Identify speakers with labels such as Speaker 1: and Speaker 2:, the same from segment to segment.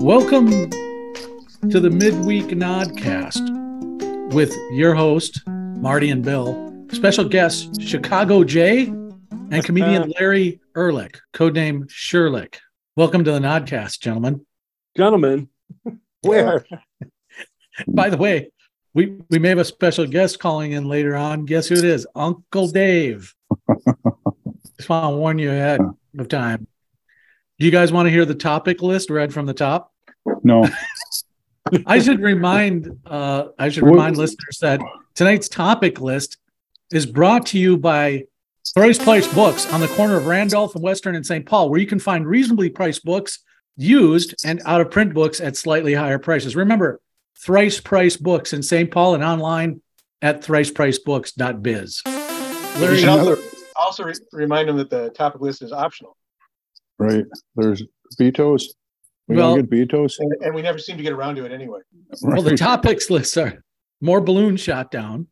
Speaker 1: Welcome to the midweek Nodcast with your host, Marty and Bill. Special guests, Chicago Jay and comedian Larry Ehrlich, codename Sherlick. Welcome to the Nodcast, gentlemen.
Speaker 2: Gentlemen,
Speaker 3: Where?
Speaker 1: By the way, we, we may have a special guest calling in later on. Guess who it is? Uncle Dave. Just want to warn you ahead of time. Do you guys want to hear the topic list read from the top?
Speaker 3: No.
Speaker 1: I should remind uh, I should
Speaker 3: Wh-
Speaker 1: remind listeners that tonight's topic list is brought to you by Thrice Price Books on the corner of Randolph and Western and St. Paul, where you can find reasonably priced books, used and out of print books at slightly higher prices. Remember, Thrice Price Books in St. Paul and online at thricepricebooks.biz.
Speaker 4: You
Speaker 1: Larry,
Speaker 4: should also,
Speaker 3: another-
Speaker 4: also re- remind them that the topic list is optional,
Speaker 3: Right. There's vetoes. We
Speaker 1: Well-
Speaker 3: don't get vetoes.
Speaker 4: and, and we never seem to get around to it anyway.
Speaker 1: well, the
Speaker 3: Right.
Speaker 1: topics lists are more balloon shot down,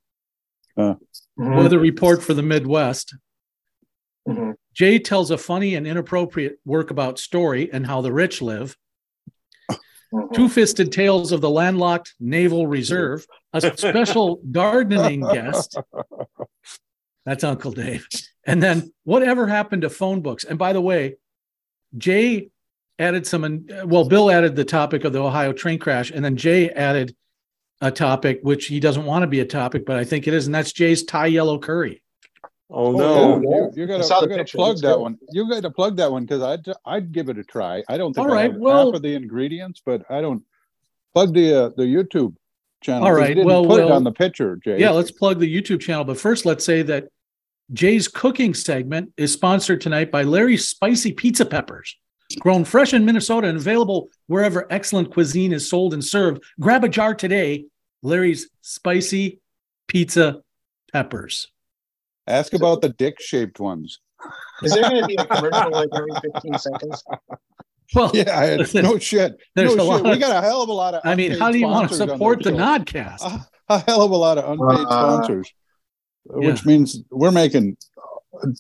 Speaker 4: Mhm.
Speaker 1: weather report for the Midwest,
Speaker 4: Mhm.
Speaker 1: Jay tells a funny and inappropriate work about story and how the rich live.
Speaker 4: Mhm.
Speaker 1: Two fisted tales of the landlocked Naval Reserve. A special gardening guest. That's Uncle Dave. And then whatever happened to phone books? And by the way, Jay added some. Well, Bill added the topic of the Ohio train crash, and then Jay added a topic which he doesn't want to be a topic, but I think it is, and that's Jay's Thai yellow curry.
Speaker 2: oh
Speaker 3: Oh,
Speaker 2: no,
Speaker 3: you, you gotta,
Speaker 4: I saw the
Speaker 3: you gotta
Speaker 4: picture.
Speaker 3: plug
Speaker 4: It's
Speaker 3: that
Speaker 4: good.
Speaker 3: one. You gotta plug that one because I'd I'd give it a try. I don't think
Speaker 1: All
Speaker 3: I
Speaker 1: right,
Speaker 3: have
Speaker 1: well-
Speaker 3: half of the ingredients, but I don't plug the uh, the YouTube channel.
Speaker 1: All
Speaker 3: You
Speaker 1: right,
Speaker 3: didn't
Speaker 1: well,
Speaker 3: put it
Speaker 1: we'll-
Speaker 3: on the picture, Jay.
Speaker 1: Yeah, let's plug the YouTube channel. But first, let's say that Jay's cooking segment is sponsored tonight by Larry's Spicy Pizza Peppers. Grown fresh in Minnesota and available wherever excellent cuisine is sold and served. Grab a jar today. Larry's Spicy Pizza Peppers.
Speaker 3: ask about the dick shaped ones.
Speaker 4: Is there going to be a commercial like every 15 seconds?
Speaker 1: Well,
Speaker 3: Yeah, I-
Speaker 1: Listen,
Speaker 3: no shit.
Speaker 1: there's
Speaker 3: no
Speaker 1: a lot
Speaker 3: shit. we
Speaker 1: of-
Speaker 3: got a hell of a lot of.
Speaker 1: I mean,
Speaker 3: unpaid
Speaker 1: how do you want to
Speaker 3: sponsors on
Speaker 1: support the
Speaker 3: those shows.
Speaker 1: Nodcast?
Speaker 3: a, a hell of a lot of unpaid
Speaker 4: Uh,
Speaker 3: sponsors, which means we're making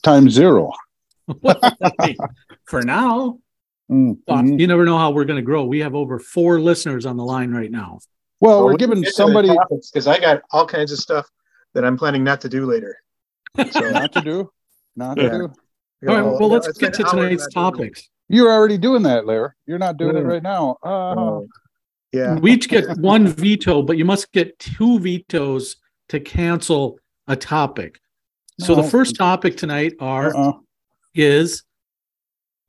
Speaker 3: time zero.
Speaker 1: What does that mean? For now, Uh,
Speaker 3: Mhm.
Speaker 1: you never know how we're going to grow. We have over four listeners on the line right now.
Speaker 3: Well, Oh, we're giving somebody
Speaker 4: because I got all kinds of stuff that I'm planning not to do later. So,
Speaker 3: not to do, not to
Speaker 4: Yeah.
Speaker 3: do.
Speaker 1: All right, well, let's
Speaker 4: it's
Speaker 1: get to
Speaker 4: been hours
Speaker 1: tonight's
Speaker 4: not doing it.
Speaker 1: topics.
Speaker 3: You're already doing that, Lair. You're not doing it
Speaker 4: Mm.
Speaker 3: right now. Uh,
Speaker 4: Oh, yeah.
Speaker 1: We each get one veto, but you must get two vetoes to cancel a topic. So the
Speaker 3: No.
Speaker 1: first topic tonight are
Speaker 3: Oh. uh-uh.
Speaker 1: is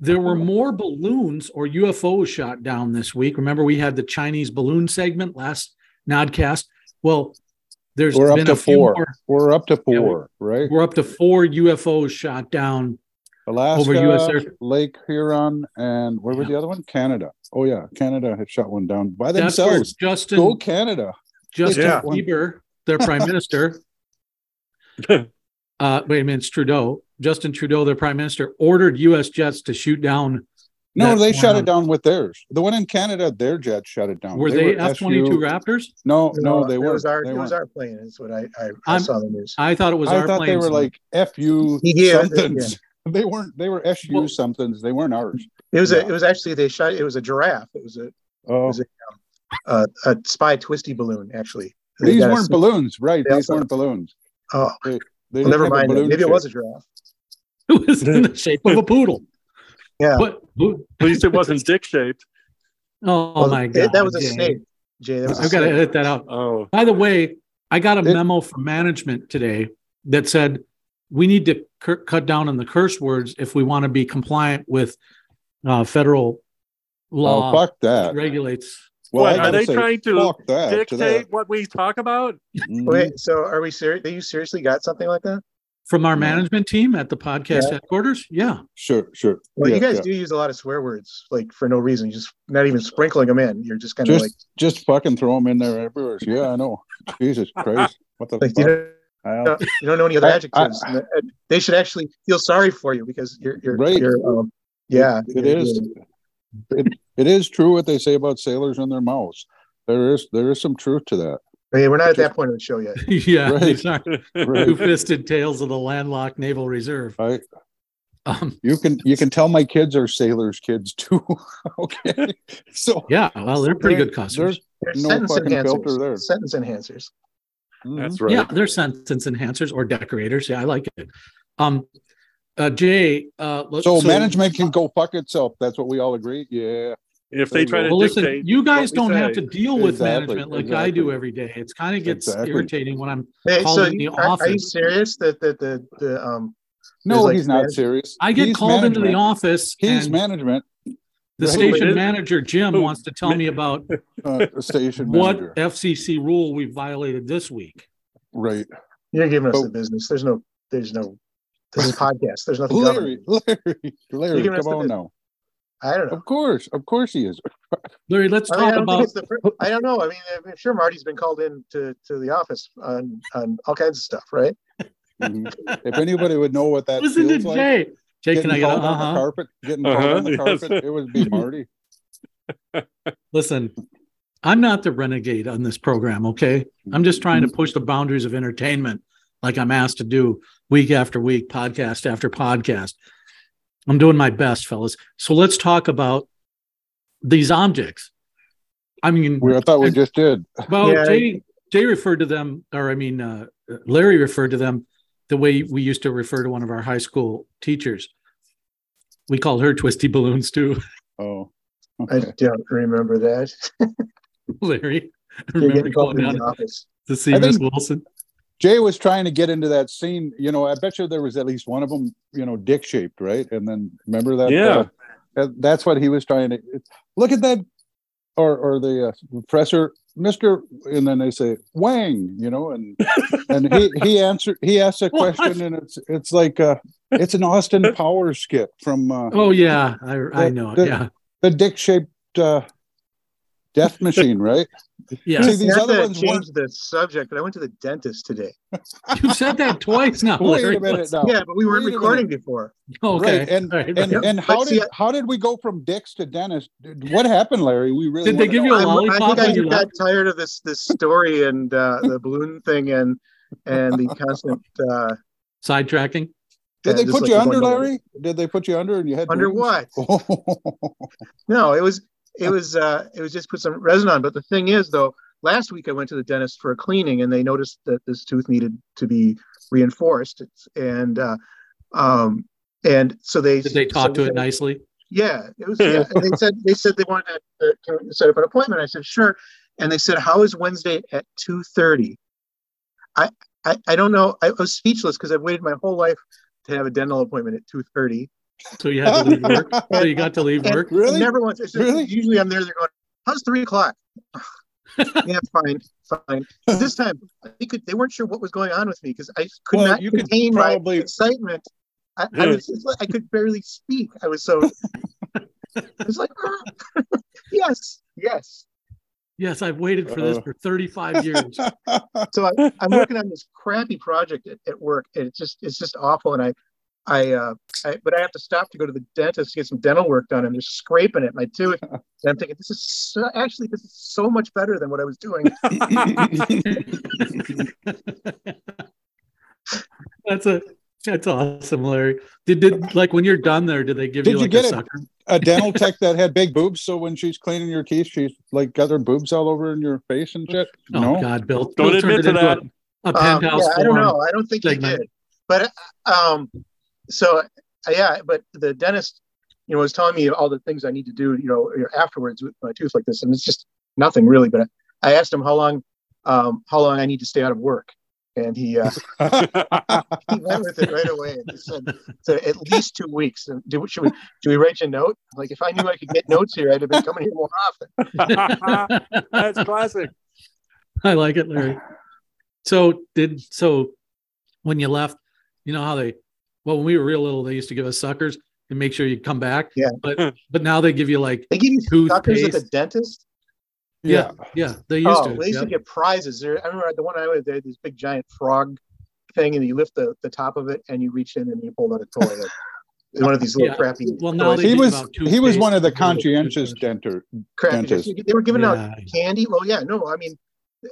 Speaker 1: there were more balloons or UFOs shot down this week. Remember, we had the Chinese balloon segment last Nodcast. Well, there's
Speaker 3: We're up
Speaker 1: been
Speaker 3: to
Speaker 1: a few
Speaker 3: four.
Speaker 1: more.
Speaker 3: We're up to
Speaker 1: Yeah, we-
Speaker 3: four, right?
Speaker 1: We're up to four UFOs shot down.
Speaker 3: Alaska,
Speaker 1: US air-
Speaker 3: Lake Huron, and where was the other one? Canada. Oh yeah, Canada had shot one down by
Speaker 1: That's where
Speaker 3: themselves.
Speaker 1: Justin
Speaker 3: Go Canada!
Speaker 1: Justin
Speaker 2: Yeah.
Speaker 1: Bieber, their prime minister. uh, wait a minute, it's Trudeau. Justin Trudeau, their prime minister, ordered U.S. jets to shoot down.
Speaker 3: No,
Speaker 1: that
Speaker 3: they shut
Speaker 1: one.
Speaker 3: it down with theirs. The one in Canada, their jet shut it down.
Speaker 1: Were they F twenty two
Speaker 3: SU
Speaker 1: Raptors?
Speaker 3: No, no, they
Speaker 4: it
Speaker 3: weren't.
Speaker 4: Was our,
Speaker 3: They
Speaker 4: it was
Speaker 3: weren't.
Speaker 4: our plane. Is what I I, I
Speaker 1: I'm-
Speaker 4: saw the news.
Speaker 1: I thought it was
Speaker 3: I
Speaker 1: our
Speaker 3: thought they
Speaker 1: planes.
Speaker 3: were like FU
Speaker 4: Yeah,
Speaker 3: somethings. They weren't. They were SU
Speaker 1: Well-
Speaker 3: somethings. They weren't ours.
Speaker 4: It was
Speaker 3: Yeah.
Speaker 4: a. It was actually they shot. It was a giraffe. It was a
Speaker 3: Oh,
Speaker 4: was it- a, uh, a spy twisty balloon. Actually, They
Speaker 3: these
Speaker 4: got a
Speaker 3: weren't
Speaker 4: sneak-
Speaker 3: balloons, right?
Speaker 4: They
Speaker 3: These
Speaker 4: also-
Speaker 3: weren't balloons.
Speaker 4: Oh,
Speaker 3: They
Speaker 4: well,
Speaker 3: didn't
Speaker 4: never
Speaker 3: have a
Speaker 4: mind. then.
Speaker 3: balloon
Speaker 4: Maybe it
Speaker 3: shape.
Speaker 4: was a giraffe.
Speaker 1: it was in the shape of a poodle.
Speaker 4: Yeah.
Speaker 1: What? who-
Speaker 2: at least it wasn't dick shaped.
Speaker 1: Oh
Speaker 4: Well,
Speaker 1: my
Speaker 4: that-
Speaker 1: god!
Speaker 4: that was a
Speaker 1: Jay.
Speaker 4: snake. Jay, that was a
Speaker 1: I've got to
Speaker 4: snake.
Speaker 1: edit that out.
Speaker 2: Oh,
Speaker 1: By the way, I got a
Speaker 3: It-
Speaker 1: memo from management today that said we need to cur- cut down on the curse words if we want to be compliant with uh, federal
Speaker 3: Oh,
Speaker 1: law
Speaker 3: fuck that.
Speaker 1: that regulates.
Speaker 3: Well, I
Speaker 2: What, are
Speaker 3: gotta
Speaker 2: they
Speaker 3: say,
Speaker 2: trying to Mm-hmm.
Speaker 3: fuck that to that.
Speaker 2: dictate what we talk about.
Speaker 3: Mhm.
Speaker 1: Mm-hmm.
Speaker 4: Wait, so are we serious? You seriously got something like that?
Speaker 1: From our
Speaker 3: Yeah.
Speaker 1: management team at the podcast headquarters, yeah.
Speaker 3: Sure, sure.
Speaker 4: Well,
Speaker 3: Yeah,
Speaker 4: you guys
Speaker 3: yeah.
Speaker 4: do use a lot of swear words, like for no reason. You just not even sprinkling them in. You're just kind of
Speaker 3: just
Speaker 4: like,
Speaker 3: just fucking throw them in there everywhere. Yeah, I know. Jesus Christ, what the
Speaker 4: like
Speaker 3: fuck?
Speaker 4: you, don't,
Speaker 3: I
Speaker 4: know- you don't know any other
Speaker 3: I- I-
Speaker 4: adjectives. And that- they should actually feel sorry for you because you're, you're,
Speaker 3: Right.
Speaker 4: you're um, yeah.
Speaker 3: it is. It, it is true what they say about sailors and their mouths. There is there is some truth to that.
Speaker 4: I mean, we're not at that point of the show yet.
Speaker 1: yeah,
Speaker 3: Right.
Speaker 1: these are
Speaker 3: Right.
Speaker 1: two fisted tales of the landlocked Naval Reserve.
Speaker 3: I
Speaker 1: Um,
Speaker 3: You can you can tell my kids are sailors' kids too. okay, so
Speaker 1: yeah, well, they're pretty good
Speaker 3: They're-
Speaker 1: customers.
Speaker 4: They're
Speaker 3: No
Speaker 4: sentence
Speaker 3: fucking
Speaker 4: enhancers.
Speaker 3: filter there.
Speaker 4: Sentence enhancers.
Speaker 3: mhm.
Speaker 2: That's right.
Speaker 1: Yeah, they're sentence enhancers or decorators. Yeah, I like it. Um, uh, Jay, uh, let's-
Speaker 3: so management can go fuck itself. That's what we all agree. Yeah,
Speaker 2: If they try to
Speaker 1: Well, listen,
Speaker 2: dictate,
Speaker 1: you guys
Speaker 2: what
Speaker 1: don't
Speaker 2: we
Speaker 1: have
Speaker 2: say.
Speaker 1: to deal with
Speaker 3: Exactly,
Speaker 1: management like I do
Speaker 3: exactly.
Speaker 1: every day. It's kind of gets
Speaker 3: Exactly.
Speaker 1: irritating when I'm.
Speaker 4: Hey,
Speaker 1: Call
Speaker 4: so
Speaker 1: in the
Speaker 4: you- are, are you
Speaker 1: office.
Speaker 4: serious that the, the, the, um,
Speaker 3: no,
Speaker 4: There's like
Speaker 3: he's not
Speaker 4: manage-
Speaker 3: serious.
Speaker 1: I get
Speaker 3: He's
Speaker 1: called into the
Speaker 3: management.
Speaker 1: office
Speaker 3: He's
Speaker 1: and
Speaker 3: management,
Speaker 1: the
Speaker 3: Right.
Speaker 1: station
Speaker 2: Who-
Speaker 1: manager Jim
Speaker 2: who-
Speaker 1: wants to tell me about
Speaker 3: uh, station
Speaker 1: what
Speaker 3: manager.
Speaker 1: FCC rule we violated this week.
Speaker 3: Right,
Speaker 4: you're giving us
Speaker 3: Oh.
Speaker 4: the business. There's no, there's no, this is podcast. There's nothing.
Speaker 3: Larry,
Speaker 4: government.
Speaker 3: Larry, Larry.
Speaker 4: Speaking of
Speaker 3: Come on
Speaker 4: business-
Speaker 3: now.
Speaker 4: I don't know.
Speaker 3: Of course, of course, he is.
Speaker 1: Larry, let's
Speaker 4: I, mean, I
Speaker 1: talk
Speaker 4: don't think
Speaker 1: about.
Speaker 4: it's the fir- I don't know. I mean, I'm sure Marty's been called in to, to the office on, on all kinds of stuff, right?
Speaker 3: Mhm. If anybody would know what that
Speaker 1: Listen to
Speaker 3: feels like,
Speaker 1: Jay. Jay,
Speaker 3: getting
Speaker 1: can I get a
Speaker 3: called on the
Speaker 1: uh-huh?
Speaker 3: carpet, getting called on the
Speaker 2: Uh-huh, yes.
Speaker 3: carpet, it would be Marty.
Speaker 1: Listen, I'm not the renegade on this program, okay? I'm just trying to push the boundaries of entertainment like I'm asked to do week after week, podcast after podcast. I'm doing my best, fellas. So let's talk about these objects. I mean,
Speaker 3: We, I thought we just did.
Speaker 1: well,
Speaker 4: Yeah.
Speaker 1: Jay, Jay referred to them, or I mean, uh, Larry referred to them the way we used to refer to one of our high school teachers. We called her Twisty Balloons too,
Speaker 3: Oh,
Speaker 4: I
Speaker 3: okay.
Speaker 4: don't remember that.
Speaker 1: Larry. I
Speaker 4: You're
Speaker 1: remember
Speaker 4: getting called
Speaker 1: going
Speaker 4: in
Speaker 1: down
Speaker 4: the office.
Speaker 1: to see
Speaker 3: I
Speaker 1: Miss
Speaker 3: think-
Speaker 1: Wilson.
Speaker 3: Jay was trying to get into that scene. You know, I bet you there was at least one of them. You know, dick shaped, right? And then remember that?
Speaker 2: Yeah.
Speaker 3: uh, that's what he was trying to it's- look at that, or or the uh, professor, Mister, and then they say Wang. You know, and and he he answered. He asked a
Speaker 1: What?
Speaker 3: question, and it's it's like uh, it's an Austin Power skit from uh,
Speaker 1: Oh yeah, I, I know. it.
Speaker 3: the-
Speaker 1: yeah,
Speaker 3: the dick shaped uh, death machine, right?
Speaker 1: yeah.
Speaker 3: See, these
Speaker 4: Not
Speaker 3: other
Speaker 4: to
Speaker 3: ones
Speaker 4: change the subject, but I went to the dentist today.
Speaker 1: You've said that twice now.
Speaker 3: Wait
Speaker 1: Larry.
Speaker 3: a minute now.
Speaker 4: Yeah, but we weren't
Speaker 3: Oh. Wait a
Speaker 4: recording before.
Speaker 1: Okay.
Speaker 3: Right, and-
Speaker 1: All right.
Speaker 3: And,
Speaker 4: Yep.
Speaker 3: and how
Speaker 4: But see,
Speaker 3: did how did we go from dicks to dentist? What happened, Larry? We really
Speaker 1: Did they
Speaker 3: wanna
Speaker 1: give
Speaker 3: know.
Speaker 1: you a
Speaker 4: I'm- I
Speaker 1: lollipop
Speaker 4: think I
Speaker 1: when you
Speaker 4: just got
Speaker 1: left?
Speaker 4: tired of this this story and uh, the balloon thing and and the constant. Uh,
Speaker 1: Sidetracking.
Speaker 3: Did they
Speaker 4: just
Speaker 3: put
Speaker 4: like
Speaker 3: you
Speaker 4: the
Speaker 3: under,
Speaker 4: one-
Speaker 3: Larry? Did they put you under and you had
Speaker 4: Under
Speaker 3: wings?
Speaker 4: what? No, it was it was uh, it was just put some resin on. But the thing is, though, last week I went to the dentist for a cleaning, and they noticed that this tooth needed to be reinforced. It's, and uh, um, and so they
Speaker 1: Did they talk
Speaker 4: so
Speaker 1: to it nicely?
Speaker 4: Yeah, it was. Yeah, and they said they said they wanted to, uh, to set up an appointment. I said sure, and they said how is Wednesday at two thirty? I, I I don't know. I was speechless because I've waited my whole life to have a dental appointment at two thirty.
Speaker 1: So you had to leave work. So you got to leave
Speaker 4: And
Speaker 1: work.
Speaker 3: Really?
Speaker 4: Never once. It's just-
Speaker 3: Really?
Speaker 4: Usually I'm there. They're going, "How's three o'clock?" yeah, fine, fine. But this time they could. They weren't sure what was going on with me because I could
Speaker 3: Well,
Speaker 4: not
Speaker 3: you could
Speaker 4: contain
Speaker 3: probably-
Speaker 4: my excitement. I, I was. it's like I could barely speak. I was so. It's like, "Ah." yes, yes.
Speaker 1: Yes, I've waited for this
Speaker 3: Uh.
Speaker 1: for 35 years.
Speaker 4: So I, I'm working on this crappy project at, at work, and it's just it's just awful. And I, I, uh, I, but I have to stop to go to the dentist to get some dental work done. I'm just scraping at my tooth, and I'm thinking this is so, actually this is so much better than what I was doing.
Speaker 1: that's a that's awesome, Larry. Did, did like when you're done there, did they give
Speaker 3: Did
Speaker 1: you
Speaker 3: you
Speaker 1: like
Speaker 3: get
Speaker 1: a
Speaker 3: it?
Speaker 1: sucker?
Speaker 3: a dental tech that had big boobs, so when she's cleaning your teeth, she's like got her boobs all over in your face and shit.
Speaker 1: Oh
Speaker 3: no,
Speaker 1: God, Bill!
Speaker 2: Don't
Speaker 1: Bill
Speaker 2: admit
Speaker 1: turned
Speaker 2: to
Speaker 1: it into
Speaker 2: that.
Speaker 1: A, a
Speaker 4: Um,
Speaker 1: penthouse.
Speaker 4: yeah, I don't
Speaker 1: forum.
Speaker 4: know. I don't think he
Speaker 1: segment.
Speaker 4: did. But um, so uh, yeah, but the dentist, you know, was telling me all the things I need to do, you know, afterwards with my tooth like this, and it's just nothing really. But I, I asked him how long, um, how long I need to stay out of work, and he uh, he went with it right away. And he said, so at least two weeks. And do should we do we write you a note? Like if I knew I could get notes here, I'd have been coming here more often.
Speaker 2: That's classic.
Speaker 1: I like it, Larry. So did so when you left, you know how they well when we were real little, they used to give us suckers and make sure you come back.
Speaker 4: Yeah.
Speaker 1: But but now they give you like
Speaker 4: They give you doctors at the
Speaker 1: toothpaste.
Speaker 4: dentist.
Speaker 1: Yeah. Yeah, they used
Speaker 4: oh,
Speaker 1: to.
Speaker 4: they used
Speaker 1: yeah.
Speaker 4: to get prizes. There, I remember the one I was there, this big giant frog thing, and you lift the, the top of it, and you reach in and you pull out a toy. Like, one of these little
Speaker 1: Yeah.
Speaker 4: crappy,
Speaker 1: Well, now
Speaker 4: toys.
Speaker 1: they-
Speaker 3: he
Speaker 1: did
Speaker 3: was
Speaker 1: about
Speaker 3: he was one of the
Speaker 1: toothpaste and little
Speaker 3: conscientious
Speaker 1: toothbrush.
Speaker 3: denter.
Speaker 4: crappy.
Speaker 3: dentist.
Speaker 4: They were giving out
Speaker 1: yeah.
Speaker 4: candy. Well, yeah, no, I mean,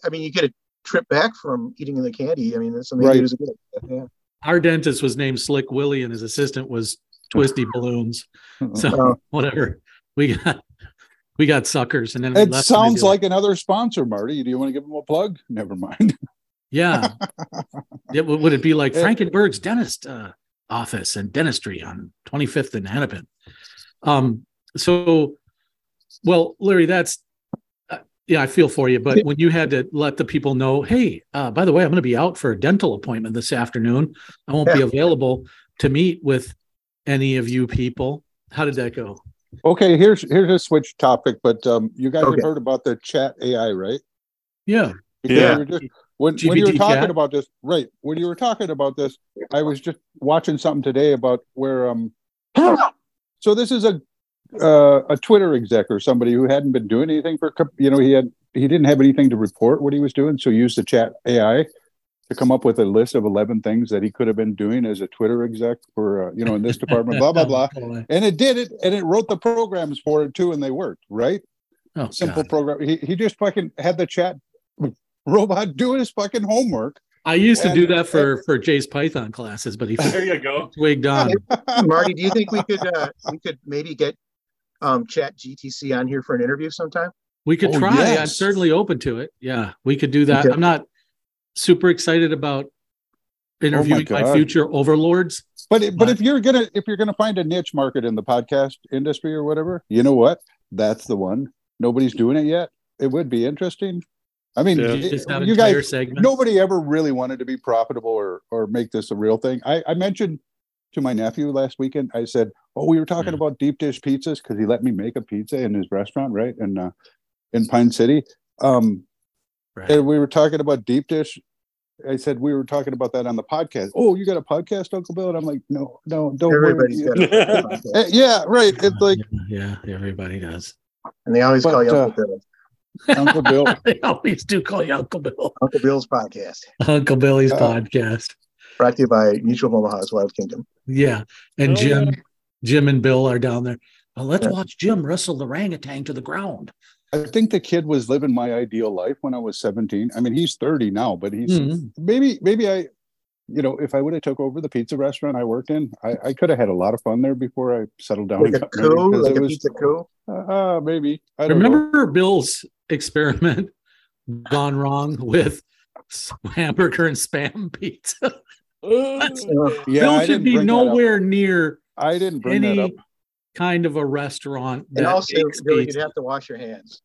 Speaker 4: I mean, you get a trip back from eating the candy. I mean, that's something
Speaker 3: Right.
Speaker 4: right. Yeah.
Speaker 1: Our dentist was named Slick Willie and his assistant was twisty balloons. So
Speaker 3: Uh-huh.
Speaker 4: Oh.
Speaker 1: whatever we got, we got suckers, and then we
Speaker 3: It
Speaker 1: left them to
Speaker 3: sounds
Speaker 1: do it.
Speaker 3: like another sponsor, Marty. Do you want to give them a plug? Never mind.
Speaker 1: yeah. it, w- would it be like
Speaker 3: Yeah.
Speaker 1: Frankenberg's dentist uh, office and dentistry on 25th and Hennepin? Um, so, well, Larry, that's uh, yeah, I feel for you. But when you had to let the people know, hey, uh, by the way, I'm going to be out for a dental appointment this afternoon. I won't be
Speaker 4: Yeah.
Speaker 1: available to meet with any of you people. How did that go?
Speaker 3: Okay, here's here's a switch topic, but um, you guys
Speaker 4: Okay.
Speaker 3: have heard about the chat AI, right?
Speaker 1: Yeah.
Speaker 2: Yeah.
Speaker 3: we were just- when, when you were
Speaker 1: GPT
Speaker 3: talking
Speaker 1: chat.
Speaker 3: about this, right? When you were talking about this, I was just watching something today about where um. So this is a uh, a Twitter exec or somebody who hadn't been doing anything for a coup- you know he had he didn't have anything to report what he was doing, so he used the chat AI to come up with a list of eleven things that he could have been doing as a Twitter exec for uh, you know in this department, blah blah blah,
Speaker 1: Oh,
Speaker 3: and it did it, and it wrote the programs for it too, and they worked right
Speaker 1: Oh, God.
Speaker 3: simple program. He, he just fucking had the chat robot do his fucking homework.
Speaker 1: I used to
Speaker 3: And-
Speaker 1: do that for for Jay's Python classes, but he
Speaker 2: There you go.
Speaker 1: twigged on.
Speaker 4: Marty, do you think we could uh, we could maybe get um, Chat GTC on here for an interview sometime?
Speaker 1: We could
Speaker 3: Oh,
Speaker 1: try. I'm
Speaker 3: yes.
Speaker 1: certainly open to it. Yeah, we could do that.
Speaker 4: Okay.
Speaker 1: I'm not super excited about interviewing my,
Speaker 3: God.
Speaker 1: future overlords.
Speaker 3: But it, but
Speaker 1: Right.
Speaker 3: if you're gonna if you're gonna find a niche market in the podcast industry or whatever, you know what? That's the one. Nobody's doing it yet. It would be interesting. I mean,
Speaker 2: Yeah.
Speaker 1: You
Speaker 3: it-
Speaker 1: just have
Speaker 3: you
Speaker 1: entire
Speaker 3: guys
Speaker 1: segments.
Speaker 3: nobody ever really wanted to be profitable or or make this a real thing. I, I mentioned to my nephew last weekend. I said, "Oh, we were talking
Speaker 4: Mm.
Speaker 1: Yeah.
Speaker 3: about deep dish pizzas because he let me make a pizza in his restaurant, right? In uh, in Pine City." Um,
Speaker 1: Right.
Speaker 3: and we were talking about deep dish. I said we were talking about that on the podcast. Oh, you got a podcast, Uncle Bill? And I'm like, no, no, don't
Speaker 4: Everybody's
Speaker 3: worry.
Speaker 4: got a
Speaker 3: Eh, Oh, yeah, right. It's like
Speaker 1: yeah, yeah, everybody does.
Speaker 4: and they always call you
Speaker 3: But, uh,
Speaker 4: Uncle Bill.
Speaker 3: Uncle Bill.
Speaker 1: they always do call you Uncle Bill.
Speaker 4: Uncle Bill's podcast,
Speaker 1: Uncle Billy's
Speaker 3: Uh,
Speaker 1: podcast.
Speaker 4: brought to you by Mutual of Omaha's Wild Kingdom.
Speaker 1: Yeah, and
Speaker 2: Oh,
Speaker 1: Jim, Jim and Bill are down there. "Well, let's
Speaker 4: Yeah.
Speaker 1: watch Jim wrestle the orangutan to the ground.
Speaker 3: I think the kid was living my ideal life when I was 17. I mean, he's 30 now, but he's
Speaker 1: Mhm.
Speaker 3: maybe maybe I, you know, if I would have took over the pizza restaurant I worked in, I, I could have had a lot of fun there before I settled down.
Speaker 4: Like
Speaker 3: and
Speaker 4: a
Speaker 3: got married,
Speaker 4: coup,
Speaker 3: 'cause
Speaker 4: like
Speaker 3: it
Speaker 4: a
Speaker 3: was-
Speaker 4: pizza coup.
Speaker 3: uh, uh, maybe I don't know.
Speaker 1: Remember Bill's experiment gone wrong with hamburger and spam pizza.
Speaker 4: Uh,
Speaker 3: Yeah,
Speaker 1: Bill
Speaker 3: I
Speaker 1: should
Speaker 3: didn't
Speaker 1: be
Speaker 3: bring that up.
Speaker 1: nowhere near
Speaker 3: I didn't bring that up.
Speaker 1: any kind of a restaurant. that
Speaker 4: and also,
Speaker 1: makes
Speaker 4: Billy,
Speaker 1: pizza.
Speaker 4: you'd have to wash your hands.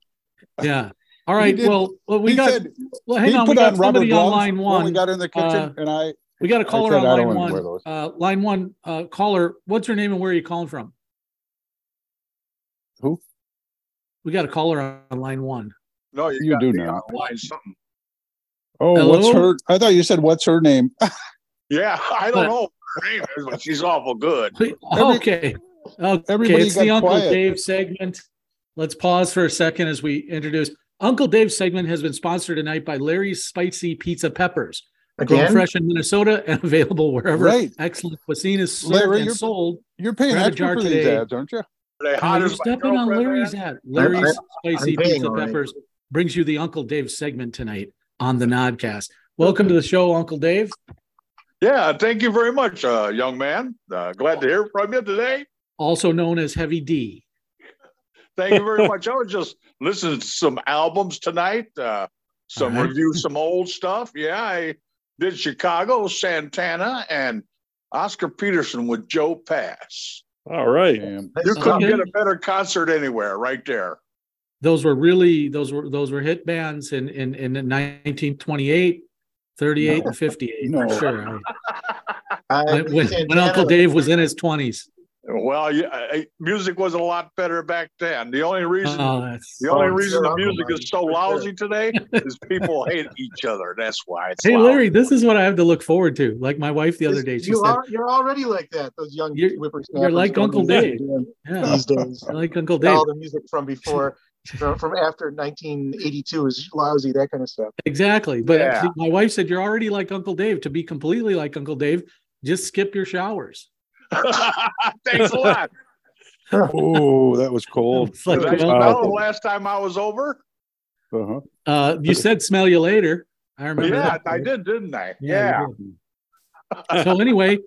Speaker 1: yeah. All right.
Speaker 3: did-
Speaker 1: well, well, we
Speaker 3: he
Speaker 1: got.
Speaker 3: said
Speaker 1: well,
Speaker 3: he
Speaker 1: hang on. We
Speaker 3: put
Speaker 1: got
Speaker 3: on rubber
Speaker 1: somebody on
Speaker 3: gloves
Speaker 1: line
Speaker 3: when we
Speaker 1: one.
Speaker 3: got in the kitchen,
Speaker 1: uh,
Speaker 3: and I
Speaker 1: we got a
Speaker 3: I
Speaker 1: caller
Speaker 3: said
Speaker 1: on
Speaker 3: I don't
Speaker 1: line
Speaker 3: wanna wear
Speaker 1: one.
Speaker 3: those.
Speaker 1: Uh, line one. Uh, caller, what's your name and where are you calling from?
Speaker 3: Who?
Speaker 1: We got a caller on line one.
Speaker 5: No,
Speaker 3: You
Speaker 5: got
Speaker 3: do
Speaker 5: me
Speaker 3: not.
Speaker 5: online something.
Speaker 3: Oh, what's
Speaker 1: Hello?
Speaker 3: her? I thought you said what's her name.
Speaker 5: Yeah, I don't
Speaker 1: But-
Speaker 5: know what her name is, but she's awful good.
Speaker 3: Every-
Speaker 1: okay. Okay.
Speaker 3: everybody
Speaker 1: It's the
Speaker 3: got
Speaker 1: Uncle
Speaker 3: quiet.
Speaker 1: Dave segment. Let's pause for a second as we introduce. Uncle Dave's segment has been sponsored tonight by Larry's Spicy Pizza Peppers. Grown
Speaker 4: Again,
Speaker 1: fresh in Minnesota and available wherever
Speaker 3: Right.
Speaker 1: excellent cuisine is served
Speaker 3: Larry,
Speaker 1: and
Speaker 3: you're-
Speaker 1: sold.
Speaker 3: You're paying
Speaker 1: Grab a
Speaker 3: extra
Speaker 1: jar
Speaker 3: for these
Speaker 1: today.
Speaker 3: ads, aren't you?
Speaker 5: Are they
Speaker 1: Now
Speaker 5: hot
Speaker 1: you're
Speaker 5: as my
Speaker 1: stepping on
Speaker 5: girlfriend,
Speaker 1: Larry's
Speaker 5: man?
Speaker 1: hat. Larry's Spicy
Speaker 4: I'm paying
Speaker 1: Pizza
Speaker 4: already.
Speaker 1: Peppers brings you the Uncle Dave segment tonight on the Nodcast. Welcome to the show, Uncle Dave.
Speaker 5: Yeah, thank you very much, uh, young man. Uh, glad to hear from you today.
Speaker 1: Also known as Heavy D.
Speaker 5: Thank you very much. I was just listening to some albums tonight, uh,
Speaker 1: All
Speaker 5: some
Speaker 4: Uh-huh.
Speaker 1: right.
Speaker 5: review, some old stuff. Yeah, I did Chicago, Santana, and Oscar Peterson with Joe Pass.
Speaker 2: All right.
Speaker 3: Damn.
Speaker 5: You couldn't
Speaker 1: Okay.
Speaker 5: get a better concert anywhere, right there.
Speaker 1: Those were really those were those were hit bands in in in 1928, 38, and 58
Speaker 3: No.
Speaker 1: for sure.
Speaker 4: I-
Speaker 1: When, when, when
Speaker 4: Santana-
Speaker 1: Uncle Dave was in his 20s.
Speaker 5: Well, you, I, music was a lot better back then. The only reason
Speaker 1: Oh, that's-
Speaker 5: The only
Speaker 4: Oh,
Speaker 5: reason the
Speaker 4: sure,
Speaker 5: music
Speaker 4: Uncle
Speaker 5: is so
Speaker 4: Mike, for
Speaker 5: lousy today is people hate each other. That's why. It's
Speaker 1: Hey
Speaker 5: loud.
Speaker 1: Larry, this is what I have to look forward to. Like my wife the other day, she
Speaker 4: you
Speaker 1: said,
Speaker 4: are, you're already like that. Those young
Speaker 1: You're-
Speaker 4: whippersnappers.
Speaker 1: you're like
Speaker 4: don't
Speaker 1: Uncle
Speaker 4: know what
Speaker 1: Dave.
Speaker 4: they're doing
Speaker 1: "Yeah,
Speaker 4: These days,
Speaker 1: I like Uncle Dave."
Speaker 4: all the music from before, from, from after 1982 is lousy. That kind of stuff.
Speaker 1: Exactly. But
Speaker 5: Yeah.
Speaker 1: she- my wife said, You're already like Uncle Dave. To be completely like Uncle Dave, just skip your showers.
Speaker 5: Thanks a lot.
Speaker 3: Oh, that was cold.
Speaker 1: It's like,
Speaker 5: Did I
Speaker 1: well,
Speaker 5: smell the last time I was over?
Speaker 3: Uh-huh.
Speaker 1: uh, you said smell you later. I remember
Speaker 5: Yeah,
Speaker 1: that.
Speaker 5: I did, didn't I?
Speaker 1: Yeah,
Speaker 5: Yeah.
Speaker 1: you did. so, anyway,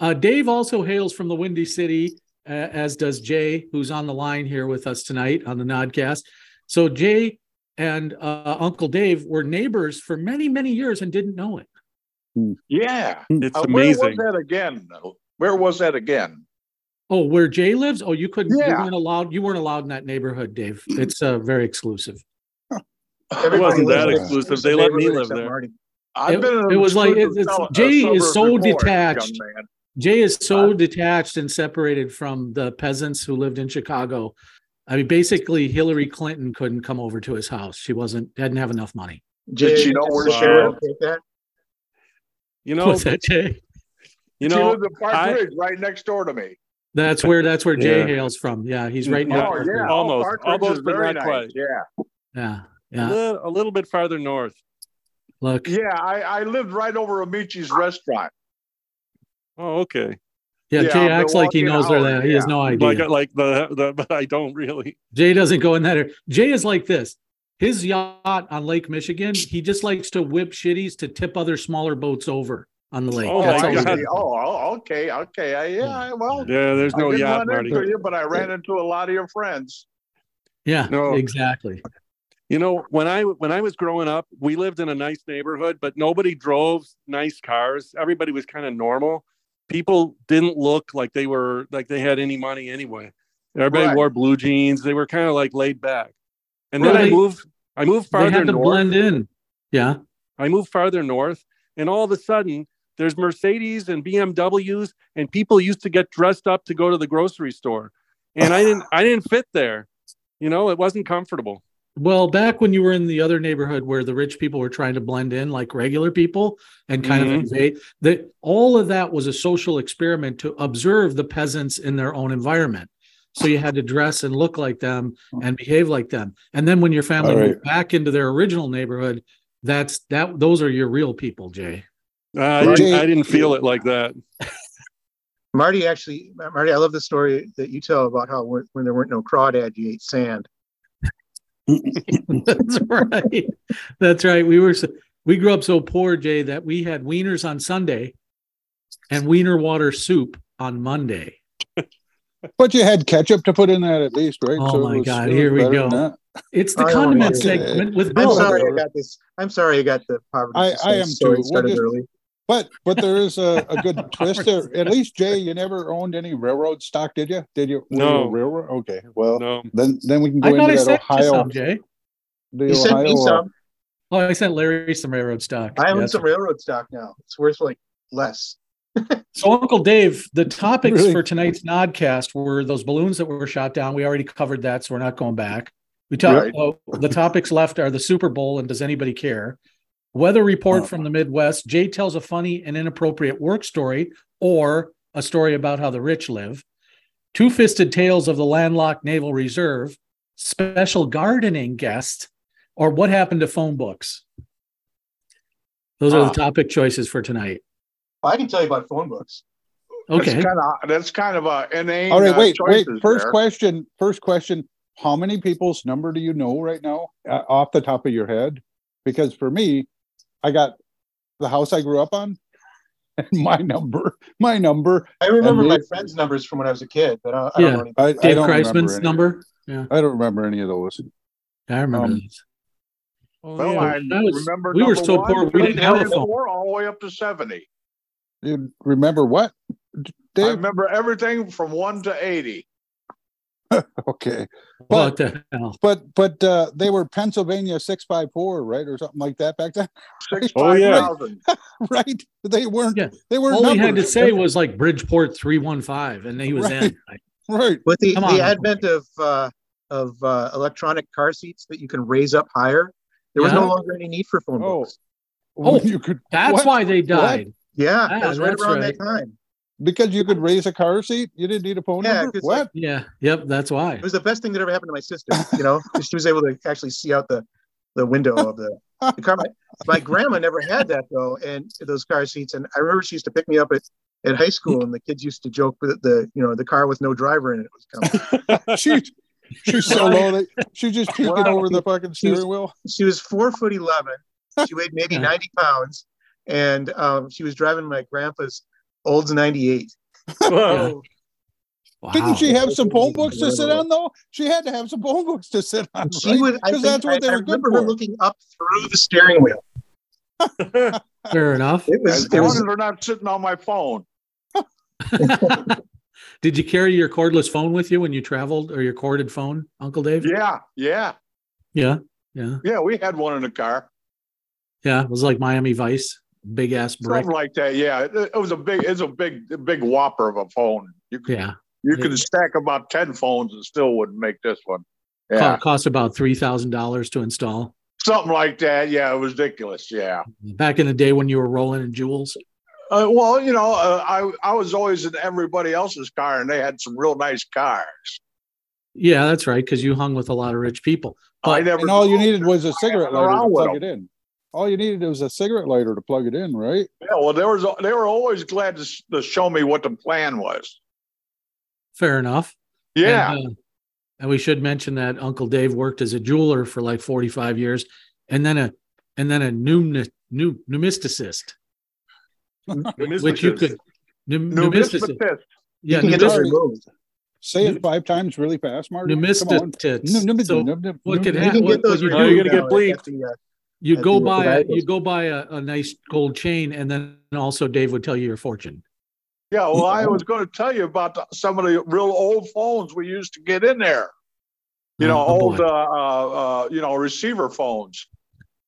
Speaker 1: Uh, Dave also hails from the Windy City, uh, as does Jay, who's on the line here with us tonight on the Nodcast. So Jay and uh, Uncle Dave were neighbors for many, many years and didn't know it.
Speaker 5: Yeah.
Speaker 2: It's
Speaker 5: Uh,
Speaker 2: amazing.
Speaker 5: Where was that again? though? Where was that again?
Speaker 1: Oh, where Jay lives? Oh, you couldn't. You
Speaker 5: Yeah.
Speaker 1: weren't allowed. You weren't allowed in that neighborhood, Dave. It's uh, very exclusive.
Speaker 2: It wasn't
Speaker 4: Everybody
Speaker 2: that
Speaker 4: lives in
Speaker 2: exclusive.
Speaker 4: the
Speaker 2: They let me
Speaker 4: neighborhood
Speaker 2: live
Speaker 4: except
Speaker 2: there.
Speaker 4: Marty.
Speaker 5: I've
Speaker 1: It-
Speaker 5: been in
Speaker 1: it was like-
Speaker 5: exclusive
Speaker 1: it's-
Speaker 5: sou-
Speaker 1: Jay
Speaker 5: suburb
Speaker 1: is so
Speaker 5: before, young
Speaker 1: detached.
Speaker 5: man.
Speaker 1: Jay is so detached and separated from the peasants who lived in Chicago. I mean, basically, Hillary Clinton couldn't come over to his house. She wasn't didn't have enough money.
Speaker 5: Did she know where
Speaker 4: the
Speaker 2: she
Speaker 4: sheriff
Speaker 2: lived?
Speaker 4: take that?
Speaker 2: You know,
Speaker 1: What's that, Jay?
Speaker 2: you
Speaker 5: she
Speaker 2: know,
Speaker 5: lived in Park
Speaker 2: I-
Speaker 5: Ridge, right next door to me.
Speaker 1: That's where that's where Jay
Speaker 2: Yeah.
Speaker 1: hails from. Yeah, he's right
Speaker 2: Yeah.
Speaker 1: now.
Speaker 5: Oh yeah,
Speaker 2: Almost.
Speaker 5: Park Ridge
Speaker 2: Almost,
Speaker 5: is
Speaker 2: but
Speaker 5: very
Speaker 2: not
Speaker 5: nice.
Speaker 2: quite.
Speaker 5: Yeah,
Speaker 1: Yeah,
Speaker 2: a
Speaker 1: yeah.
Speaker 2: little, a little bit farther north.
Speaker 1: Look, yeah,
Speaker 5: yeah. I, I lived right over Amici's restaurant.
Speaker 2: Oh, okay.
Speaker 5: yeah,
Speaker 1: Jay acts like he
Speaker 5: Milwaukee
Speaker 1: knows where that.
Speaker 5: hours,
Speaker 1: He has
Speaker 5: yeah.
Speaker 1: no idea.
Speaker 2: Like, like the, the, but I don't really.
Speaker 1: Jay doesn't go in that area. Jay is like this. His yacht on Lake Michigan, he just likes to whip shitties to tip other smaller boats over on the lake.
Speaker 2: Oh,
Speaker 1: That's
Speaker 2: my
Speaker 1: all he
Speaker 2: God.
Speaker 1: does.
Speaker 5: Oh, oh, okay, okay. I, yeah, I- well,
Speaker 2: Yeah, there's no
Speaker 5: I didn't
Speaker 2: yacht,
Speaker 5: run
Speaker 2: Marty.
Speaker 5: into you, but I ran into a lot of your friends.
Speaker 1: Yeah,
Speaker 2: No.
Speaker 1: exactly.
Speaker 2: You know, when I when I was growing up, we lived in a nice neighborhood, but nobody drove nice cars. Everybody was kind of normal. People didn't look like they were like they had any money anyway. Everybody
Speaker 5: Right.
Speaker 2: wore blue jeans. They were kind of like laid back. And then
Speaker 1: Well,
Speaker 2: I
Speaker 1: they-
Speaker 2: moved I moved
Speaker 1: They
Speaker 2: farther
Speaker 1: had to
Speaker 2: north.
Speaker 1: blend in. Yeah.
Speaker 2: I moved farther north, and all of a sudden, there's Mercedes and BMWs, and people used to get dressed up to go to the grocery store, and I didn't. I didn't fit there. You know, it wasn't comfortable.
Speaker 1: Well, back when you were in the other neighborhood where the rich people were trying to blend in like regular people and kind
Speaker 2: Mhm.
Speaker 3: Mm-hmm.
Speaker 1: of invade, that all of that was a social experiment to observe the peasants in their own environment. So you had to dress and look like them and behave like them. And then when your family
Speaker 3: All right.
Speaker 1: moved back into their original neighborhood, that's that those are your real people, Jay.
Speaker 2: Uh, I, didn't,
Speaker 3: Jay-
Speaker 2: I didn't feel it like that.
Speaker 4: Marty actually, Marty, I love the story that you tell about how when, when there weren't no crawdad, you ate sand.
Speaker 1: That's right. That's right. We were so, we grew up so poor, Jay, that we had wieners on Sunday and wiener water soup on Monday.
Speaker 3: But you had ketchup to put in that at least, right?
Speaker 1: Oh,
Speaker 3: it
Speaker 1: my God,
Speaker 3: it
Speaker 1: here we
Speaker 3: better
Speaker 1: go.
Speaker 3: than that.
Speaker 1: It's the
Speaker 4: I don't
Speaker 1: condiment
Speaker 4: know.
Speaker 1: segment with
Speaker 4: I'm
Speaker 1: Bill.
Speaker 4: sorry I got this. I'm sorry I got the poverty.
Speaker 3: I-
Speaker 4: society
Speaker 3: I am
Speaker 4: story
Speaker 3: too. We're
Speaker 4: started
Speaker 3: just-
Speaker 4: early.
Speaker 3: But but there is a, a good twist there. At least Jay, you never owned any railroad stock, did you? Did you? were you a
Speaker 2: No.
Speaker 3: railroad? Okay. Well,
Speaker 2: No,
Speaker 3: then then we can go
Speaker 1: I thought I
Speaker 3: into that
Speaker 1: sent you
Speaker 3: Ohio.
Speaker 1: some, Jay.
Speaker 3: The
Speaker 4: He sent me
Speaker 3: Ohio, uh,
Speaker 4: some.
Speaker 1: Oh, I sent Larry some railroad stock.
Speaker 4: I own
Speaker 1: Yes.
Speaker 4: some railroad stock now. It's worth like less.
Speaker 1: So, Uncle Dave, the topics
Speaker 3: Really?
Speaker 1: for tonight's Nodcast were those balloons that were shot down. We already covered that, so we're not going back. We talked.
Speaker 5: Right.
Speaker 1: oh, the topics left are the Super Bowl and does anybody care? Weather report
Speaker 3: Oh.
Speaker 1: from the Midwest. Jay tells a funny and inappropriate work story or a story about how the rich live. Two fisted tales of the landlocked Naval Reserve. Special gardening guest, or what happened to phone books. Those are
Speaker 5: Ah.
Speaker 1: the topic choices for tonight.
Speaker 4: I can tell you about phone books.
Speaker 1: Okay.
Speaker 5: that's kind of that's kind of a inane.
Speaker 3: All right,
Speaker 5: uh,
Speaker 3: wait, wait.
Speaker 5: choices
Speaker 3: First
Speaker 5: there.
Speaker 3: question. First question. How many people's number do you know right now, uh, off the top of your head? Because for me, I got the house I grew up on, and my number, my number.
Speaker 4: I remember
Speaker 3: And
Speaker 4: my
Speaker 3: they-
Speaker 4: friends' numbers from when I was a kid, but I don't, I don't
Speaker 1: Yeah.
Speaker 4: know anything.
Speaker 3: I, I
Speaker 1: Dave
Speaker 3: don't remember
Speaker 1: Kreisman's
Speaker 3: any.
Speaker 1: number.
Speaker 3: I don't remember any of those.
Speaker 1: I remember
Speaker 3: Um,
Speaker 1: these. Oh,
Speaker 5: Well, I
Speaker 1: That was-
Speaker 5: remember
Speaker 1: we were
Speaker 5: number
Speaker 1: so
Speaker 5: one,
Speaker 1: poor, we
Speaker 5: two,
Speaker 1: didn't have a
Speaker 5: three, and
Speaker 1: phone.
Speaker 5: four, all the way up to seventy.
Speaker 3: You remember what? D-
Speaker 5: I
Speaker 3: Dave?
Speaker 5: remember everything from one to eighty.
Speaker 3: Okay,
Speaker 1: What
Speaker 3: but-
Speaker 1: the hell?
Speaker 3: but but uh, they were Pennsylvania six five four, right, or something like that back then,
Speaker 5: Six
Speaker 2: Oh,
Speaker 5: five
Speaker 2: yeah.
Speaker 5: thousand.
Speaker 3: right? They weren't.
Speaker 1: Yeah.
Speaker 3: They weren't.
Speaker 1: All he had to
Speaker 3: numbers.
Speaker 1: say was like Bridgeport 315, and he was
Speaker 3: Right.
Speaker 1: in.
Speaker 3: right.
Speaker 4: With the,
Speaker 1: Come on,
Speaker 4: the
Speaker 1: Uncle
Speaker 4: advent of uh, of uh, electronic car seats that you can raise up higher, there was no
Speaker 1: Yeah.
Speaker 4: longer any need for phone
Speaker 3: Oh.
Speaker 4: books.
Speaker 1: Oh,
Speaker 3: you could.
Speaker 1: That's
Speaker 3: What?
Speaker 1: why they died.
Speaker 4: Yeah,
Speaker 1: Ah,
Speaker 4: it was right
Speaker 1: that's
Speaker 4: around
Speaker 1: right.
Speaker 4: that time.
Speaker 3: Because you could raise a car seat. You didn't need a phone
Speaker 4: Yeah,
Speaker 3: number.
Speaker 4: 'cause,
Speaker 3: What?
Speaker 4: like,
Speaker 1: Yeah. Yep. That's why.
Speaker 4: It was the best thing that ever happened to my sister. You know, 'cause she was able to actually see out the the window of the, the car. My, my grandma never had that though, and those car seats. And I remember she used to pick me up at, at high school, and the kids used to joke that the you know the car with no driver in it was coming.
Speaker 2: uh,
Speaker 3: she she's so low that she just peeking
Speaker 4: Wow.
Speaker 3: over the fucking
Speaker 4: She was-
Speaker 3: steering wheel.
Speaker 4: she was four foot eleven. She weighed maybe
Speaker 1: Yeah.
Speaker 4: ninety pounds, and um, she was driving my grandpa's Old's 98.
Speaker 3: Oh,
Speaker 2: Whoa.
Speaker 1: Wow.
Speaker 3: Didn't she have some phone books to sit on though? She had to have some phone books to sit on.
Speaker 4: She
Speaker 3: right?
Speaker 4: would, I
Speaker 3: because
Speaker 4: think-
Speaker 3: that's what
Speaker 4: I-
Speaker 3: they
Speaker 4: I
Speaker 3: were good
Speaker 4: remember her
Speaker 3: for.
Speaker 4: looking up through the steering wheel.
Speaker 1: Fair enough.
Speaker 4: It was,
Speaker 5: As
Speaker 4: it
Speaker 5: long
Speaker 4: was
Speaker 5: as they're not sitting on my phone.
Speaker 1: Did you carry your cordless phone with you when you traveled or your corded phone, Uncle Dave?
Speaker 5: Yeah, yeah,
Speaker 1: Yeah. Yeah.
Speaker 5: yeah. We had one in the car,
Speaker 1: Yeah. It was like Miami Vice, big ass brick.
Speaker 5: something like that. Yeah, it, it was a big, it's a big, a big whopper of a phone. You could,
Speaker 1: Yeah.
Speaker 5: you could stack about ten phones and still wouldn't make this one. Yeah,
Speaker 1: Co- cost about $3,000 to install.
Speaker 5: something like that. Yeah, it was ridiculous. Yeah.
Speaker 1: Back in the day when you were rolling in jewels.
Speaker 5: Uh, well, you know, uh, I I was always in everybody else's car, and they had some real nice cars.
Speaker 1: Yeah, that's right. Because you hung with a lot of rich people.
Speaker 5: I
Speaker 1: But
Speaker 5: never.
Speaker 3: And all you needed was a cigarette
Speaker 5: around
Speaker 3: lighter to
Speaker 5: with
Speaker 3: plug it in. All you needed was a cigarette lighter to plug it in, right?
Speaker 5: Yeah, well, there was they were always glad to, s- to show me what the plan was.
Speaker 1: fair enough.
Speaker 5: Yeah,
Speaker 1: And, uh, and we should mention that Uncle Dave worked as a jeweler for like 45 years and then a and then a numni, num, numismatist, which you could num, numismatist.
Speaker 5: numismatist.
Speaker 1: Yeah,
Speaker 4: you can get those
Speaker 1: numismatist.
Speaker 3: numismatist.
Speaker 4: removed.
Speaker 3: Say
Speaker 1: Nu-
Speaker 3: it five times really fast, Mark.
Speaker 1: numismatist. So what could
Speaker 4: You
Speaker 1: happen-
Speaker 3: happen?
Speaker 4: can
Speaker 1: what-
Speaker 4: get
Speaker 1: what
Speaker 4: those
Speaker 1: you do-
Speaker 4: removed
Speaker 2: You're gonna
Speaker 4: now
Speaker 2: get
Speaker 4: at the, uh,
Speaker 1: you
Speaker 4: I
Speaker 1: go
Speaker 4: do
Speaker 1: buy
Speaker 4: what I
Speaker 1: a,
Speaker 4: was-
Speaker 1: you go buy a, a nice gold chain and then also Dave would tell you your fortune.
Speaker 5: Yeah, well, I was going to tell you about the, some of the real old phones we used to get in there. You know,
Speaker 1: Oh,
Speaker 5: old,
Speaker 1: boy.
Speaker 5: uh, uh, uh, you know, receiver phones.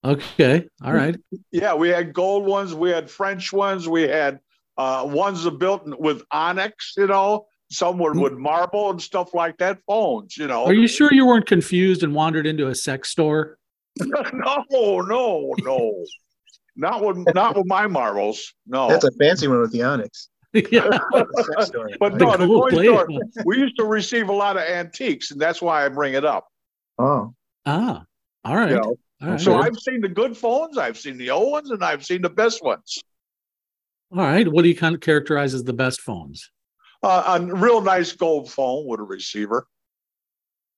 Speaker 1: Okay. All right.
Speaker 5: Yeah, we had gold ones, we had French ones, we had uh, ones that built with onyx. You know, some were with marble and stuff like that. Phones, you know.
Speaker 1: Hmm. Are you sure you weren't confused and wandered into a sex store?
Speaker 5: no, no, no. Not with not with my marbles. No.
Speaker 4: That's a fancy one with the Onyx.
Speaker 1: yeah.
Speaker 4: Sex story.
Speaker 5: But
Speaker 1: the
Speaker 5: no, the
Speaker 1: cool
Speaker 5: toy
Speaker 1: place.
Speaker 5: store. we used to receive a lot of antiques, and that's why I bring it up.
Speaker 4: Oh.
Speaker 1: Ah. All right.
Speaker 5: You know,
Speaker 1: All right.
Speaker 5: so I've seen the good phones, I've seen the old ones, and I've seen the best ones.
Speaker 1: All right. What do you kind of characterize as the best phones?
Speaker 5: Uh, a real nice gold phone with a receiver.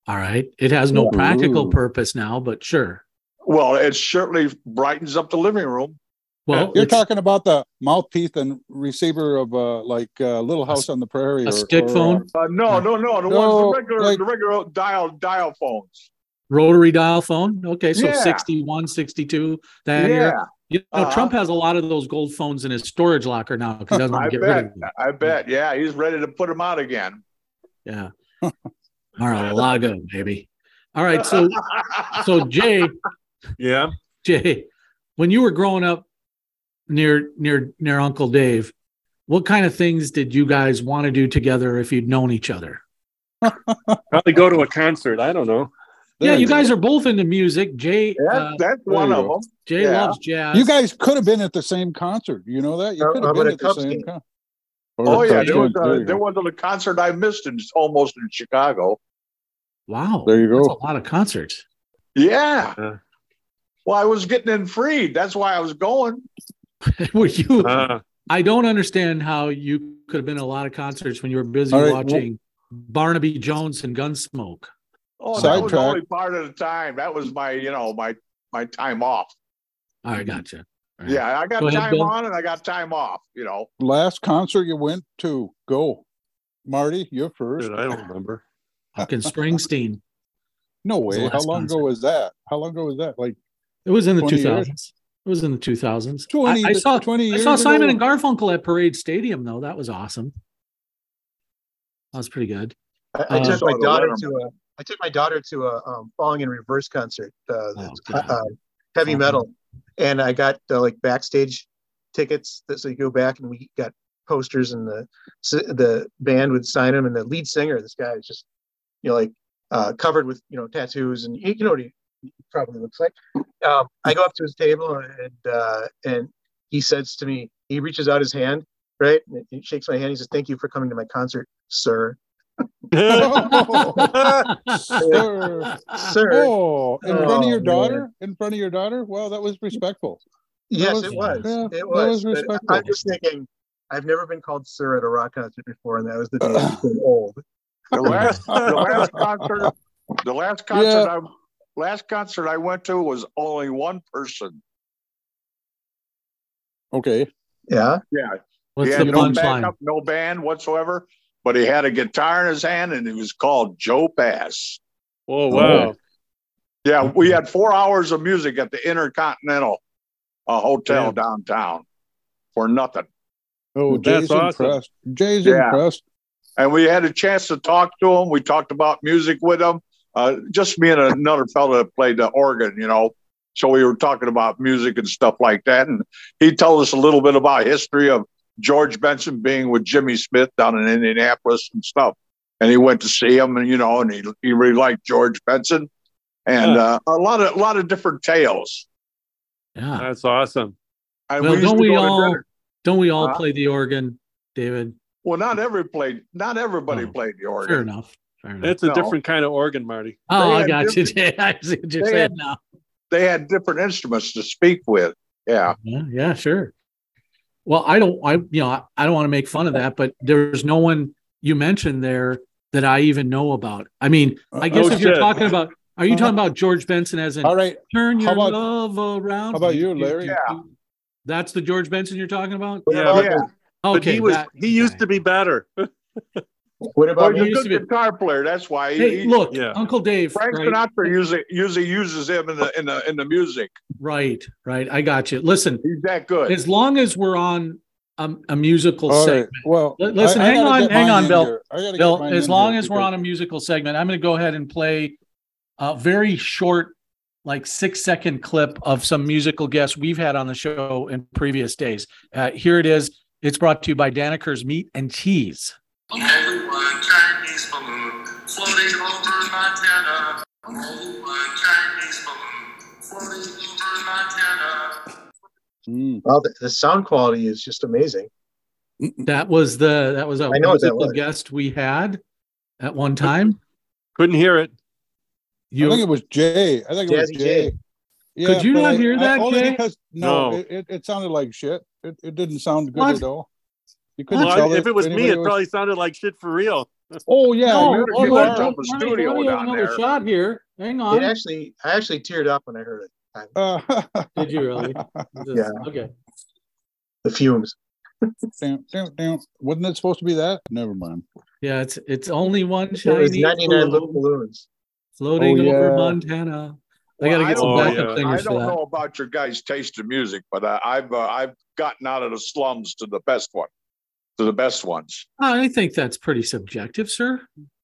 Speaker 1: All right. It has no
Speaker 3: Ooh.
Speaker 1: practical purpose now, but sure.
Speaker 5: Well, it certainly brightens up the living room.
Speaker 1: Well,
Speaker 3: You're
Speaker 1: it's
Speaker 3: talking about the mouthpiece and receiver of uh, like uh, Little House on the Prairie.
Speaker 1: a
Speaker 3: or-
Speaker 1: stick
Speaker 3: or, uh,
Speaker 1: phone,
Speaker 5: Uh, no, no, no, the ones
Speaker 3: No,
Speaker 5: the regular,
Speaker 3: like-
Speaker 5: the regular dial dial phones.
Speaker 1: rotary dial phone. Okay. So
Speaker 5: Yeah.
Speaker 1: 61, 62, that era. You know,
Speaker 5: Uh-huh.
Speaker 1: Trump has a lot of those gold phones in his storage locker now because he doesn't want
Speaker 5: I
Speaker 1: to get rid
Speaker 5: bet.
Speaker 1: of them.
Speaker 5: I bet. Yeah, he's ready to put them out again.
Speaker 1: Yeah. Mar-a-Lago, baby. All right. So, so Jay,
Speaker 2: yeah.
Speaker 1: Jay, when you were growing up near near near Uncle Dave, what kind of things did you guys want to do together if you'd known each other?
Speaker 2: Probably go to a concert. I don't know.
Speaker 1: yeah,
Speaker 3: there
Speaker 1: you guys
Speaker 3: go.
Speaker 1: are both into music. Jay
Speaker 5: That,
Speaker 1: uh,
Speaker 5: that's one
Speaker 3: you
Speaker 5: of
Speaker 3: go.
Speaker 5: them.
Speaker 1: Jay
Speaker 5: yeah.
Speaker 1: loves jazz.
Speaker 3: uh, You guys could have been at the same concert. You know that. You
Speaker 4: How-
Speaker 3: could
Speaker 4: how
Speaker 3: have
Speaker 4: about
Speaker 3: been
Speaker 4: a
Speaker 3: at the
Speaker 4: Cubs
Speaker 3: same
Speaker 4: game?
Speaker 3: concert.
Speaker 5: Oh yeah,
Speaker 1: Cubs
Speaker 5: there was
Speaker 1: game.
Speaker 5: a, there was a concert I missed in almost in Chicago.
Speaker 1: wow,
Speaker 3: There you
Speaker 1: that's
Speaker 3: go.
Speaker 1: a lot of concerts.
Speaker 5: Yeah.
Speaker 2: Yeah.
Speaker 5: Well, I was getting in free. That's why I was going.
Speaker 1: were you?
Speaker 2: Uh,
Speaker 1: I don't understand how you could have been at a lot of concerts when you were busy
Speaker 3: All right, well-
Speaker 1: watching Barnaby Jones and Gunsmoke.
Speaker 5: Oh, that was
Speaker 3: Sidetrack.
Speaker 5: only part of the time. That was my, you know, my my time off.
Speaker 1: All right, gotcha. All right.
Speaker 5: Yeah, I got
Speaker 1: Go ahead,
Speaker 5: time
Speaker 1: Bill.
Speaker 5: on and I got time off. You know,
Speaker 3: Last concert you went to? Go, Marty. You're first.
Speaker 2: dude,
Speaker 1: uh,
Speaker 2: I don't remember.
Speaker 1: Fucking Springsteen.
Speaker 3: No
Speaker 1: was the
Speaker 3: way. How
Speaker 1: last
Speaker 3: long ago
Speaker 1: concert.
Speaker 3: was that? How long ago was that? Like
Speaker 1: It was in the
Speaker 3: 20
Speaker 1: two
Speaker 3: years.
Speaker 1: thousands. It was in the two thousands.
Speaker 3: twenty?
Speaker 1: I, I saw
Speaker 3: twenty
Speaker 1: I
Speaker 3: years.
Speaker 1: saw Simon
Speaker 3: ago?
Speaker 1: and Garfunkel at Parade Stadium though. That was awesome. That was pretty good.
Speaker 4: I, I
Speaker 1: Uh,
Speaker 4: took my
Speaker 5: Saw the
Speaker 4: daughter
Speaker 5: Letterman.
Speaker 4: to a I took my daughter to a um, falling in reverse concert, uh, that's, uh,
Speaker 1: God.
Speaker 4: heavy
Speaker 1: Oh,
Speaker 4: metal, and I got uh, like backstage tickets that so you go back and we got posters and the s- the band would sign them and the lead singer this guy is just you know like uh, covered with you know tattoos and you know what he probably looks like. Um, I go up to his table and uh, and he says to me, he reaches out his hand, right, and he shakes my hand. He says, "Thank you for coming to my concert, sir."
Speaker 2: Oh,
Speaker 3: Oh. Sir.
Speaker 1: Uh,
Speaker 4: Sir,
Speaker 3: Oh, in front of
Speaker 4: Oh,
Speaker 3: your
Speaker 4: man.
Speaker 3: daughter? In front of your daughter? Well, that was respectful.
Speaker 4: Yes,
Speaker 3: was-
Speaker 4: it was.
Speaker 3: yeah, that
Speaker 4: it was.
Speaker 3: was
Speaker 4: But
Speaker 3: respectful.
Speaker 4: I'm just thinking, I've never been called sir at a rock concert before, and that was the day I became old.
Speaker 5: the last the
Speaker 1: Oh.
Speaker 5: last concert, the last concert I last concert I went to was only one person.
Speaker 3: Okay.
Speaker 4: Yeah.
Speaker 5: Yeah,
Speaker 1: What's
Speaker 5: he
Speaker 1: the
Speaker 5: had no
Speaker 1: punchline?
Speaker 5: backup, no band whatsoever, but he had a guitar in his hand and he was called Joe Pass.
Speaker 2: Oh
Speaker 3: wow.
Speaker 2: wow!
Speaker 5: Yeah,
Speaker 1: Mm-hmm.
Speaker 5: we had four hours of music at the Intercontinental uh, Hotel
Speaker 2: Yeah.
Speaker 5: downtown for nothing.
Speaker 3: Oh,
Speaker 2: That's
Speaker 3: Jay's
Speaker 2: awesome.
Speaker 3: impressed. Jay's
Speaker 5: Yeah.
Speaker 3: impressed.
Speaker 5: And we had a chance to talk to him. We talked about music with him. Uh, just me and another fellow that played the organ, you know. So we were talking about music and stuff like that. And he told us a little bit about history of George Benson being with Jimmy Smith down in Indianapolis and stuff. And he went to see him, and you know, and he, he really liked George Benson, and uh, a lot of a lot of different tales.
Speaker 1: Yeah.
Speaker 2: That's awesome.
Speaker 5: And
Speaker 1: Well,
Speaker 5: used
Speaker 1: don't
Speaker 5: to
Speaker 1: we
Speaker 5: go to
Speaker 1: all
Speaker 5: dinner.
Speaker 1: don't we all
Speaker 5: Huh?
Speaker 1: play the organ, David?
Speaker 5: Well, not every played, not everybody
Speaker 1: Oh,
Speaker 5: played the organ.
Speaker 1: Fair enough. Fair enough.
Speaker 2: It's a
Speaker 5: No.
Speaker 2: different kind of organ, Marty.
Speaker 1: oh, I
Speaker 5: had
Speaker 1: got you. Jay. I see what you're
Speaker 5: they
Speaker 1: saying
Speaker 5: had-
Speaker 1: now.
Speaker 5: They had different instruments to speak with. Yeah.
Speaker 1: Yeah, yeah, sure. Well, I don't, I you know, I, I don't want to make fun of that, but there's no one you mentioned there that I even know about. I mean, I guess
Speaker 2: Oh,
Speaker 1: if you're
Speaker 2: shit.
Speaker 1: talking about, are you talking about George Benson as in
Speaker 3: All right.
Speaker 1: turn your
Speaker 3: How about-
Speaker 1: love around?
Speaker 3: how about you, Larry?
Speaker 5: Yeah.
Speaker 1: That's the George Benson you're talking about.
Speaker 4: What
Speaker 2: Yeah,
Speaker 4: about,
Speaker 5: yeah.
Speaker 2: but
Speaker 1: Okay,
Speaker 2: he was
Speaker 1: that-
Speaker 2: he used to be better.
Speaker 4: what
Speaker 5: Well,
Speaker 4: about
Speaker 5: he's
Speaker 1: he
Speaker 5: a
Speaker 1: used to
Speaker 5: good
Speaker 1: be-
Speaker 5: guitar player. That's why. He,
Speaker 1: Hey,
Speaker 5: he-
Speaker 1: look,
Speaker 2: Yeah.
Speaker 1: Uncle Dave.
Speaker 5: Frank
Speaker 1: right?
Speaker 5: Sinatra usually usually uses him in the in the in the music.
Speaker 1: Right, right. I got you. Listen,
Speaker 5: He's that good.
Speaker 1: as long as we're on a, a musical
Speaker 3: All right.
Speaker 1: segment,
Speaker 3: Well,
Speaker 1: L- listen, hang
Speaker 3: gotta
Speaker 1: on-
Speaker 3: get
Speaker 1: hang
Speaker 3: mine
Speaker 1: on,
Speaker 3: in
Speaker 1: Bill.
Speaker 3: here. I gotta get
Speaker 1: Bill,
Speaker 3: mine
Speaker 1: as
Speaker 3: in
Speaker 1: long
Speaker 3: here
Speaker 1: as we're on a musical segment, I'm going to go ahead and play a very short, like six second clip of some musical guests we've had on the show in previous days. Uh, here it is. It's brought to you by Danaker's Meat and Cheese.
Speaker 6: I'm only one Chinese balloon floating over Montana. I'm only one Chinese balloon floating over Montana.
Speaker 5: Hmm.
Speaker 3: because-
Speaker 4: wow, the, the sound quality is just amazing.
Speaker 1: That was the that was a
Speaker 4: I know what that
Speaker 1: musical
Speaker 4: was.
Speaker 1: guest we had at one time.
Speaker 2: Couldn't hear it.
Speaker 3: Mm. I think
Speaker 1: You
Speaker 3: it was Jay. I think it was
Speaker 4: Jazzy
Speaker 3: Jay.
Speaker 4: Jay.
Speaker 3: Yeah,
Speaker 1: Could you
Speaker 3: but
Speaker 1: not
Speaker 3: I-
Speaker 1: hear
Speaker 3: I-
Speaker 1: that,
Speaker 3: only
Speaker 1: Jay?
Speaker 3: Because, no,
Speaker 2: No.
Speaker 3: It, it, it sounded like shit. It, it didn't sound good
Speaker 1: What?
Speaker 3: at all. You couldn't
Speaker 2: Well,
Speaker 3: tell
Speaker 2: I- if it was me,
Speaker 3: anybody
Speaker 2: it probably sounded like shit for real.
Speaker 3: Oh yeah,
Speaker 1: No,
Speaker 3: you're-
Speaker 5: Lord,
Speaker 3: you
Speaker 5: Lord,
Speaker 3: are-
Speaker 5: don't- the
Speaker 1: Marty,
Speaker 5: studio
Speaker 1: Marty, you have
Speaker 5: down
Speaker 1: another
Speaker 5: there.
Speaker 1: shot here. Hang
Speaker 4: It
Speaker 1: on.
Speaker 4: actually, I actually teared up when I heard it.
Speaker 3: uh,
Speaker 1: Did you really?
Speaker 4: Yeah.
Speaker 1: Okay.
Speaker 4: The fumes.
Speaker 3: Dun, dun, dun. Wasn't it supposed to be that? Never mind.
Speaker 1: Yeah, it's it's only one
Speaker 4: It was
Speaker 1: Chinese
Speaker 4: 99
Speaker 1: balloon.
Speaker 4: little balloons.
Speaker 1: floating
Speaker 3: Oh,
Speaker 1: over
Speaker 3: yeah.
Speaker 1: Montana. I
Speaker 5: Well,
Speaker 1: gotta
Speaker 5: I
Speaker 1: get some
Speaker 5: don't
Speaker 2: know.
Speaker 1: backup
Speaker 2: Yeah.
Speaker 5: I
Speaker 1: singers for
Speaker 5: don't
Speaker 1: that.
Speaker 5: know about your guys' taste in music, but I, I've uh, I've gotten out of the slums to the best one, to the best ones.
Speaker 1: I think that's pretty subjective, sir.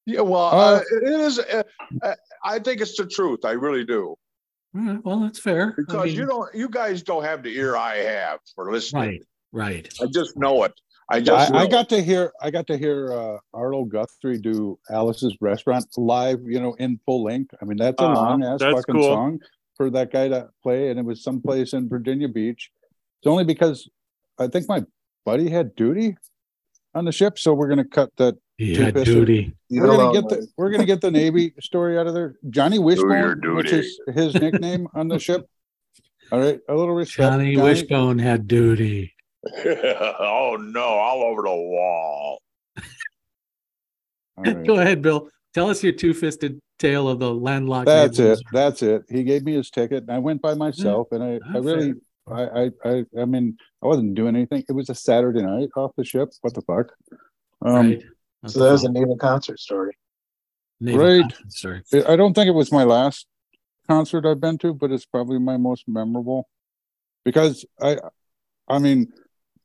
Speaker 5: Yeah, well,
Speaker 3: Uh,
Speaker 5: uh, it is. Uh, uh, I think it's the truth. I really do,
Speaker 1: All right, well, that's fair. I
Speaker 5: because
Speaker 1: mean,
Speaker 5: you don't, you guys don't have the ear I have for listening.
Speaker 1: right, right.
Speaker 5: I just know it. I just.
Speaker 3: I, I
Speaker 5: know.
Speaker 3: got to hear I got to hear uh, Arnold Guthrie do Alice's Restaurant live, you know, in full length. I mean, that's a
Speaker 5: Uh-huh.
Speaker 3: long ass
Speaker 2: That's
Speaker 3: fucking
Speaker 2: cool.
Speaker 3: song for that guy to play, and it was someplace in Virginia Beach. It's only because I think my buddy had duty on the ship, so we're gonna cut that.
Speaker 1: Yeah,
Speaker 3: Two-fisted.
Speaker 1: duty.
Speaker 4: Leave
Speaker 3: We're
Speaker 4: it
Speaker 3: gonna
Speaker 4: alone,
Speaker 3: get the
Speaker 4: Mike.
Speaker 3: we're gonna get the Navy story out of there. Johnny
Speaker 5: your
Speaker 3: Wishbone,
Speaker 5: duty.
Speaker 3: which is his nickname on the ship. All right, a little respect.
Speaker 1: Johnny Wishbone had duty.
Speaker 5: oh no! All over the wall.
Speaker 3: All right.
Speaker 1: Go ahead, Bill. Tell us your two-fisted tale of the landlocked.
Speaker 3: That's
Speaker 1: neighbors.
Speaker 3: it. That's it. He gave me his ticket, and I went by myself. And I, I
Speaker 1: that's
Speaker 3: really, I, I, I, I mean, I wasn't doing anything. It was a Saturday night off the ship. What the fuck? Um,
Speaker 1: right.
Speaker 4: So that was a naval concert story.
Speaker 1: Naval
Speaker 3: Right.
Speaker 1: concert story.
Speaker 3: I I don't think it was my last concert I've been to, but it's probably my most memorable because I, I mean,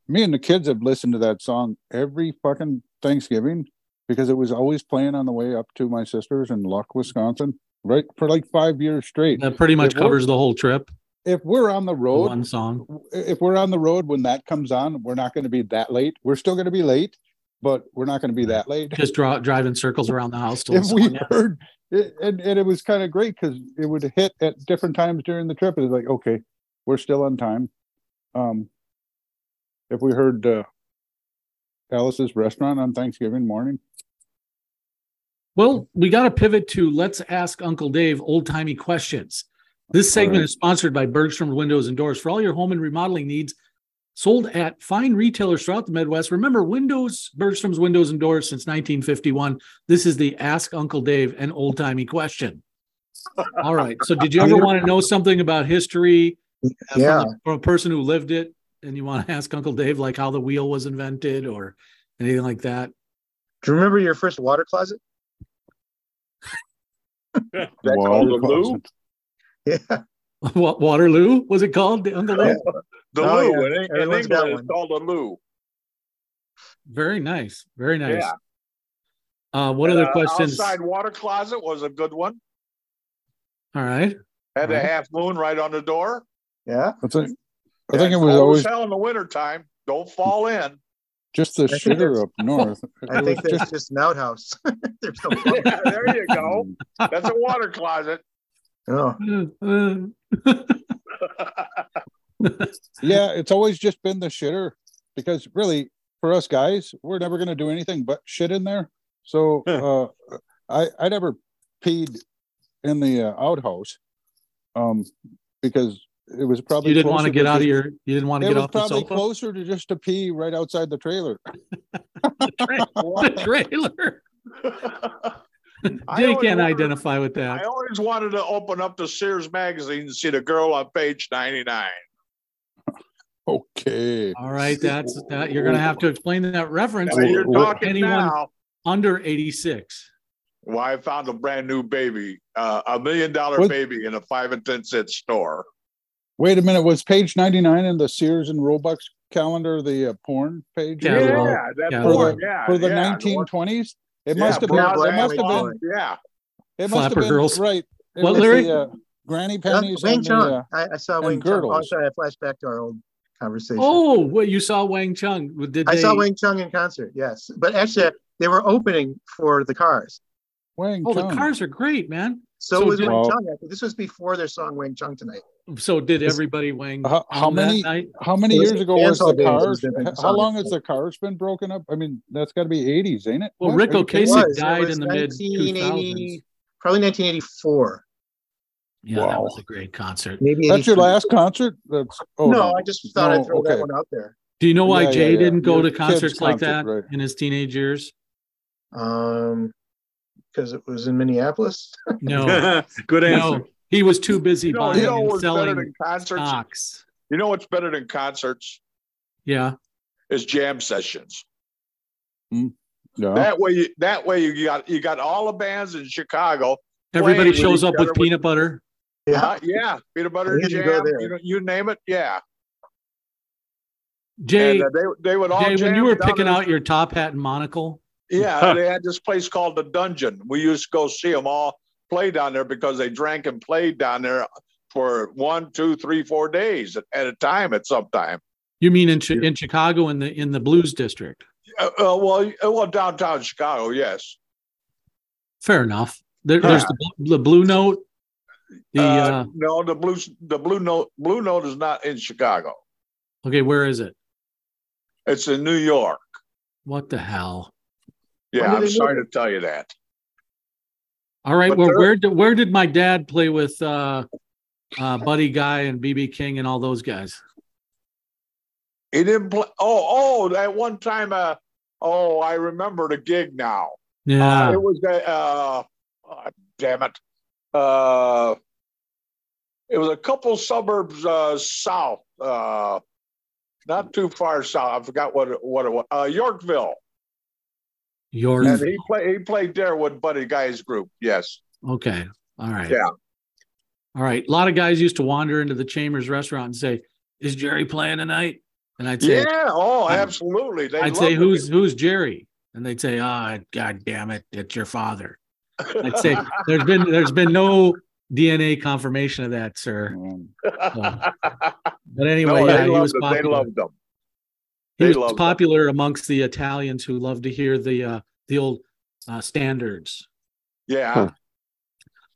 Speaker 3: me and the kids have listened to that song every fucking Thanksgiving because it was always playing on the way up to my sister's in Luck, Wisconsin, right for like five years straight.
Speaker 1: That pretty much
Speaker 3: It worked.
Speaker 1: covers the whole trip.
Speaker 3: If we're on the road,
Speaker 1: One song.
Speaker 3: if we're on the road when that comes on, we're not going to be that late. We're still going to be late, but we're not going to be that late.
Speaker 1: Just draw, driving circles around the house. till the
Speaker 3: If we
Speaker 1: song ends.
Speaker 3: heard, it, and, and it was kind of great because it would hit at different times during the trip. It was like, okay, we're still on time. Um, if we heard uh, Alice's restaurant on Thanksgiving morning,
Speaker 1: Well, we got to pivot to let's ask Uncle Dave old timey questions. This segment
Speaker 3: right.
Speaker 1: is sponsored by Bergstrom Windows and Doors for all your home and remodeling needs. Sold at fine retailers throughout the Midwest. Remember, Windows, Bergstrom's Windows and Doors since 1951. This is the Ask Uncle Dave an Old Timey Question. All right. So, did you ever want to know something about history uh,
Speaker 4: Yeah.
Speaker 1: from, a, from a person who lived it? and you want to ask Uncle Dave like how the wheel was invented or anything like that?
Speaker 4: Do you remember your first water closet?
Speaker 5: That's
Speaker 3: Water
Speaker 5: called a
Speaker 3: closet.
Speaker 5: loo?
Speaker 4: Yeah.
Speaker 1: Wa- Waterloo was it called? Uncle Dave?
Speaker 5: The
Speaker 4: Oh,
Speaker 5: loo.
Speaker 4: yeah.
Speaker 5: In, in
Speaker 4: Everyone's got
Speaker 5: England, it's called a loo.
Speaker 1: Very nice, very nice.
Speaker 5: Yeah.
Speaker 1: Uh, what other
Speaker 5: Uh,
Speaker 1: questions?
Speaker 5: Outside water closet was a good one.
Speaker 1: All right.
Speaker 5: Had a
Speaker 1: Right.
Speaker 5: half moon right on the door.
Speaker 4: Yeah.
Speaker 3: I think, I think it
Speaker 5: That's
Speaker 3: was
Speaker 5: cold
Speaker 3: always
Speaker 5: as hell in the wintertime. Don't fall in.
Speaker 3: just the
Speaker 4: I think
Speaker 3: shitter
Speaker 4: that's-
Speaker 3: up north.
Speaker 4: I
Speaker 3: It
Speaker 4: think
Speaker 3: was
Speaker 4: that's just an outhouse. There's no
Speaker 5: Yeah, there you go. That's a water closet.
Speaker 4: no.
Speaker 1: Uh, uh.
Speaker 3: yeah, it's always just been the shitter because really for us guys, we're never going to do anything but shit in there. So uh, I I never peed in the uh, outhouse um, because it was probably
Speaker 1: you didn't want to
Speaker 3: closer
Speaker 1: get out of
Speaker 3: just-
Speaker 1: your. You didn't want to
Speaker 3: It
Speaker 1: get
Speaker 3: was
Speaker 1: off the
Speaker 3: probably
Speaker 1: sofa.
Speaker 3: closer to just to pee right outside the trailer.
Speaker 1: The trailer.
Speaker 5: I
Speaker 1: Jay
Speaker 5: always
Speaker 1: can't
Speaker 5: wondered-
Speaker 1: identify with
Speaker 5: I
Speaker 1: that.
Speaker 5: always wanted to open up the Sears magazine and see the girl on page 99.
Speaker 3: Okay.
Speaker 1: All right, that's that. You're going to have to explain that reference.
Speaker 5: Now you're
Speaker 1: to
Speaker 5: talking
Speaker 1: anyone
Speaker 5: now.
Speaker 1: under 86.
Speaker 5: Well, I found a brand new baby, uh, a million dollar
Speaker 3: What?
Speaker 5: baby in a five and 10 cent store.
Speaker 3: Wait a minute. Was page 99 in the Sears and Robux calendar the uh, porn page?
Speaker 1: Yeah,
Speaker 5: Yeah,
Speaker 1: well,
Speaker 5: that
Speaker 1: yeah,
Speaker 5: porn,
Speaker 3: for the-
Speaker 5: yeah,
Speaker 3: for the
Speaker 5: yeah, the one-
Speaker 3: 1920s? It
Speaker 5: yeah,
Speaker 3: must have been.
Speaker 5: brown,
Speaker 4: Brown,
Speaker 3: It
Speaker 5: black,
Speaker 3: must have
Speaker 5: white,
Speaker 3: been.
Speaker 5: Yeah.
Speaker 3: It must
Speaker 1: Flapper
Speaker 3: have been
Speaker 1: girls.
Speaker 3: right. It
Speaker 1: What,
Speaker 3: was
Speaker 1: Larry?
Speaker 3: The, uh, granny
Speaker 4: Um,
Speaker 3: panties.
Speaker 4: Wang
Speaker 3: and the,
Speaker 4: Chung.
Speaker 3: uh,
Speaker 4: I, I saw
Speaker 3: and
Speaker 4: Wang Chung. Oh, I'm
Speaker 3: girdles.
Speaker 4: sorry, I flashed back to our old conversation.
Speaker 1: Oh, well, you saw Wang Chung. Did
Speaker 4: I
Speaker 1: they,
Speaker 4: saw Wang Chung in concert, yes. But actually, uh, they were opening for the Cars.
Speaker 3: Wang
Speaker 1: Oh, the
Speaker 3: Chung.
Speaker 1: cars are great, man.
Speaker 4: So,
Speaker 1: So
Speaker 4: was
Speaker 1: did-
Speaker 4: Wang
Speaker 3: Wow.
Speaker 4: Chung. actually. This was before their song Wang Chung tonight.
Speaker 1: So did everybody Wang?
Speaker 3: How, how
Speaker 1: on that
Speaker 3: many?
Speaker 1: night?
Speaker 3: How many
Speaker 4: It was
Speaker 3: years ago was
Speaker 4: dancehall
Speaker 3: the
Speaker 4: days, it was
Speaker 3: cars?
Speaker 4: different
Speaker 3: h- How
Speaker 4: songs.
Speaker 3: long has the cars been broken up? I mean, that's got to be 80s, ain't it?
Speaker 1: Well,
Speaker 3: What?
Speaker 1: Rick
Speaker 3: Are you kidding
Speaker 1: Ocasek
Speaker 3: me?
Speaker 4: was. It
Speaker 1: died
Speaker 4: was
Speaker 1: in the mid 2000s.
Speaker 4: 1980 Probably 1984.
Speaker 1: Yeah, that
Speaker 3: Wow.
Speaker 1: was a great concert.
Speaker 4: Maybe
Speaker 3: That's your
Speaker 4: 83.
Speaker 3: last concert. That's oh
Speaker 4: no, I just thought
Speaker 3: No,
Speaker 4: I'd throw
Speaker 3: okay.
Speaker 4: that one out there.
Speaker 1: Do you know why
Speaker 3: Yeah, yeah,
Speaker 1: Jay
Speaker 3: yeah.
Speaker 1: didn't go
Speaker 3: Your
Speaker 1: to
Speaker 3: kid's
Speaker 1: concerts like that
Speaker 3: concert, right.
Speaker 1: in his teenage years?
Speaker 4: Um, because it was in Minneapolis.
Speaker 1: No,
Speaker 2: Good answer.
Speaker 1: no, he was too busy
Speaker 5: You know,
Speaker 1: buying
Speaker 5: you know
Speaker 1: and
Speaker 5: what's better
Speaker 1: selling
Speaker 5: than concerts?
Speaker 1: stocks.
Speaker 5: You know what's better than concerts
Speaker 1: Yeah,
Speaker 5: is jam sessions.
Speaker 3: No.
Speaker 5: That way, you, that way you got you got all the bands in Chicago.
Speaker 1: everybody
Speaker 5: with
Speaker 1: shows
Speaker 5: each
Speaker 1: up with
Speaker 5: other with-
Speaker 1: peanut butter.
Speaker 4: Yeah.
Speaker 5: Uh, yeah, peanut butter and
Speaker 4: You can go
Speaker 5: jam.
Speaker 4: there.
Speaker 5: You, know, you name it. Yeah,
Speaker 1: Jay,
Speaker 5: and uh, they they would all.
Speaker 1: Jay,
Speaker 5: jam
Speaker 1: when you were
Speaker 5: down
Speaker 1: picking
Speaker 5: in-
Speaker 1: out your top hat and monocle,
Speaker 5: Yeah, they had this place called the Dungeon. We used to go see them all play down there because they drank and played down there for one, two, three, four days at a time. At some time.
Speaker 1: you mean in Chi- in Chicago in the in the blues district?
Speaker 5: Uh, uh, well, uh, well, downtown Chicago. Yes.
Speaker 1: Fair enough. There,
Speaker 5: Yeah.
Speaker 1: There's the, bl- the blue note. The uh,
Speaker 5: Uh, no, the blue the blue note blue note is not in Chicago.
Speaker 1: uh, okay, where is it?
Speaker 5: It's in New York.
Speaker 1: What the hell?
Speaker 5: Yeah,
Speaker 4: did
Speaker 5: I'm
Speaker 4: they move
Speaker 5: sorry to tell you that.
Speaker 1: All right,
Speaker 5: But
Speaker 1: well,
Speaker 5: there-
Speaker 1: where did where did my dad play with uh, uh, Buddy Guy and BB King and all those guys?
Speaker 5: He didn't play. Oh, oh, that one time. Uh, oh, I remember the gig now.
Speaker 1: Yeah,
Speaker 5: Uh, it was a. Uh, oh, damn it. Uh, it was a couple suburbs uh, south, uh, not too far south. I forgot what it, what it was. Uh, Yorkville,
Speaker 1: your
Speaker 5: and he played. He played there with Buddy Guy's group. Yes.
Speaker 1: Okay. All right.
Speaker 5: Yeah.
Speaker 1: All right. A lot of guys used to wander into the Chambers restaurant and say, "Is Jerry playing tonight?" And I'd say,
Speaker 5: yeah. Oh, absolutely. They
Speaker 1: um, "I'd say
Speaker 5: loved it.
Speaker 1: who's who's Jerry?" And they'd say, "Ah, god damn it, it's your father." I'd say, "There's been there's been no DNA confirmation of that, sir."
Speaker 3: Um,
Speaker 1: So, but uh, anyway,
Speaker 5: No,
Speaker 1: yeah,
Speaker 5: they
Speaker 1: he was
Speaker 5: loved them. They
Speaker 1: popular.
Speaker 5: loved them.
Speaker 1: He
Speaker 5: they
Speaker 1: was
Speaker 5: loved him.
Speaker 1: popular amongst the Italians who love to hear the uh, the old uh, standards.
Speaker 5: Yeah.
Speaker 3: Huh.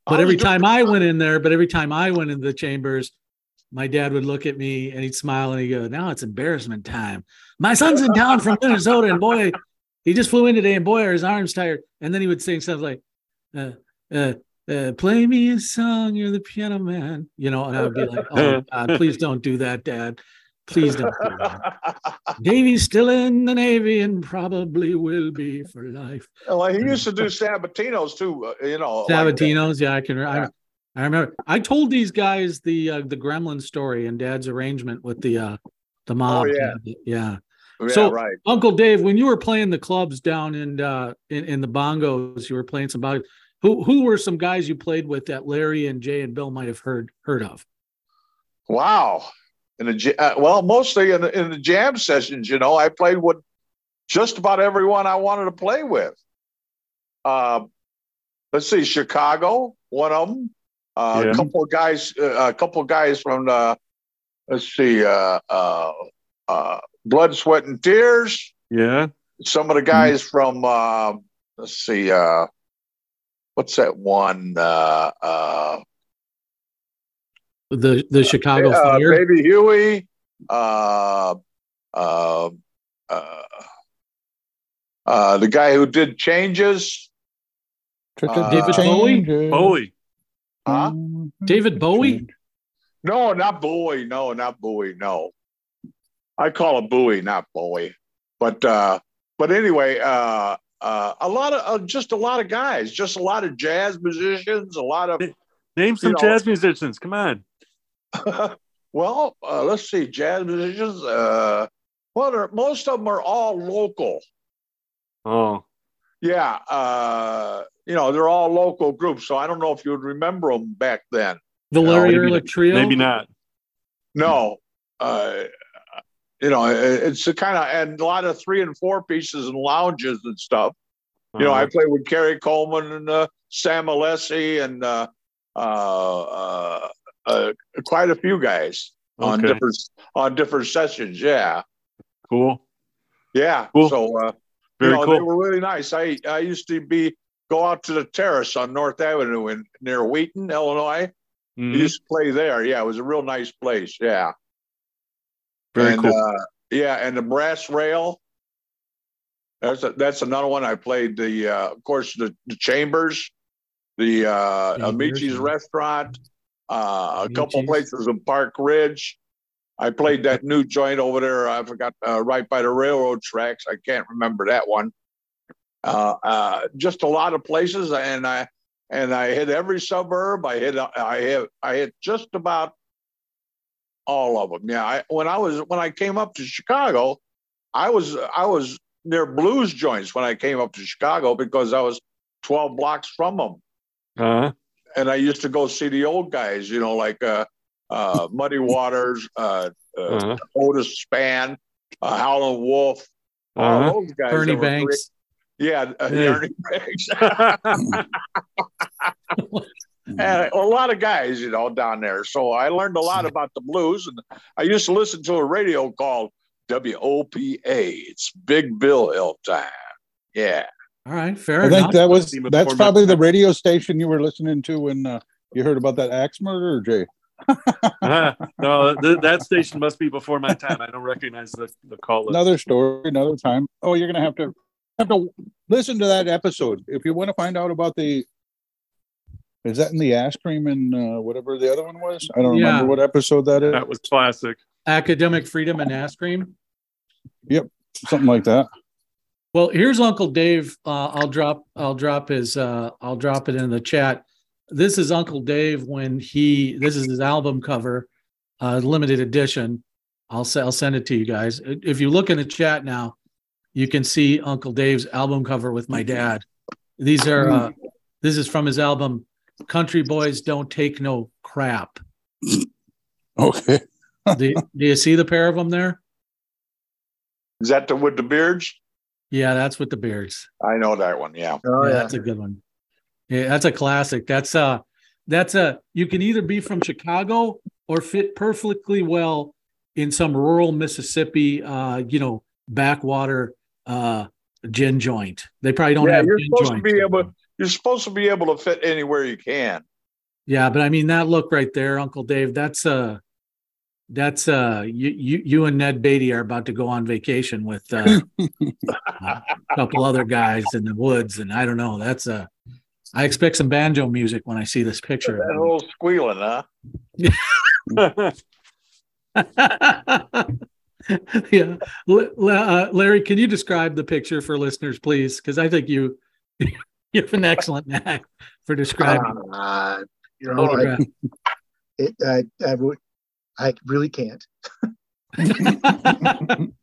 Speaker 1: But
Speaker 5: I
Speaker 1: every
Speaker 5: was doing-
Speaker 1: time I went in there, but every time I went into the chambers, my dad would look at me and he'd smile and he'd go, Now it's embarrassment time. My son's in town from Minnesota and boy, he just flew in today and boy, are his arms tired. And then he would sing stuff like, uh, uh, uh, Play me a song, you're the piano man. You know, and I would be like, Oh, God, please don't do that, dad. Please don't do that. Davy's still in the Navy and probably will be for life.
Speaker 5: like he used to do Sabatinos too, uh, you know. like that.
Speaker 1: Sabatino's, yeah, I can. I, I remember. I told these guys the uh, the Gremlin story and Dad's arrangement with the uh, the mob.
Speaker 5: yeah.
Speaker 1: did it. yeah.
Speaker 5: Yeah,
Speaker 1: So-
Speaker 5: right.
Speaker 1: Uncle Dave, when you were playing the clubs down in uh, in, in the bongos, you were playing some bongos. Who who were some guys you played with that Larry and Jay and Bill might have heard heard of?
Speaker 5: Wow. In the ja- uh, well, mostly in the, in the jam sessions, you know, I played with just about everyone I wanted to play with. Uh, let's see, Chicago, one of them. Uh,
Speaker 2: Yeah.
Speaker 5: A couple of guys, uh, a couple of guys from the, let's see, uh, uh, uh, Blood, Sweat, and Tears.
Speaker 2: Yeah.
Speaker 5: some of the guys from uh, let's see uh, what's that one uh, uh,
Speaker 1: The the Chicago
Speaker 5: uh,
Speaker 1: Fire.
Speaker 5: baby huey uh, uh, uh, uh, the guy who did changes Uh, David
Speaker 1: Bowie?
Speaker 2: Bowie.
Speaker 3: Mm-hmm.
Speaker 5: huh?
Speaker 1: David Bowie?
Speaker 5: no not bowie no not bowie no i call it bowie not bowie but uh but anyway uh uh, a lot of uh, just a lot of guys, just a lot of jazz musicians, a lot of
Speaker 2: Name some
Speaker 5: know-
Speaker 2: jazz musicians. Come on.
Speaker 5: well, uh, let's see, jazz musicians. Uh, well, they're- most of them are all local.
Speaker 2: Oh,
Speaker 5: Yeah, uh, you know, they're all local groups. So I don't know if you would remember them back then.
Speaker 1: The Larry
Speaker 2: maybe-
Speaker 1: Ehrlich Trio?
Speaker 2: maybe not.
Speaker 5: No, uh, you know, it- it's the kind of and a lot of three and four pieces and lounges and stuff. You know,
Speaker 2: Oh, Uh-huh.
Speaker 5: I played with Kerry Coleman and uh, Sam Alessi and uh, uh, uh, uh, quite a few guys on
Speaker 2: Okay.
Speaker 5: different on different sessions. Yeah.
Speaker 2: cool.
Speaker 5: Yeah.
Speaker 2: Cool.
Speaker 5: So uh,
Speaker 2: Very
Speaker 5: you know,
Speaker 2: cool.
Speaker 5: they were really nice. I I used to be go out to the terrace on North Avenue in near Wheaton, Illinois.
Speaker 2: Mhm.
Speaker 5: I used to play there. Yeah, it was a real nice place. Yeah.
Speaker 2: Very
Speaker 5: and,
Speaker 2: cool.
Speaker 5: Uh, yeah, and the brass rail. That's a, that's another one I played. The uh, of course the, the chambers, the uh,
Speaker 1: Chambers,
Speaker 5: Amici's
Speaker 1: yeah.
Speaker 5: restaurant, uh, a couple
Speaker 1: Amici's.
Speaker 5: places in Park Ridge. I played that new joint over there. I forgot uh, right by the railroad tracks. I can't remember that one. Uh, uh, just a lot of places, and I and I hit every suburb. I hit uh, I hit I hit just about all of them. Yeah, I, when I was when I came up to Chicago, I was I was near blues joints when I came up to Chicago because I was twelve blocks from them,
Speaker 2: Uh-huh.
Speaker 5: and I used to go see the old guys, you know, like uh, uh, Muddy Waters, uh, uh,
Speaker 2: Uh-huh.
Speaker 5: Otis Span, uh, Howlin' Wolf, all
Speaker 2: Uh-huh.
Speaker 5: those guys.
Speaker 1: Bernie
Speaker 5: that were great.
Speaker 1: Banks.
Speaker 5: yeah, uh,
Speaker 2: Yeah.
Speaker 5: Ernie Banks,
Speaker 1: Mm-hmm.
Speaker 5: and a lot of guys, you know, down there. So I learned a lot about the blues, and I used to listen to a radio called WOPA. It's Big Bill Hill time. Yeah,
Speaker 1: All right, fair
Speaker 3: I
Speaker 1: enough.
Speaker 3: think that was
Speaker 2: Team of
Speaker 3: that's
Speaker 2: four
Speaker 3: probably the
Speaker 2: members.
Speaker 3: radio station you were listening to when uh, you heard about that axe murder, Jay.
Speaker 2: Uh-huh. no, th- that station must be before my time. I don't recognize the, the call. list.
Speaker 3: Another story, another time. Oh, you're gonna have to have to listen to that episode if you want to find out about the. Is that in the ass cream and uh, whatever the other one was? I don't
Speaker 1: Yeah.
Speaker 3: remember what episode that is.
Speaker 2: That was classic.
Speaker 1: Academic freedom and ass cream.
Speaker 3: Something like that.
Speaker 1: Well, here's Uncle Dave. Uh, I'll drop. I'll drop his. Uh, I'll drop it in the chat. This is Uncle Dave when he. This is his album cover, uh, limited edition. I'll say. I'll send it to you guys. If you look in the chat now, you can see Uncle Dave's album cover with my dad. These are. Uh, this is from his album, "Country Boys Don't Take No Crap."
Speaker 3: Okay.
Speaker 1: do, do you see the pair of them there?
Speaker 5: is that the with the beards?
Speaker 1: Yeah, that's with the beards.
Speaker 5: I know that one. Yeah,
Speaker 4: Oh
Speaker 1: yeah,
Speaker 4: yeah.
Speaker 1: that's a good one. Yeah, that's a classic. That's uh that's a you can either be from Chicago or fit perfectly well in some rural Mississippi uh you know backwater uh gin joint. They probably don't
Speaker 5: Yeah,
Speaker 1: have
Speaker 5: you're
Speaker 1: gin
Speaker 5: supposed to
Speaker 1: joints
Speaker 5: be
Speaker 1: down
Speaker 5: able-
Speaker 1: there.
Speaker 5: you're supposed to be able to fit anywhere you can.
Speaker 1: Yeah, but I mean that look right there, Uncle Dave, that's uh that's uh you you you and Ned Beatty are about to go on vacation with uh, a couple other guys in the woods and I don't know. That's uh I expect some banjo music when I see this picture.
Speaker 5: That whole squealing, huh?
Speaker 1: yeah, L- L- uh, Larry, can you describe the picture for listeners, please? Because I think you you're an excellent knack for describing
Speaker 4: Uh, you
Speaker 1: the
Speaker 4: know, I,
Speaker 1: photograph.
Speaker 4: it, I, I, would- I really can't.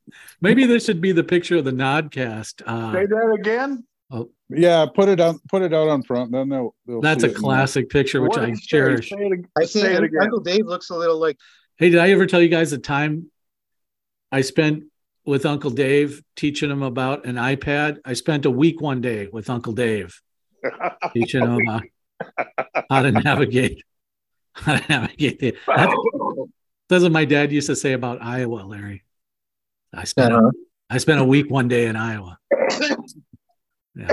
Speaker 1: Maybe this should be the picture of the Nodcast.
Speaker 5: Say
Speaker 1: Uh,
Speaker 5: that again.
Speaker 3: Yeah, put it out. Put it out on front. Then they'll. they'll
Speaker 1: that's
Speaker 3: see
Speaker 1: a
Speaker 3: it.
Speaker 1: classic picture, which
Speaker 5: What
Speaker 1: I
Speaker 5: did you say?
Speaker 1: cherish.
Speaker 5: Say it ag-
Speaker 4: I
Speaker 5: Say
Speaker 4: say
Speaker 5: it again.
Speaker 4: Uncle Dave looks a little like
Speaker 1: Hey, did I ever tell you guys the time I spent with Uncle Dave teaching him about an iPad? I spent a week one day with Uncle Dave teaching him how, how to navigate. How to navigate the, that's, that's what my dad used to say about Iowa, Larry. I spent a,
Speaker 4: Uh-huh.
Speaker 1: I spent a week one day in Iowa. Yeah.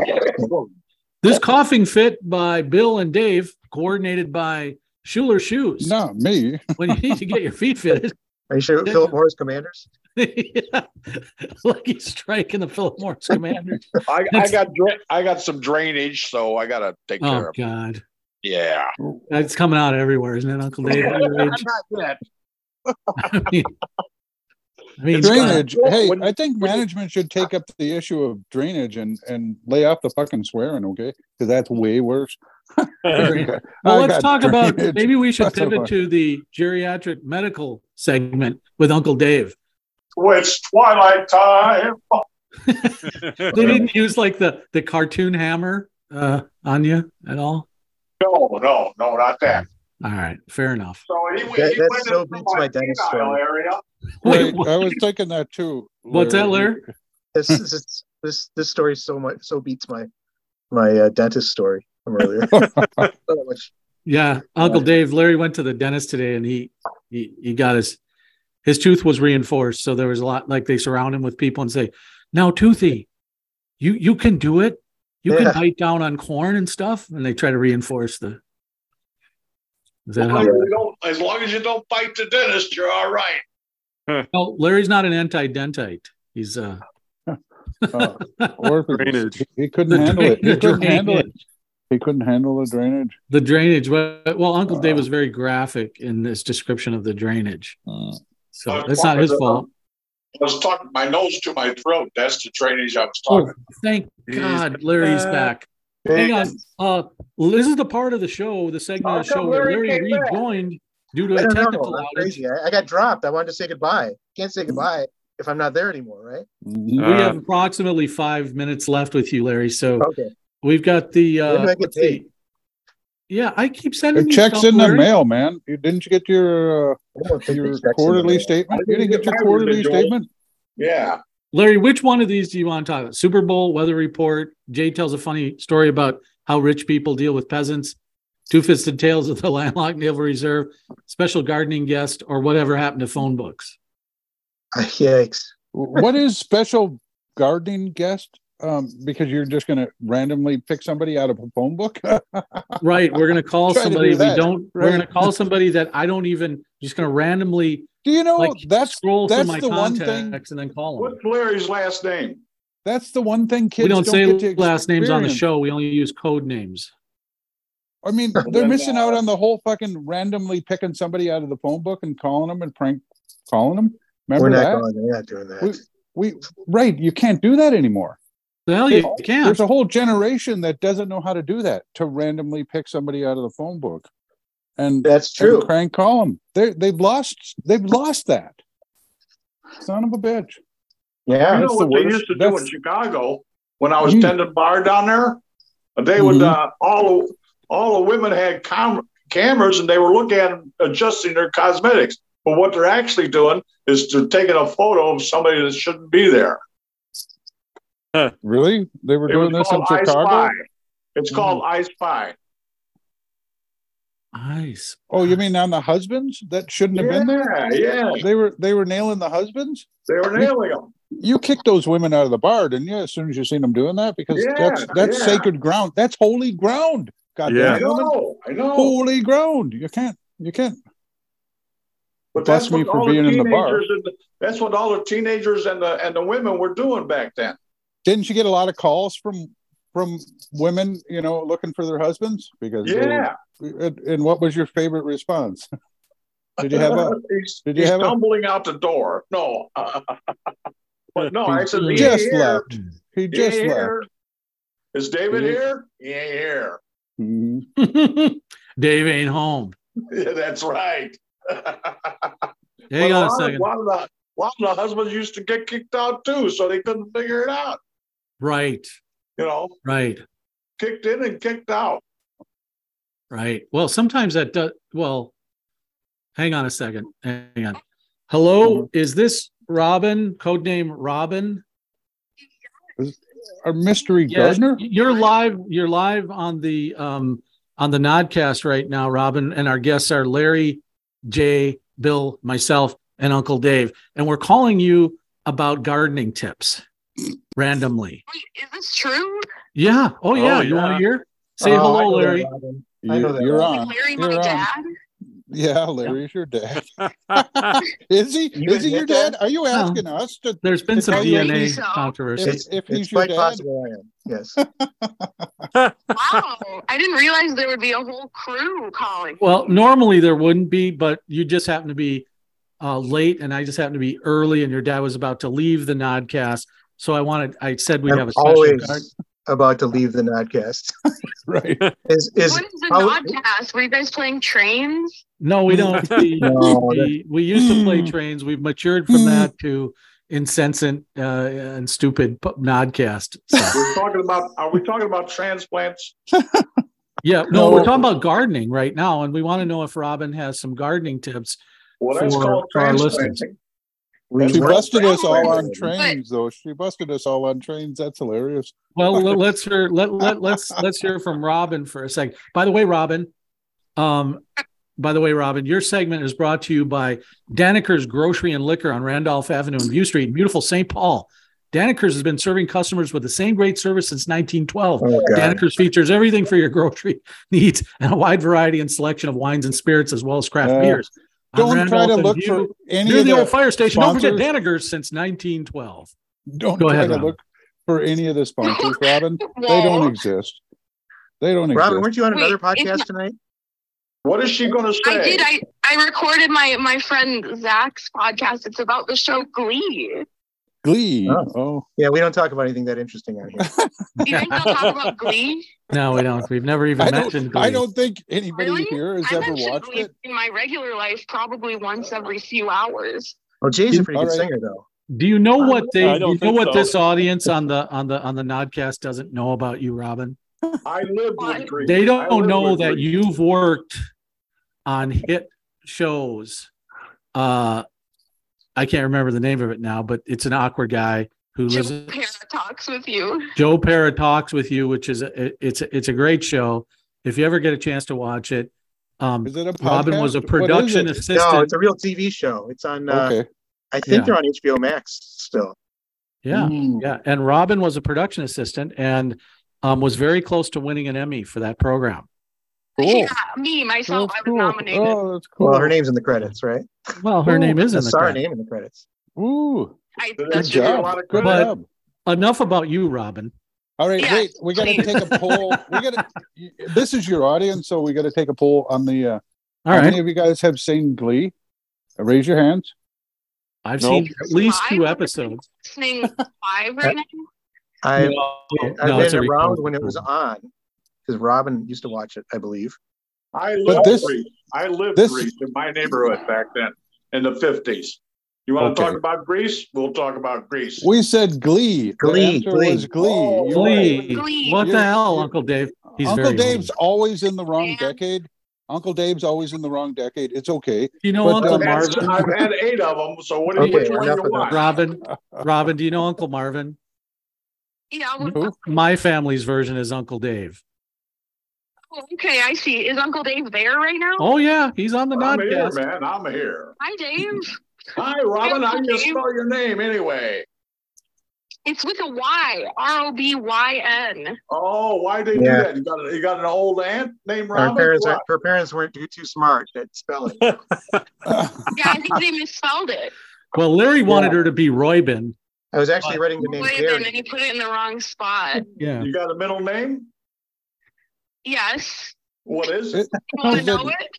Speaker 1: This coughing fit by Bill and Dave, coordinated by Schuler Shoes.
Speaker 3: Not me.
Speaker 1: When you need to get your feet fitted,
Speaker 4: Are you sure
Speaker 1: Yeah.
Speaker 4: Philip Morris Commanders?
Speaker 1: lucky strike in the Philip Morris Commander.
Speaker 5: I, I got dra- I got some drainage, so I gotta take care
Speaker 1: Oh
Speaker 5: of. it.
Speaker 1: God,
Speaker 5: Yeah.
Speaker 1: that's coming out everywhere, isn't it, Uncle Dave? Your age?
Speaker 5: Not yet.
Speaker 1: I mean, I mean, uh,
Speaker 3: Drainage.
Speaker 5: Well,
Speaker 3: hey,
Speaker 5: when-
Speaker 3: I think management should take up the issue of drainage and and lay off the fucking swearing, okay? Because that's way worse.
Speaker 1: well,
Speaker 3: I
Speaker 1: let's
Speaker 3: got
Speaker 1: talk about.
Speaker 3: drainage.
Speaker 1: Maybe we should
Speaker 3: That's so
Speaker 1: pivot
Speaker 3: funny.
Speaker 1: to the geriatric medical segment with Uncle Dave.
Speaker 5: It's twilight time.
Speaker 1: They didn't use like the the cartoon hammer uh, on you at all.
Speaker 5: No, no, no, not that.
Speaker 1: All right, fair enough.
Speaker 5: So he, he
Speaker 4: That- that
Speaker 5: went
Speaker 4: so
Speaker 5: into
Speaker 4: beats my dentist
Speaker 5: penile
Speaker 4: story.
Speaker 5: area.
Speaker 1: Wait,
Speaker 3: Right, I was thinking that too.
Speaker 1: what's that, Larry?
Speaker 4: This this is- this this story so much so beats my my uh, dentist story from earlier. so much.
Speaker 1: Yeah, Uncle Dave. Larry went to the dentist today, and he he he got his his tooth was reinforced. So there was a lot like they surround him with people and say, "Now, Toothy, you you can do it. You can
Speaker 4: Yeah.
Speaker 1: bite down on corn and stuff." And they try to reinforce the. Is that
Speaker 5: As
Speaker 1: how?
Speaker 5: long as you don't- As long as you don't fight the dentist, you're all right.
Speaker 1: No, Larry's not an anti-dentite. He's uh
Speaker 3: Uh, Orphans.
Speaker 2: Drainage.
Speaker 3: He, he couldn't
Speaker 1: The
Speaker 3: handle it. He
Speaker 1: drainage.
Speaker 3: couldn't handle it. He couldn't handle the drainage.
Speaker 1: the drainage. But well, Uncle Dave
Speaker 3: Wow.
Speaker 1: was very graphic in this description of the drainage,
Speaker 3: Uh,
Speaker 1: so it's not
Speaker 5: uh,
Speaker 1: his fault.
Speaker 5: I was talking my nose to my throat. That's the drainage I was
Speaker 1: Oh,
Speaker 5: talking.
Speaker 1: thank
Speaker 2: He's
Speaker 1: God, Larry's back. Hang on. Uh, this is the part of the show, the segment
Speaker 4: Oh,
Speaker 1: of the
Speaker 5: How
Speaker 1: show
Speaker 5: come
Speaker 1: where
Speaker 5: Larry
Speaker 1: Larry
Speaker 5: came back?
Speaker 1: rejoined due to
Speaker 4: I
Speaker 1: a
Speaker 4: don't know.
Speaker 1: technical
Speaker 4: I'm
Speaker 1: outage.
Speaker 4: crazy. I, I got dropped. I wanted to say goodbye. Can't say goodbye if I'm not there anymore, right?
Speaker 3: mhm.
Speaker 1: We
Speaker 2: Uh,
Speaker 1: have approximately five minutes left with you, Larry. So
Speaker 4: Okay.
Speaker 1: we've got the. Uh,
Speaker 4: Oh. When do I get
Speaker 1: let's
Speaker 4: paid?
Speaker 1: see. Yeah, I keep sending
Speaker 3: It
Speaker 1: you
Speaker 3: checks
Speaker 1: stuff,
Speaker 3: in the
Speaker 1: Larry.
Speaker 3: mail, man. You, didn't you get your uh,
Speaker 4: I don't think
Speaker 3: your
Speaker 4: there's checks in the
Speaker 3: quarterly
Speaker 4: mail.
Speaker 3: statement?
Speaker 5: I
Speaker 3: You didn't
Speaker 5: didn't
Speaker 3: get your
Speaker 5: get mine,
Speaker 3: quarterly
Speaker 5: Joel.
Speaker 3: statement?
Speaker 5: Yeah.
Speaker 1: Larry, which one of these do you want to talk about? Super Bowl weather report. Jay tells a funny story about how rich people deal with peasants. Two fisted tales of the landlocked naval reserve. Special gardening guest, or whatever happened to phone books.
Speaker 4: Uh, Yikes.
Speaker 3: what is special gardening guest? Um, because you're just going to randomly pick somebody out of a phone book.
Speaker 1: Right, we're gonna call
Speaker 3: Try to do
Speaker 1: somebody we
Speaker 3: that,
Speaker 1: don't. We're
Speaker 3: right.
Speaker 1: gonna call somebody that I don't even. Just gonna randomly
Speaker 3: Do you know
Speaker 1: like
Speaker 3: that's
Speaker 1: scroll through
Speaker 3: that's
Speaker 1: my
Speaker 3: the one thing-
Speaker 1: contacts and then call them.
Speaker 5: What's Larry's last name?
Speaker 3: that's the one thing kids
Speaker 1: We don't, say
Speaker 3: get to
Speaker 1: last names on the
Speaker 3: experience.
Speaker 1: show. We only use code names.
Speaker 3: I mean, they're missing out on the whole fucking randomly picking somebody out of the phone book and calling them and prank calling them. Remember
Speaker 4: We're not
Speaker 3: that?
Speaker 4: going. We're not doing that.
Speaker 3: We- We right, you can't do that anymore.
Speaker 1: Well, you can.
Speaker 3: oh, There's a whole generation that doesn't know how to do that to randomly pick somebody out of the phone book and,
Speaker 4: That's
Speaker 3: and
Speaker 4: true.
Speaker 3: crank call them. They they've lost they've lost that. Son of a bitch.
Speaker 5: You
Speaker 4: Yeah.
Speaker 5: know
Speaker 3: That's the
Speaker 5: what they
Speaker 3: worst.
Speaker 5: used to do in
Speaker 3: That's-
Speaker 5: Chicago when I was
Speaker 3: Mhm.
Speaker 5: tending bar down there? They
Speaker 3: Mm-hmm.
Speaker 5: would uh, all all the women had cam- cameras and they were looking at adjusting their cosmetics. But what they're actually doing is to taking a photo of somebody that shouldn't be there.
Speaker 3: Really? They were
Speaker 5: It
Speaker 3: doing
Speaker 5: was
Speaker 3: this in
Speaker 5: called I Spy.
Speaker 3: Chicago? Mm-hmm.
Speaker 5: It's called I Spy.
Speaker 1: Nice.
Speaker 3: Oh, you mean on the husbands that shouldn't have
Speaker 5: Yeah,
Speaker 3: been there?
Speaker 5: yeah.
Speaker 3: They were they were nailing the husbands?
Speaker 5: They were nailing them.
Speaker 3: you kicked those women out of the bar, didn't you? As soon as you seen them doing that, because
Speaker 5: Yeah,
Speaker 3: that's that's
Speaker 5: yeah.
Speaker 3: sacred ground. That's holy ground. God
Speaker 2: Yeah.
Speaker 5: I
Speaker 3: damn it, woman.
Speaker 5: know. I know.
Speaker 3: holy ground. You can't. You can't.
Speaker 5: But
Speaker 3: Bless
Speaker 5: that's
Speaker 3: me
Speaker 5: what
Speaker 3: for
Speaker 5: all the
Speaker 3: being in the bar.
Speaker 5: teenagers and the- that's what all the teenagers and the and the women were doing back then.
Speaker 3: Didn't you get a lot of calls from from women, you know, looking for their husbands? Because they
Speaker 5: Yeah.
Speaker 3: were- and, and what was your favorite response? Did you have a?
Speaker 5: he's,
Speaker 3: Did you
Speaker 5: he's
Speaker 3: have a-
Speaker 5: tumbling out the door. No. but no, I said,
Speaker 1: He
Speaker 5: he ain't
Speaker 3: just
Speaker 5: here.
Speaker 3: left. He
Speaker 5: He
Speaker 3: just
Speaker 5: ain't
Speaker 3: left.
Speaker 5: here. Is David
Speaker 3: He-
Speaker 5: here? He ain't here.
Speaker 3: Mhm.
Speaker 1: Dave ain't home.
Speaker 5: Yeah, that's right.
Speaker 1: Hang
Speaker 5: But
Speaker 1: on a
Speaker 5: lot of-
Speaker 1: second.
Speaker 5: lot of the- a lot of the husbands used to get kicked out too, so they couldn't figure it out.
Speaker 1: Right.
Speaker 5: You know,
Speaker 1: Right.
Speaker 5: kicked in and kicked out.
Speaker 1: Right. Well, sometimes that does. Well, hang on a second. Hang on. Hello. Is this Robin? Codename Robin.
Speaker 3: A mystery
Speaker 1: Yes.
Speaker 3: gardener?
Speaker 1: You're live. You're live on the um on the Nodcast right now, Robin. And our guests are Larry, Jay, Bill, myself, and Uncle Dave. And we're calling you about gardening tips randomly.
Speaker 7: Wait, is this true?
Speaker 1: Yeah. Oh yeah.
Speaker 2: Oh,
Speaker 1: You want to
Speaker 2: yeah.
Speaker 1: hear? Say
Speaker 4: Oh, I
Speaker 1: hello,
Speaker 4: know that,
Speaker 1: Larry.
Speaker 4: Robin.
Speaker 3: You,
Speaker 4: I know that.
Speaker 3: You're
Speaker 7: Is
Speaker 3: on.
Speaker 7: Larry, my
Speaker 3: You're on.
Speaker 7: dad.
Speaker 3: Yeah, Larry's your dad.
Speaker 2: That's
Speaker 3: Is he?
Speaker 4: You
Speaker 3: is he
Speaker 4: admit
Speaker 3: your dad? Are you
Speaker 1: No.
Speaker 3: asking us to?
Speaker 1: There's been
Speaker 3: It's
Speaker 1: some
Speaker 3: how you-
Speaker 1: DNA
Speaker 7: So-
Speaker 1: controversy.
Speaker 3: If,
Speaker 4: It's-
Speaker 3: if
Speaker 4: It's
Speaker 3: he's your
Speaker 4: quite
Speaker 3: dad,
Speaker 4: possible I am. Yes.
Speaker 7: Wow. I didn't realize there would be a whole crew calling.
Speaker 1: Well, normally there wouldn't be, but you just happen to be uh, late, and I just happened to be early, and your dad was about to leave the Nodcast. So I wanted, I said we
Speaker 4: I'm
Speaker 1: have a special
Speaker 4: always
Speaker 1: card.
Speaker 4: about to leave the Nodcast.
Speaker 3: right?
Speaker 4: Is, is
Speaker 7: what is the
Speaker 4: how-
Speaker 7: Nodcast? Were you guys playing trains?
Speaker 1: No, we don't. We,
Speaker 4: No,
Speaker 1: we, we used to play trains. We've matured from that to insensate uh, and stupid p- Nodcast. So,
Speaker 5: We're talking about. Are we talking about transplants?
Speaker 1: yeah, no, we're
Speaker 3: No.
Speaker 1: talking about gardening right now, and we want to know if Robin has some gardening tips.
Speaker 5: Well, that's
Speaker 1: For-
Speaker 5: called
Speaker 1: for our
Speaker 5: transplanting.
Speaker 4: we
Speaker 3: She
Speaker 4: were-
Speaker 3: busted us all on
Speaker 4: But-
Speaker 3: trains, though. She busted us all on trains. That's hilarious.
Speaker 1: Well, let- let's hear let, let let's let's hear from Robin for a second. By the way, Robin, um, by the way, Robin, your segment is brought to you by Daniker's Grocery and Liquor on Randolph Avenue and View Street, in beautiful St. Paul. Daniker's has been serving customers with the same great service since 1912.
Speaker 4: Oh, God.
Speaker 1: Daniker's features everything for your grocery needs and a wide variety and selection of wines and spirits, as well as craft
Speaker 3: Uh,
Speaker 1: beers. On
Speaker 3: Don't try
Speaker 1: Randolph
Speaker 3: to
Speaker 1: and
Speaker 3: look
Speaker 1: View-
Speaker 3: for any
Speaker 1: near
Speaker 3: of
Speaker 1: the old
Speaker 3: the.
Speaker 1: fire station. Don't forget
Speaker 3: sponsors.
Speaker 1: Daniker's since 1912.
Speaker 3: Don't
Speaker 1: Go
Speaker 3: try
Speaker 1: ahead,
Speaker 3: to
Speaker 1: Robin.
Speaker 3: look for any of the sponsors, Robin. They don't exist. They don't
Speaker 4: Robin,
Speaker 3: exist.
Speaker 4: weren't you on
Speaker 7: Wait,
Speaker 4: another
Speaker 7: it's
Speaker 4: podcast
Speaker 7: not-
Speaker 4: tonight?
Speaker 5: What is she going to say?
Speaker 7: I did. I, I recorded my, my friend Zach's podcast. It's about the show Glee.
Speaker 3: Glee.
Speaker 4: Oh.
Speaker 3: Oh,
Speaker 4: Yeah, we don't talk about anything that interesting on here.
Speaker 7: Do you think they'll talk about Glee?
Speaker 1: No, we don't. We've never even
Speaker 3: I
Speaker 1: mentioned.
Speaker 3: don't. I
Speaker 1: Glee.
Speaker 3: don't think anybody
Speaker 7: Really?
Speaker 3: here has
Speaker 7: I
Speaker 3: ever
Speaker 7: mention
Speaker 3: watched
Speaker 7: Glee
Speaker 3: it.
Speaker 7: in my regular life probably once every few hours.
Speaker 4: Oh, Jay's a pretty
Speaker 3: All
Speaker 4: good
Speaker 3: right.
Speaker 4: singer, though.
Speaker 1: Do you know what
Speaker 2: I
Speaker 1: they? Do
Speaker 2: don't
Speaker 1: you know
Speaker 2: think
Speaker 1: what
Speaker 2: so.
Speaker 1: this audience on the on the on the Nodcast doesn't know about you, Robin?
Speaker 5: I lived with grief.
Speaker 1: They
Speaker 5: I lived
Speaker 1: don't know
Speaker 5: with
Speaker 1: that
Speaker 5: grief.
Speaker 1: you've worked on hit shows. Uh, I can't remember the name of it now, but it's an awkward guy who lives.
Speaker 7: Jim
Speaker 1: in-
Speaker 7: Parra talks with you.
Speaker 1: Joe Para talks with you, which is a, it's a, it's a great show. If you ever get a chance to watch it, um,
Speaker 3: Is it a podcast?
Speaker 1: Robin was a
Speaker 3: What is it?
Speaker 1: production
Speaker 4: No,
Speaker 1: assistant.
Speaker 4: it's a real TV show. It's on. Uh,
Speaker 3: Okay.
Speaker 4: I think
Speaker 1: Yeah.
Speaker 4: they're on HBO Max still.
Speaker 1: yeah.
Speaker 3: Mm.
Speaker 1: Yeah, and Robin was a production assistant and um, was very close to winning an Emmy for that program.
Speaker 3: Cool.
Speaker 7: Yeah, me, myself,
Speaker 3: That's
Speaker 7: I was
Speaker 3: cool.
Speaker 7: nominated.
Speaker 3: Oh, that's cool.
Speaker 4: Well, her name's in the credits, right?
Speaker 1: Well, her
Speaker 3: Cool.
Speaker 1: name is
Speaker 4: I
Speaker 1: in the
Speaker 4: saw her
Speaker 1: credit.
Speaker 4: name in the credits.
Speaker 3: Ooh,
Speaker 7: I,
Speaker 5: Good
Speaker 3: good
Speaker 7: that's
Speaker 5: job.
Speaker 3: job.
Speaker 5: a lot of
Speaker 3: Good
Speaker 1: credit.
Speaker 3: job.
Speaker 1: Enough about you, Robin.
Speaker 3: All right,
Speaker 7: Yeah,
Speaker 3: wait. We got to
Speaker 7: please.
Speaker 3: take a poll. We got to. This is your audience, so we got to take a poll on the. Uh,
Speaker 1: All
Speaker 3: how
Speaker 1: right,
Speaker 3: many of you guys have seen Glee? Uh, Raise your hands.
Speaker 1: I've
Speaker 3: Nope.
Speaker 1: seen at least
Speaker 7: Live?
Speaker 1: two episodes.
Speaker 7: listening live right now.
Speaker 4: I, I've
Speaker 1: no, it's
Speaker 4: been
Speaker 1: a
Speaker 4: around
Speaker 1: recording.
Speaker 4: when it was on because Robin used to watch it, I believe.
Speaker 5: I lived
Speaker 3: this-
Speaker 5: grief. I lived
Speaker 3: this-
Speaker 5: grief in my neighborhood back then in the fifties. You want
Speaker 3: Okay.
Speaker 5: to talk about Greece? We'll talk about Greece.
Speaker 3: We said Glee. The
Speaker 4: Glee,
Speaker 3: answer
Speaker 4: Glee.
Speaker 3: was Glee.
Speaker 5: Oh,
Speaker 3: You're right.
Speaker 1: Glee.
Speaker 7: Glee.
Speaker 1: What the
Speaker 3: You're-
Speaker 1: hell,
Speaker 3: you're-
Speaker 1: Uncle Dave? He's
Speaker 3: Uncle
Speaker 1: very
Speaker 3: Dave's
Speaker 1: old.
Speaker 3: always in the wrong
Speaker 7: Yeah.
Speaker 3: decade. Uncle Dave's always in the wrong decade. It's okay.
Speaker 1: Do you know
Speaker 3: But,
Speaker 1: Uncle
Speaker 3: um,
Speaker 5: That's-
Speaker 1: Marvin?
Speaker 5: I've had eight of them. So what do you,
Speaker 4: Okay,
Speaker 5: which one do
Speaker 4: enough
Speaker 5: you
Speaker 4: of
Speaker 5: want?
Speaker 1: Robin, Robin, do you know Uncle Marvin?
Speaker 7: Yeah. well,
Speaker 3: Who?
Speaker 1: My family's version is Uncle Dave.
Speaker 7: oh, okay, I see. Is Uncle Dave there right now?
Speaker 1: Oh yeah, he's on the
Speaker 5: I'm here,
Speaker 1: podcast.
Speaker 5: man. I'm here.
Speaker 7: Hi, Dave.
Speaker 5: Hi, Robin. I just
Speaker 7: Hey.
Speaker 5: spell your name anyway.
Speaker 7: It's with a Y. R O B Y N.
Speaker 5: Oh, why they
Speaker 4: Yeah.
Speaker 5: do that? You got, you got an old aunt named
Speaker 4: Her
Speaker 5: Robin.
Speaker 4: parents,
Speaker 5: What?
Speaker 4: her parents weren't too, too smart at spelling.
Speaker 1: Uh,
Speaker 7: Yeah, I think they misspelled it.
Speaker 1: Well, Larry wanted her to be Roybin.
Speaker 4: I was actually writing the name
Speaker 7: Wait, and then
Speaker 4: Gary.
Speaker 7: you put it in the wrong spot.
Speaker 1: Yeah.
Speaker 5: You got a middle name?
Speaker 7: Yes.
Speaker 5: What is
Speaker 3: It-
Speaker 5: it?
Speaker 7: You want to
Speaker 3: Is
Speaker 7: know
Speaker 3: it-
Speaker 7: it?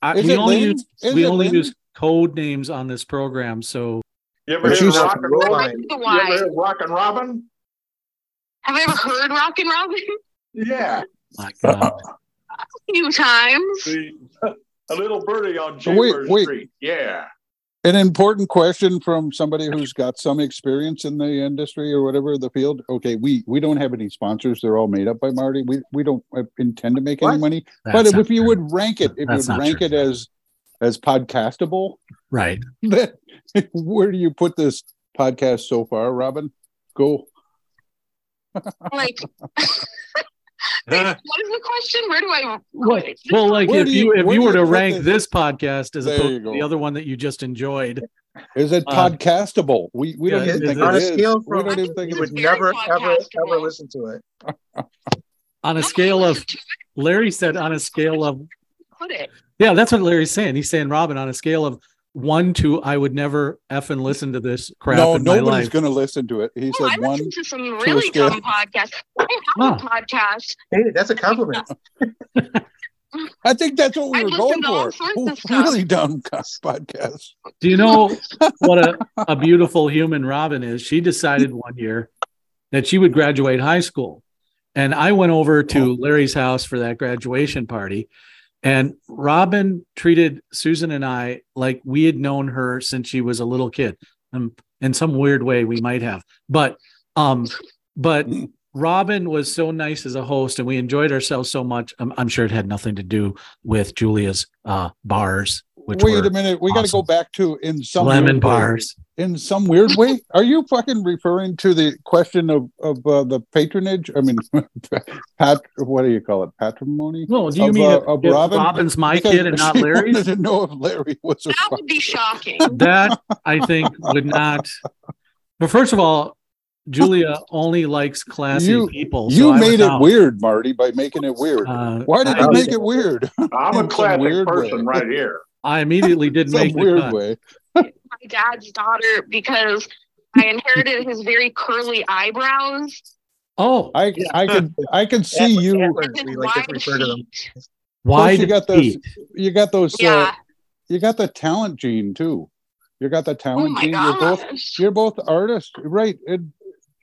Speaker 1: I,
Speaker 3: Is
Speaker 1: uh, we
Speaker 3: it
Speaker 1: only
Speaker 3: Lynn?
Speaker 1: use
Speaker 3: Is
Speaker 1: we
Speaker 3: it
Speaker 1: only
Speaker 3: Lynn?
Speaker 1: use code names on this program, so
Speaker 5: You ever
Speaker 4: But
Speaker 5: hear
Speaker 4: she's-
Speaker 5: rock and
Speaker 4: Roll
Speaker 5: roll?
Speaker 4: on.
Speaker 5: You
Speaker 7: Right with the
Speaker 5: ever
Speaker 7: Y.
Speaker 5: hear rock and Robin?
Speaker 7: Have I ever heard Rockin' Robin?
Speaker 5: Yeah.
Speaker 1: my God.
Speaker 7: A few times.
Speaker 5: The- a little birdie on
Speaker 3: Wait,
Speaker 5: Chambers
Speaker 3: wait.
Speaker 5: Street. Yeah.
Speaker 3: An important question from somebody who's got some experience in the industry or whatever the field. Okay, we we don't have any sponsors; they're all made up by Marty. We we don't uh, intend to make any
Speaker 4: What?
Speaker 3: money.
Speaker 1: That's
Speaker 3: but
Speaker 1: not
Speaker 3: if you
Speaker 1: true.
Speaker 3: would rank it, if
Speaker 1: That's
Speaker 3: you would
Speaker 1: not
Speaker 3: rank
Speaker 1: true.
Speaker 3: it as as podcastable,
Speaker 1: right,
Speaker 3: then where do you put this podcast so far, Robin? Go.
Speaker 7: Like, what is the question? Where do I?
Speaker 1: What? well, like
Speaker 3: Where
Speaker 1: if
Speaker 3: do
Speaker 1: you,
Speaker 3: you-
Speaker 1: if
Speaker 3: where
Speaker 1: you
Speaker 3: do
Speaker 1: were
Speaker 3: you
Speaker 1: to
Speaker 3: put
Speaker 1: rank
Speaker 3: the-
Speaker 1: this podcast as
Speaker 3: There you
Speaker 1: opposed to
Speaker 3: go.
Speaker 1: the other one that you just enjoyed,
Speaker 3: Is it
Speaker 1: Uh,
Speaker 3: podcastable? We we
Speaker 1: yeah,
Speaker 3: don't even
Speaker 1: it-
Speaker 3: think
Speaker 1: on
Speaker 3: it
Speaker 1: a
Speaker 3: is.
Speaker 4: scale
Speaker 3: we
Speaker 4: from-
Speaker 3: don't
Speaker 7: I
Speaker 4: You
Speaker 3: even think it
Speaker 7: think
Speaker 3: is.
Speaker 4: would
Speaker 7: Very
Speaker 4: never, ever, ever
Speaker 7: podcastable.
Speaker 4: listen to it.
Speaker 1: on a scale of Larry said on a scale of
Speaker 7: Put it.
Speaker 1: yeah, that's what Larry's saying. He's saying Robin on a scale of one to I would never effing listen to this crap
Speaker 3: No,
Speaker 1: in my
Speaker 3: nobody's
Speaker 1: life.
Speaker 3: going to listen to it. He
Speaker 7: Well, I
Speaker 3: said one.
Speaker 7: listen to some really
Speaker 3: scale.
Speaker 7: dumb podcasts. I have a podcast.
Speaker 4: Hey, that's a compliment.
Speaker 3: I think that's what we
Speaker 7: I
Speaker 3: were
Speaker 7: listen
Speaker 3: going
Speaker 7: to all
Speaker 3: for.
Speaker 7: sorts
Speaker 3: Oh,
Speaker 7: of stuff.
Speaker 3: really dumb co- podcast.
Speaker 1: Do you know what a, a beautiful human Robin is? She decided one year that she would graduate high school. And I went over to Larry's house for that graduation party. And Robin treated Susan and I like we had known her since she was a little kid. Um, in some weird way, we might have. But um, but Robin was so nice as a host, and we enjoyed ourselves so much. I'm, I'm sure it had nothing to do with Julia's uh, bars, which
Speaker 3: Wait
Speaker 1: were
Speaker 3: a minute. We got to go
Speaker 1: awesome.
Speaker 3: back to in some
Speaker 1: lemon
Speaker 3: weird way.
Speaker 1: bars.
Speaker 3: In some weird way, are you fucking referring to the question of of uh, the patronage? I mean, pat. What do you call it? Patrimony.
Speaker 1: No, do you
Speaker 3: Of,
Speaker 1: mean
Speaker 3: uh,
Speaker 1: if,
Speaker 3: of
Speaker 1: if
Speaker 3: Robin?
Speaker 1: Robin's my
Speaker 3: Because
Speaker 1: kid and not
Speaker 3: she
Speaker 1: Larry's?
Speaker 3: wanted to know if Larry was a
Speaker 7: That would be shocking.
Speaker 1: that I think would not. But first of all, Julia only likes classy
Speaker 3: You-
Speaker 1: people. so
Speaker 3: You
Speaker 1: I was
Speaker 3: made it
Speaker 1: out.
Speaker 3: weird, Marty, by making it weird.
Speaker 1: Uh,
Speaker 3: Why did
Speaker 1: I,
Speaker 3: you
Speaker 4: did-
Speaker 3: make it weird? In
Speaker 5: I'm a
Speaker 3: some
Speaker 5: classic
Speaker 3: weird way.
Speaker 5: person right here.
Speaker 1: I immediately did
Speaker 3: Some
Speaker 1: make the
Speaker 3: weird
Speaker 1: cut.
Speaker 3: way.
Speaker 7: my dad's daughter because I inherited his very curly eyebrows
Speaker 1: Oh,
Speaker 3: I I could I could see
Speaker 4: Antlers,
Speaker 3: you.
Speaker 4: antlers,
Speaker 7: and
Speaker 4: we
Speaker 7: his
Speaker 4: like to
Speaker 7: wide
Speaker 4: refer to them.
Speaker 7: feet.
Speaker 1: why
Speaker 3: you
Speaker 1: did
Speaker 3: got those- You got those. Uh,
Speaker 7: Yeah.
Speaker 3: you got the talent gene too. You got the
Speaker 7: Oh
Speaker 3: talent
Speaker 7: my
Speaker 3: gene. You're both
Speaker 7: gosh.
Speaker 3: you're both artists, right? And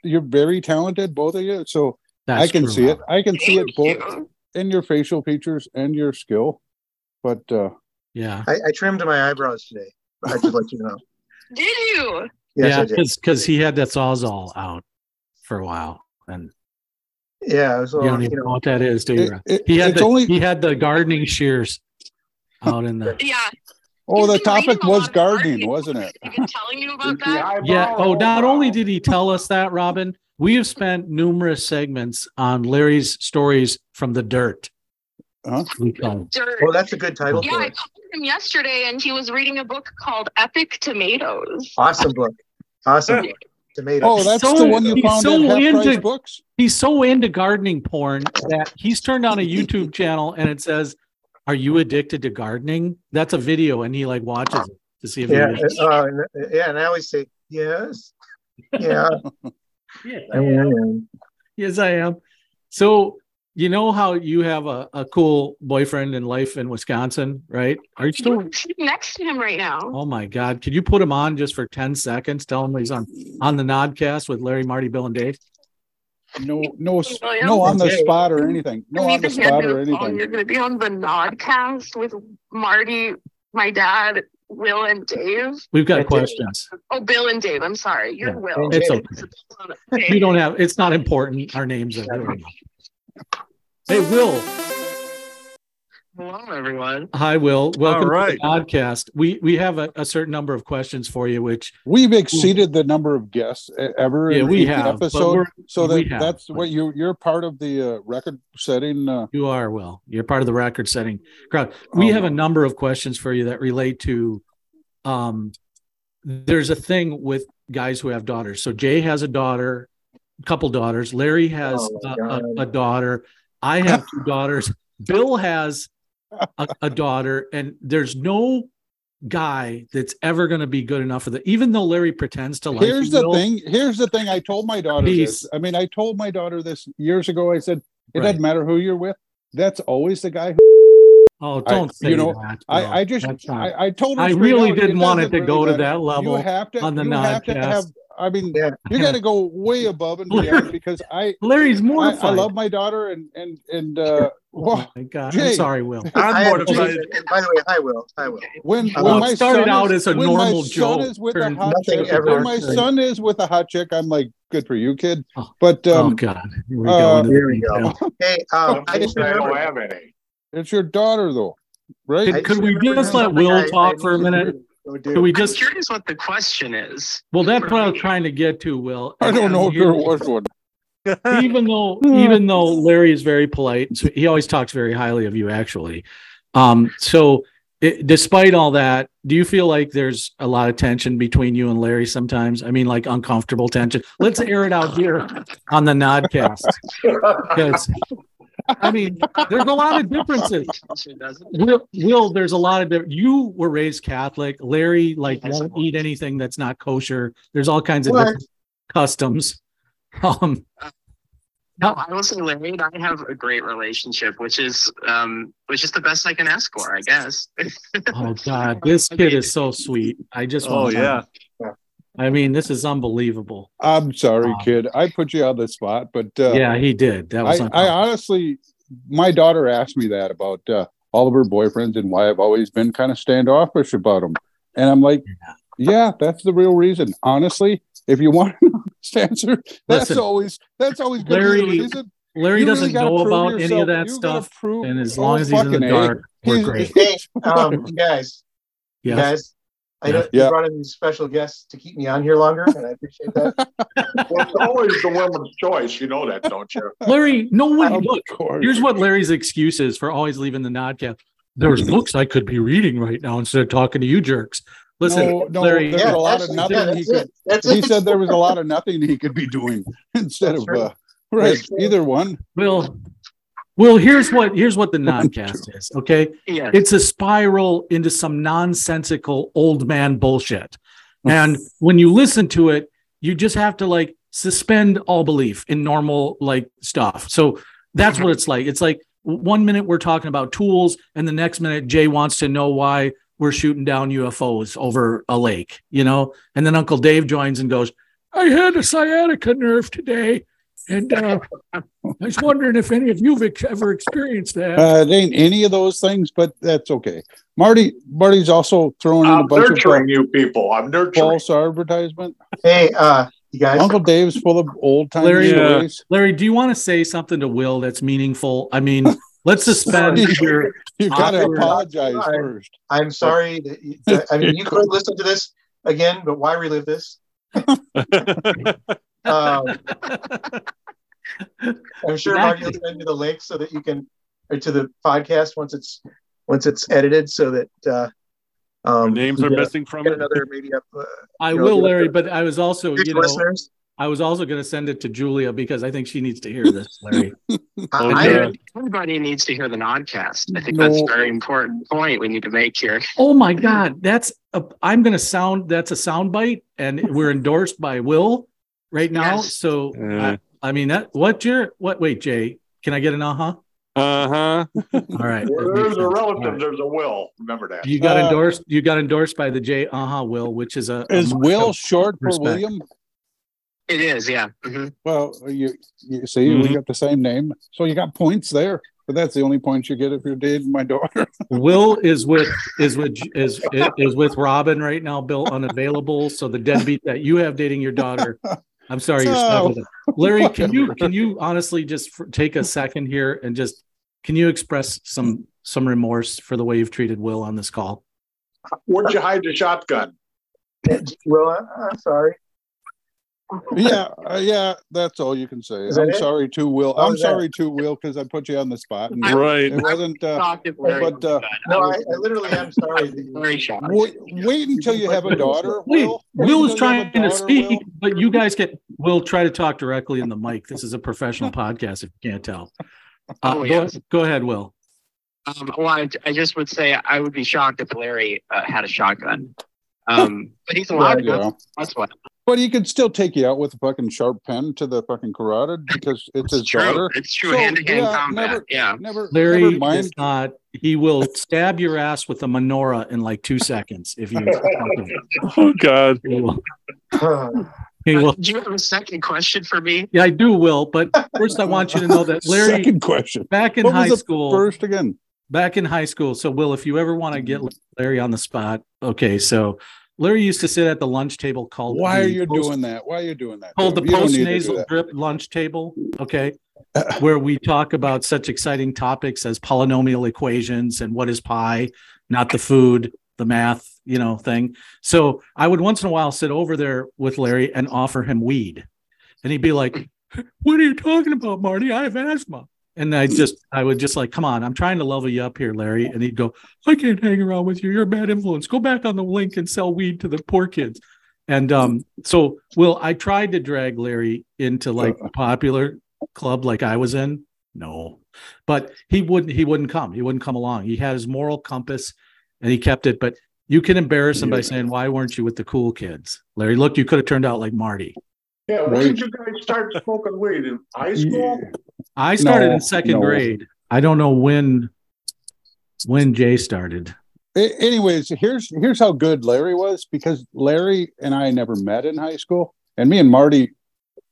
Speaker 3: you're very talented, both of you. So I can see it. I can see it
Speaker 7: Thank
Speaker 3: both
Speaker 7: you.
Speaker 3: in your facial features and your skill. But uh,
Speaker 1: Yeah.
Speaker 4: I, I trimmed my eyebrows today. I just let you know.
Speaker 7: Did you?
Speaker 4: Yes, I
Speaker 1: yeah,
Speaker 4: did.
Speaker 1: because he had that sawzall out for a while. And
Speaker 4: Yeah, so
Speaker 1: you don't
Speaker 4: you
Speaker 1: even know
Speaker 4: know,
Speaker 1: what that is, do you?
Speaker 3: it,
Speaker 1: Rob?
Speaker 3: it-
Speaker 1: he had
Speaker 3: it's
Speaker 1: the
Speaker 3: only
Speaker 1: he had the gardening shears out in the
Speaker 7: Yeah.
Speaker 3: oh the
Speaker 7: He's been reading
Speaker 3: topic
Speaker 7: a
Speaker 3: was
Speaker 7: lot of
Speaker 3: gardening,
Speaker 7: articles.
Speaker 3: wasn't it?
Speaker 7: He's been telling you about
Speaker 5: The
Speaker 7: that.
Speaker 5: eyebrow
Speaker 1: Yeah. Oh,
Speaker 5: and
Speaker 1: not
Speaker 5: eyebrow.
Speaker 1: only did he tell us that, Robin, we have spent numerous segments on Larry's stories from the dirt.
Speaker 3: Huh?
Speaker 1: We call them.
Speaker 7: Dirt.
Speaker 4: well, that's a good title
Speaker 7: yeah,
Speaker 4: for
Speaker 7: I
Speaker 4: it.
Speaker 7: called him yesterday and he was reading a book called Epic Tomatoes.
Speaker 4: Awesome book. Awesome book. Tomatoes.
Speaker 3: Oh, that's
Speaker 1: so-
Speaker 3: the one you
Speaker 1: he's
Speaker 3: found
Speaker 1: so
Speaker 3: in half price
Speaker 1: into-
Speaker 3: books.
Speaker 1: He's so into gardening porn that he's turned on a YouTube channel and it says, "Are you addicted to gardening?" That's a video, and he like watches it to see if
Speaker 4: yeah,
Speaker 1: he is.
Speaker 4: uh, uh, and- yeah, and I always say yes. Yeah, I mean, I am.
Speaker 1: Yes, I am. So you know how you have a, a cool boyfriend in life in Wisconsin, right? Are you still
Speaker 7: You're sitting next to him right now.
Speaker 1: Oh my God. Could you put him on just for 10 seconds? Tell him he's on on the Nodcast with Larry, Marty, Bill, and Dave.
Speaker 3: No, no, s-
Speaker 7: William?
Speaker 3: no on the
Speaker 4: Okay.
Speaker 3: spot or anything. No
Speaker 7: I mean,
Speaker 3: on the
Speaker 7: if you're
Speaker 3: spot or
Speaker 7: gonna- oh, You're
Speaker 3: anything.
Speaker 7: going to be on the Nodcast with Marty, my dad, Will, and Dave.
Speaker 1: We've got
Speaker 4: That's it.
Speaker 1: questions.
Speaker 7: Oh, Bill and Dave. I'm sorry. You're
Speaker 1: Yeah,
Speaker 7: Will.
Speaker 1: It's
Speaker 4: Yeah.
Speaker 1: okay. We don't have it's not important. Our names are Hey Will.
Speaker 8: Hello, everyone.
Speaker 1: Hi, Will. Welcome
Speaker 2: right.
Speaker 1: to the podcast. We we have a, a certain number of questions for you, which
Speaker 3: We've exceeded the number of guests e- ever
Speaker 1: yeah,
Speaker 3: in
Speaker 1: we
Speaker 3: each
Speaker 1: have. but
Speaker 3: episode.
Speaker 1: we're-
Speaker 3: So
Speaker 1: we
Speaker 3: that,
Speaker 1: have,
Speaker 3: that's
Speaker 1: but-
Speaker 3: what you you're part of the uh, record setting. Uh,
Speaker 1: you are, Will. You're part of the record setting crowd. We
Speaker 3: Um,
Speaker 1: have a number of questions for you that relate to um there's a thing with guys who have daughters. So Jay has a daughter, a couple daughters. Larry has
Speaker 4: Oh, my
Speaker 1: a, a-
Speaker 4: God.
Speaker 1: a daughter. I have two daughters. Bill has a, a daughter, and there's no guy that's ever going to be good enough for that. Even though Larry pretends to like. you,
Speaker 3: here's the
Speaker 1: Bill,
Speaker 3: thing. Here's the thing. I told my daughter
Speaker 1: Please.
Speaker 3: this. I mean, I told my daughter this years ago. I said it
Speaker 1: Right.
Speaker 3: doesn't matter who you're with. That's always the guy. Who,
Speaker 1: Oh, don't say
Speaker 3: you know,
Speaker 1: that. Bill.
Speaker 3: I I just
Speaker 1: That's not-
Speaker 3: I, I told her.
Speaker 1: I
Speaker 3: straight
Speaker 1: really
Speaker 3: out,
Speaker 1: didn't want it
Speaker 3: doesn't
Speaker 1: to
Speaker 3: really
Speaker 1: go to
Speaker 3: matter.
Speaker 1: that level.
Speaker 3: You have to.
Speaker 1: on the
Speaker 3: you have to
Speaker 1: Nodcast.
Speaker 3: have. I mean,
Speaker 4: Yeah.
Speaker 3: you got to go way above and
Speaker 1: Larry-
Speaker 3: beyond because I
Speaker 1: Larry's
Speaker 3: I,
Speaker 1: mortified.
Speaker 3: I love my daughter and and and uh,
Speaker 1: Oh my God. I'm
Speaker 3: Jay. Um,
Speaker 1: sorry, Will.
Speaker 4: I
Speaker 2: I'm
Speaker 4: had-
Speaker 2: mortified.
Speaker 4: and by the way, hi Will, hi Will.
Speaker 3: When,
Speaker 4: Uh,
Speaker 3: when
Speaker 4: well, it
Speaker 3: my
Speaker 1: started
Speaker 3: son
Speaker 1: out
Speaker 3: is,
Speaker 1: as a
Speaker 3: when
Speaker 1: normal
Speaker 3: my
Speaker 1: joke,
Speaker 3: Son is with a
Speaker 1: turned
Speaker 3: hot
Speaker 4: nothing
Speaker 3: chick,
Speaker 4: ever
Speaker 3: when my
Speaker 1: occurred.
Speaker 3: son is with a hot chick, I'm like, good for you, kid.
Speaker 1: Oh.
Speaker 3: But
Speaker 1: oh
Speaker 3: um,
Speaker 1: God. Here we
Speaker 3: uh,
Speaker 1: go. into the
Speaker 4: here we go.
Speaker 1: detail.
Speaker 4: Hey, um, I
Speaker 5: I
Speaker 4: just
Speaker 5: don't
Speaker 4: remembered.
Speaker 5: have any.
Speaker 3: it's your daughter, though, right?
Speaker 4: I
Speaker 1: Could, could
Speaker 4: just
Speaker 1: we
Speaker 4: remembered
Speaker 1: just let
Speaker 4: something
Speaker 1: Will
Speaker 4: I- I
Speaker 1: talk for a
Speaker 4: needed to
Speaker 1: minute?
Speaker 4: go do.
Speaker 1: Could we
Speaker 8: I'm
Speaker 1: just?
Speaker 8: curious what the question is.
Speaker 1: Well, that's what I was
Speaker 8: Right.
Speaker 1: trying to get to, Will.
Speaker 3: I don't
Speaker 1: And-
Speaker 3: know if
Speaker 1: and
Speaker 3: there
Speaker 1: here-
Speaker 3: was one.
Speaker 1: even though even though Larry is very polite, so he always talks very highly of you. Actually, um, so it, despite all that, do you feel like there's a lot of tension between you and Larry sometimes? I mean, like uncomfortable tension. Let's air it out here on the Nodcast because I mean, there's a lot of differences. Will, Will, there's a lot of different. You were raised Catholic. Larry, like, won't eat anything that's not kosher. There's all kinds of
Speaker 4: What?
Speaker 1: different customs. Um,
Speaker 8: No, I will say, Larry and I have a great relationship, which is um, which is the best I can ask for, I guess.
Speaker 1: Oh God, this kid is so sweet. I just
Speaker 2: Oh
Speaker 1: want to-
Speaker 2: yeah.
Speaker 1: I mean, this is unbelievable.
Speaker 3: I'm sorry,
Speaker 1: Uh,
Speaker 3: kid. I put you on the spot, but uh,
Speaker 1: yeah, he did. That was
Speaker 3: I, I honestly, my daughter asked me that about uh, all of her boyfriends and why I've always been kind of standoffish about them. And I'm like, yeah, that's the real reason. Honestly, if you want an honest answer, that's
Speaker 1: Listen,
Speaker 3: always that's always gonna be
Speaker 1: Larry-
Speaker 3: the reason.
Speaker 1: Larry
Speaker 3: You really
Speaker 1: doesn't
Speaker 3: gotta
Speaker 1: know
Speaker 3: prove
Speaker 1: about any
Speaker 3: yourself.
Speaker 1: of that
Speaker 3: You gotta
Speaker 1: stuff.
Speaker 3: prove-
Speaker 1: And as
Speaker 3: oh,
Speaker 1: long as he's in the
Speaker 3: fucking A.
Speaker 1: dark, we're great.
Speaker 3: He's-
Speaker 4: Hey, um, you guys, you
Speaker 1: Yes.
Speaker 4: guys, I know
Speaker 3: Yeah.
Speaker 4: you brought in these special guests to keep me on here longer, and I appreciate that.
Speaker 5: Well, it's always the woman's choice. You know that, don't you?
Speaker 1: Larry, no way.
Speaker 3: Of
Speaker 1: Look,
Speaker 3: course.
Speaker 1: here's what Larry's excuse is for always leaving the Nodcast. There's books I could be reading right now instead of talking to you jerks. Listen,
Speaker 3: no, no,
Speaker 1: Larry,
Speaker 3: there's a lot of
Speaker 4: actually,
Speaker 3: nothing
Speaker 4: yeah,
Speaker 3: he
Speaker 4: that's
Speaker 3: could
Speaker 4: it. That's
Speaker 3: he
Speaker 4: it.
Speaker 3: said there was a lot of nothing he could be doing instead
Speaker 4: That's
Speaker 3: of
Speaker 4: true.
Speaker 3: uh, right
Speaker 4: That's true.
Speaker 3: either one.
Speaker 1: Will, Will, here's what here's what the Nodcast is. Okay.
Speaker 8: yeah.
Speaker 1: it's a spiral into some nonsensical old man bullshit. And when you listen to it, you just have to like suspend all belief in normal like stuff. So that's what it's like. It's like one minute we're talking about tools, and the next minute Jay wants to know why we're shooting down UFOs over a lake, you know? And then Uncle Dave joins and goes, I had a sciatica nerve today. And uh, I was wondering if any of you've ex- ever experienced that.
Speaker 3: Uh, it ain't any of those things, but that's okay. Marty Marty's also throwing in a
Speaker 4: Uh,
Speaker 5: I'm
Speaker 3: bunch of
Speaker 5: nurturing you people. I'm nurturing.
Speaker 3: false advertisement.
Speaker 4: Hey, uh, you guys,
Speaker 3: Uncle Dave's full of old time
Speaker 1: Larry-
Speaker 3: stories.
Speaker 1: Larry, do you want to say something to Will that's meaningful? I mean, let's suspend
Speaker 3: Sorry.
Speaker 1: your
Speaker 3: You gotta
Speaker 1: Awkward.
Speaker 3: apologize
Speaker 4: Sorry.
Speaker 3: first.
Speaker 4: I'm sorry. That you, that- I mean, you could listen to this again, but why relive this? Um, I'm sure Marty will send you the link so that you can, or to the podcast once it's once it's edited, so that uh, um,
Speaker 2: Names
Speaker 4: we
Speaker 2: are
Speaker 4: get-
Speaker 2: missing from
Speaker 4: Get
Speaker 2: it.
Speaker 4: another maybe up. Uh,
Speaker 1: I
Speaker 4: You know,
Speaker 1: will,
Speaker 4: you-
Speaker 1: Larry, but I was also, you
Speaker 4: future
Speaker 1: know,
Speaker 4: listeners.
Speaker 1: I was also going to send it to Julia because I think she needs to hear this, Larry. Oh,
Speaker 4: I,
Speaker 2: Okay.
Speaker 4: I
Speaker 2: Oh, Yeah.
Speaker 4: heard-
Speaker 8: Everybody needs to hear the Nodcast. I think
Speaker 3: No.
Speaker 8: that's a very important point we need to make here.
Speaker 1: oh my God, that's a, I'm going to sound that's a sound bite, and we're endorsed by Will right now.
Speaker 8: Yes.
Speaker 1: So
Speaker 3: Uh.
Speaker 2: Yeah.
Speaker 1: I, I mean, that what your what? Wait, Jay, can I get an uh huh?
Speaker 2: Uh
Speaker 1: All
Speaker 2: huh.
Speaker 1: right, that
Speaker 5: Where
Speaker 1: makes
Speaker 5: there's a
Speaker 1: sense.
Speaker 5: relative,
Speaker 1: All right.
Speaker 5: there's a will. Remember that.
Speaker 1: You got
Speaker 3: Uh,
Speaker 1: endorsed. You got endorsed by the J. Uh huh. Will, which is a a
Speaker 3: Is
Speaker 1: mark
Speaker 3: Will
Speaker 1: of-
Speaker 3: short for
Speaker 1: respect.
Speaker 3: William?
Speaker 8: It is, yeah. hmm
Speaker 3: Well, you, you see, we
Speaker 2: Mhm.
Speaker 3: got the same name, so you got points there. But that's the only points you get if you're dating my daughter.
Speaker 1: Will is with is with is is with Robin right now. Bill unavailable, so the deadbeat that you have dating your daughter. I'm sorry, you're stuck with it. Larry, can you can you honestly just f- take a second here and just can you express some some remorse for the way you've treated Will on this call?
Speaker 5: Where'd you hide the shotgun?
Speaker 4: Well, I, I'm sorry.
Speaker 3: yeah, uh, yeah, that's all you can say.
Speaker 4: Is that
Speaker 3: I'm
Speaker 4: it?
Speaker 3: sorry too, Will.
Speaker 4: Oh,
Speaker 3: I'm
Speaker 4: is that-
Speaker 3: sorry too, Will, because I put you on the spot. And
Speaker 2: Right.
Speaker 3: it wasn't. Uh,
Speaker 8: Shocked if Larry
Speaker 3: But, uh,
Speaker 8: was good.
Speaker 4: No, I,
Speaker 8: was
Speaker 4: I literally am sorry. That you,
Speaker 8: very shocked.
Speaker 3: wait, wait until you have a daughter.
Speaker 1: Wait,
Speaker 3: Will, Wait
Speaker 1: Will is
Speaker 3: until you have
Speaker 1: trying
Speaker 3: a
Speaker 1: to
Speaker 3: daughter, Will.
Speaker 1: speak, but you guys can. Will try to talk directly in the mic. This is a professional podcast. If you can't tell, uh,
Speaker 8: Oh,
Speaker 1: go-
Speaker 8: yes.
Speaker 1: go ahead, Will.
Speaker 8: Um, well, I, I just would say I would be shocked if Larry uh, had a shotgun. Um, but he's
Speaker 3: Yeah,
Speaker 8: alive.
Speaker 3: you
Speaker 8: That's,
Speaker 3: know.
Speaker 8: that's what.
Speaker 3: But he could still take you out with a fucking sharp pen to the fucking carotid because it's his
Speaker 8: It's true.
Speaker 3: daughter.
Speaker 8: It's true.
Speaker 3: So,
Speaker 8: Hand to hand
Speaker 3: yeah,
Speaker 8: combat.
Speaker 3: never-
Speaker 8: yeah.
Speaker 3: Never, never
Speaker 1: Larry
Speaker 3: mind.
Speaker 1: is not. He will stab your ass with a menorah in like two seconds if you.
Speaker 5: That's
Speaker 2: Oh God.
Speaker 1: He will. Okay, well,
Speaker 8: do you have a second question for me?
Speaker 1: yeah, I do, Will. But first, I want you to know that Larry,
Speaker 3: Second question.
Speaker 1: back in
Speaker 3: What was
Speaker 1: high
Speaker 3: the
Speaker 1: school,
Speaker 3: First again.
Speaker 1: back in high school. So, Will, if you ever want to get Larry on the spot, okay. So, Larry used to sit at the lunch table called.
Speaker 3: Why are
Speaker 1: the
Speaker 3: you
Speaker 1: post-
Speaker 3: doing that? Why are you doing that?
Speaker 1: Called the
Speaker 3: Jim? You don't
Speaker 1: post
Speaker 3: need to do
Speaker 1: nasal
Speaker 3: that.
Speaker 1: drip lunch table, okay, where we talk about such exciting topics as polynomial equations and what is pi, not the food, the math, you know, thing. So I would once in a while sit over there with Larry and offer him weed, and he'd be like, "What are you talking about, Marty? I have asthma." And I just, I would just like, come on, I'm trying to level you up here, Larry. And he'd go, I can't hang around with you. You're a bad influence. Go back on the link and sell weed to the poor kids. And um, so, Will, I tried to drag Larry into like a popular club like I was in. No, but he wouldn't. He wouldn't come. He wouldn't come along. He had his moral compass, and he kept it. But you can embarrass him by
Speaker 3: Yeah.
Speaker 1: saying, "Why weren't you with the cool kids, Larry? Look, you could have turned out like Marty."
Speaker 5: Yeah, when
Speaker 3: Right.
Speaker 5: did you guys start smoking weed in high school?
Speaker 1: I started
Speaker 3: No,
Speaker 1: in second
Speaker 3: no.
Speaker 1: grade. I don't know when when Jay started.
Speaker 3: A- anyways, here's here's how good Larry was because Larry and I never met in high school, and me and Marty,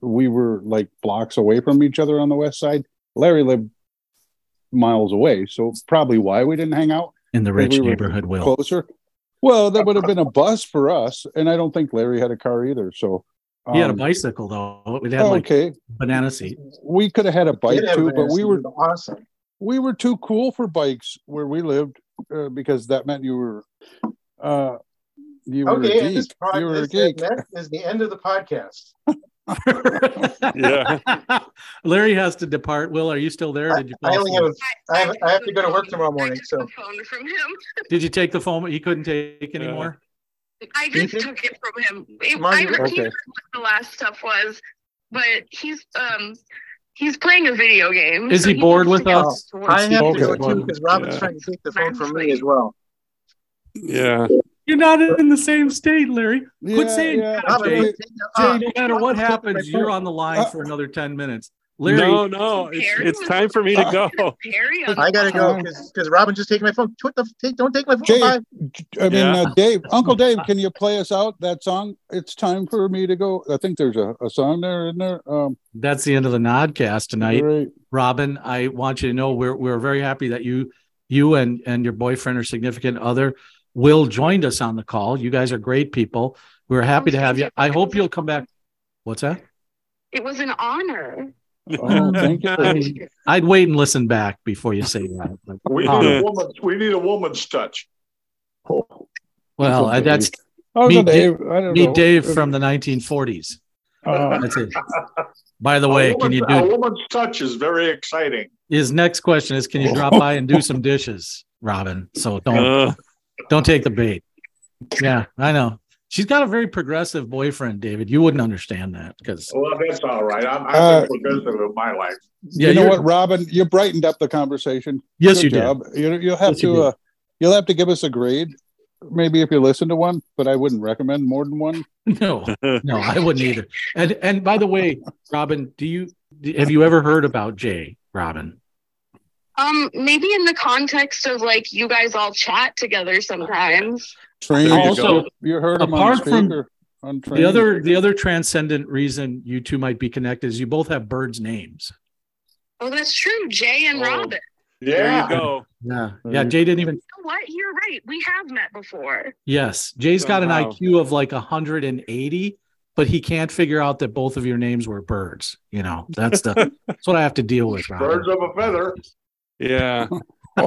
Speaker 3: we were like blocks away from each other on the west side. Larry lived miles away, so probably why we didn't hang out
Speaker 1: in the
Speaker 3: Like,
Speaker 1: rich
Speaker 3: we were
Speaker 1: neighborhood will
Speaker 3: closer. Well, that would have been a bus for us, and I don't think Larry had a car either. So
Speaker 1: he had a
Speaker 3: um,
Speaker 1: bicycle though it had like
Speaker 3: Okay,
Speaker 1: banana seat
Speaker 3: we could have had a bike
Speaker 4: Did have
Speaker 3: too,
Speaker 4: a
Speaker 3: but we
Speaker 4: Vans,
Speaker 3: were
Speaker 4: it was awesome.
Speaker 3: we were too cool for bikes where we lived uh, because that meant you were uh you were
Speaker 4: Okay,
Speaker 3: a
Speaker 4: and this,
Speaker 3: geek.
Speaker 4: pod-
Speaker 3: You were a
Speaker 4: this-
Speaker 3: geek.
Speaker 4: that is the end of the podcast.
Speaker 2: Yeah.
Speaker 1: larry has to depart will are you still there did you,
Speaker 4: I
Speaker 1: fall
Speaker 4: only have,
Speaker 1: asleep?
Speaker 4: a- I have, I have to go to work tomorrow
Speaker 7: I
Speaker 4: morning,
Speaker 7: took
Speaker 4: so.
Speaker 7: the phone from him.
Speaker 1: did you take the phone he couldn't take anymore
Speaker 7: I
Speaker 4: You
Speaker 7: just
Speaker 4: did?
Speaker 7: took it from him. It-
Speaker 4: Marty,
Speaker 7: I remember
Speaker 3: okay.
Speaker 7: what the last stuff was, but he's um he's playing a video game.
Speaker 1: Is
Speaker 7: so
Speaker 1: he bored
Speaker 7: needs
Speaker 1: with
Speaker 7: to get
Speaker 1: us?
Speaker 7: to work.
Speaker 4: I have to go
Speaker 3: Okay.
Speaker 4: too because Robin's
Speaker 2: Yeah.
Speaker 4: trying to take the phone from me as well.
Speaker 2: Yeah.
Speaker 1: you're not in the same state larry Quit saying
Speaker 4: Robin,
Speaker 1: Jay.
Speaker 4: take the- uh,
Speaker 1: no matter what
Speaker 4: Robin's taking my
Speaker 1: happens you're
Speaker 4: phone.
Speaker 1: on the line
Speaker 3: Uh,
Speaker 1: for another 10 minutes larry
Speaker 2: no, no. It's, it's time for me to go.
Speaker 7: Harry on
Speaker 4: I gotta go
Speaker 3: Uh,
Speaker 4: because Robin just taking my phone. What the? Take, don't take my phone.
Speaker 3: Jay,
Speaker 4: Bye.
Speaker 3: I mean,
Speaker 2: Yeah.
Speaker 3: uh, Dave, Uncle Dave, can you play us out that song? It's time for me to go. I think there's a, a song there in there. Um,
Speaker 1: that's the end of the nodcast tonight
Speaker 3: great.
Speaker 1: Robin, I want you to know we're we're very happy that you you and and your boyfriend or significant other Will joined us on the call. You guys are great people. We're happy to have you. I hope you'll come back. What's that?
Speaker 7: It was an honor.
Speaker 3: Oh, thank you.
Speaker 1: I'd wait and listen back before you say that. But,
Speaker 5: We
Speaker 1: Oh.
Speaker 5: need a woman. We need a woman's touch.
Speaker 1: well,
Speaker 3: Uncle
Speaker 1: I- that's
Speaker 3: Uncle
Speaker 1: meet
Speaker 3: Oh, Dave, I don't know.
Speaker 1: meet Dave from the 1940s.
Speaker 3: Uh,
Speaker 1: That's it. By the Oh. way,
Speaker 5: a,
Speaker 1: can
Speaker 5: woman's,
Speaker 1: you
Speaker 5: a
Speaker 1: do
Speaker 5: woman's touch is very exciting.
Speaker 1: his next question is can you drop by and do some dishes, Robin? So don't
Speaker 2: Uh,
Speaker 1: Don't take the bait. Yeah, I know. She's got a very progressive boyfriend, David. You wouldn't understand that because
Speaker 3: Oh,
Speaker 5: Well, that's all right. I'm, I'm
Speaker 3: Uh,
Speaker 5: progressive in my life.
Speaker 1: yeah,
Speaker 3: you know
Speaker 1: you're-
Speaker 3: what, Robin? You brightened up the conversation.
Speaker 1: Yes, you
Speaker 3: Good
Speaker 1: did.
Speaker 3: job. You, you'll have
Speaker 1: Yes, you
Speaker 3: to.
Speaker 1: did.
Speaker 3: uh, you'll have to give us a grade, maybe if you listen to one. But I wouldn't recommend more than one.
Speaker 1: No, no, I wouldn't either. And and by the way, Robin, do you have you ever heard about Jay? Robin,
Speaker 7: Um, maybe in the context of like you guys all chat together sometimes.
Speaker 3: Train.
Speaker 2: There you
Speaker 1: Also, go.
Speaker 3: you heard him on
Speaker 1: apart from
Speaker 3: speaker. on train.
Speaker 1: the other the other transcendent reason you two might be connected is you both have birds' names.
Speaker 7: Oh, that's true. Jay and
Speaker 2: Oh.
Speaker 7: Robin.
Speaker 2: there you
Speaker 5: Yeah.
Speaker 2: go.
Speaker 1: Yeah, Mm-hmm.
Speaker 3: Mhm.
Speaker 1: yeah. Jay didn't even.
Speaker 7: You know what? You're right. We have met before.
Speaker 1: Yes, Jay's got an
Speaker 2: Somehow.
Speaker 1: IQ of like 180, but he can't figure out that both of your names were birds. You know, that's the that's what I have to deal with. Robin.
Speaker 5: Birds of a feather.
Speaker 2: Yeah.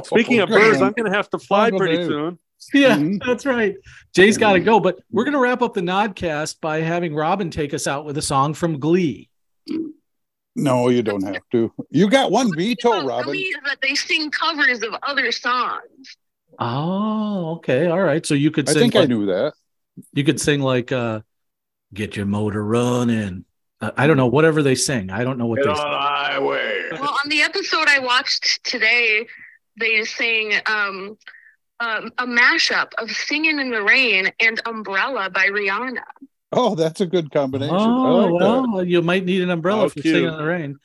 Speaker 2: Speaking of
Speaker 3: Great.
Speaker 2: birds, I'm going to have to fly
Speaker 3: Uncle
Speaker 2: pretty
Speaker 3: Dave.
Speaker 2: soon.
Speaker 1: Yeah,
Speaker 3: Mhm.
Speaker 1: that's right. Jay's got to go, but we're going to wrap up the Nodcast by having Robin take us out with a song from Glee.
Speaker 3: No, you don't have to. You got one veto,
Speaker 7: Well,
Speaker 3: Robin.
Speaker 7: really, that they sing covers of other songs.
Speaker 1: Oh, okay, all right. So you could
Speaker 3: I
Speaker 1: sing,
Speaker 3: think I
Speaker 1: like,
Speaker 3: knew that.
Speaker 1: you could sing like, uh, "Get Your Motor Running." Uh, I don't know, whatever they sing. I don't know what
Speaker 5: Get
Speaker 1: they
Speaker 5: on
Speaker 1: sing.
Speaker 5: the highway.
Speaker 7: Well, on the episode I watched today, they sang um, um, a mashup of "Singing in the Rain" and "Umbrella" by Rihanna.
Speaker 3: Oh, that's a good combination. I
Speaker 1: Oh
Speaker 3: like that.
Speaker 1: well, you might need an umbrella
Speaker 2: How
Speaker 1: for singing
Speaker 2: cute.
Speaker 1: in the rain.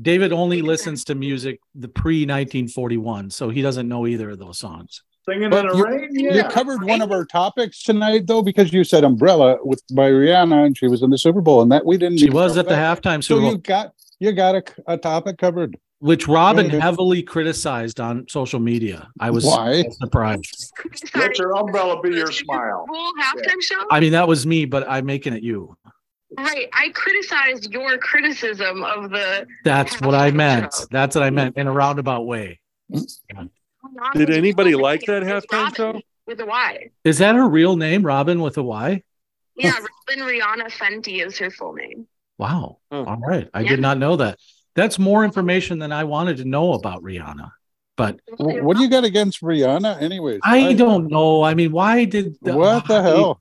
Speaker 1: David only listens to music the pre 1941, so he doesn't know either of those songs.
Speaker 5: Singing
Speaker 3: But
Speaker 5: in the
Speaker 3: you-
Speaker 5: rain.
Speaker 3: You
Speaker 5: Yeah.
Speaker 3: covered one of our topics tonight, though, because you said "Umbrella" with by Rihanna, and she was in the Super Bowl, and that we didn't.
Speaker 1: She
Speaker 3: even
Speaker 1: was
Speaker 3: cover
Speaker 1: at the
Speaker 3: that.
Speaker 1: halftime Super
Speaker 3: So you
Speaker 1: Bowl,
Speaker 3: got you got a, a topic covered.
Speaker 1: which Robin
Speaker 3: Yeah, you did.
Speaker 1: heavily criticized on social media. I was
Speaker 3: Why?
Speaker 1: surprised.
Speaker 5: Let your umbrella be your smile.
Speaker 7: Full halftime show?
Speaker 1: I mean, that was me, but I'm making it you.
Speaker 7: right. I criticized your criticism of the.
Speaker 1: That's what I meant. That's what I meant in a roundabout way.
Speaker 2: Did anybody like that halftime show?
Speaker 7: With a Y.
Speaker 1: Is that her real name, Robin with a Y?
Speaker 7: Yeah, Robin Rihanna Fenty is her full name.
Speaker 1: Wow.
Speaker 2: Oh.
Speaker 1: All right. I
Speaker 7: Yeah.
Speaker 1: did not know that. That's more information than I wanted to know about Rihanna. But
Speaker 3: W- What do you got against Rihanna, anyways?
Speaker 1: I don't know. I mean, why did
Speaker 3: What the hell?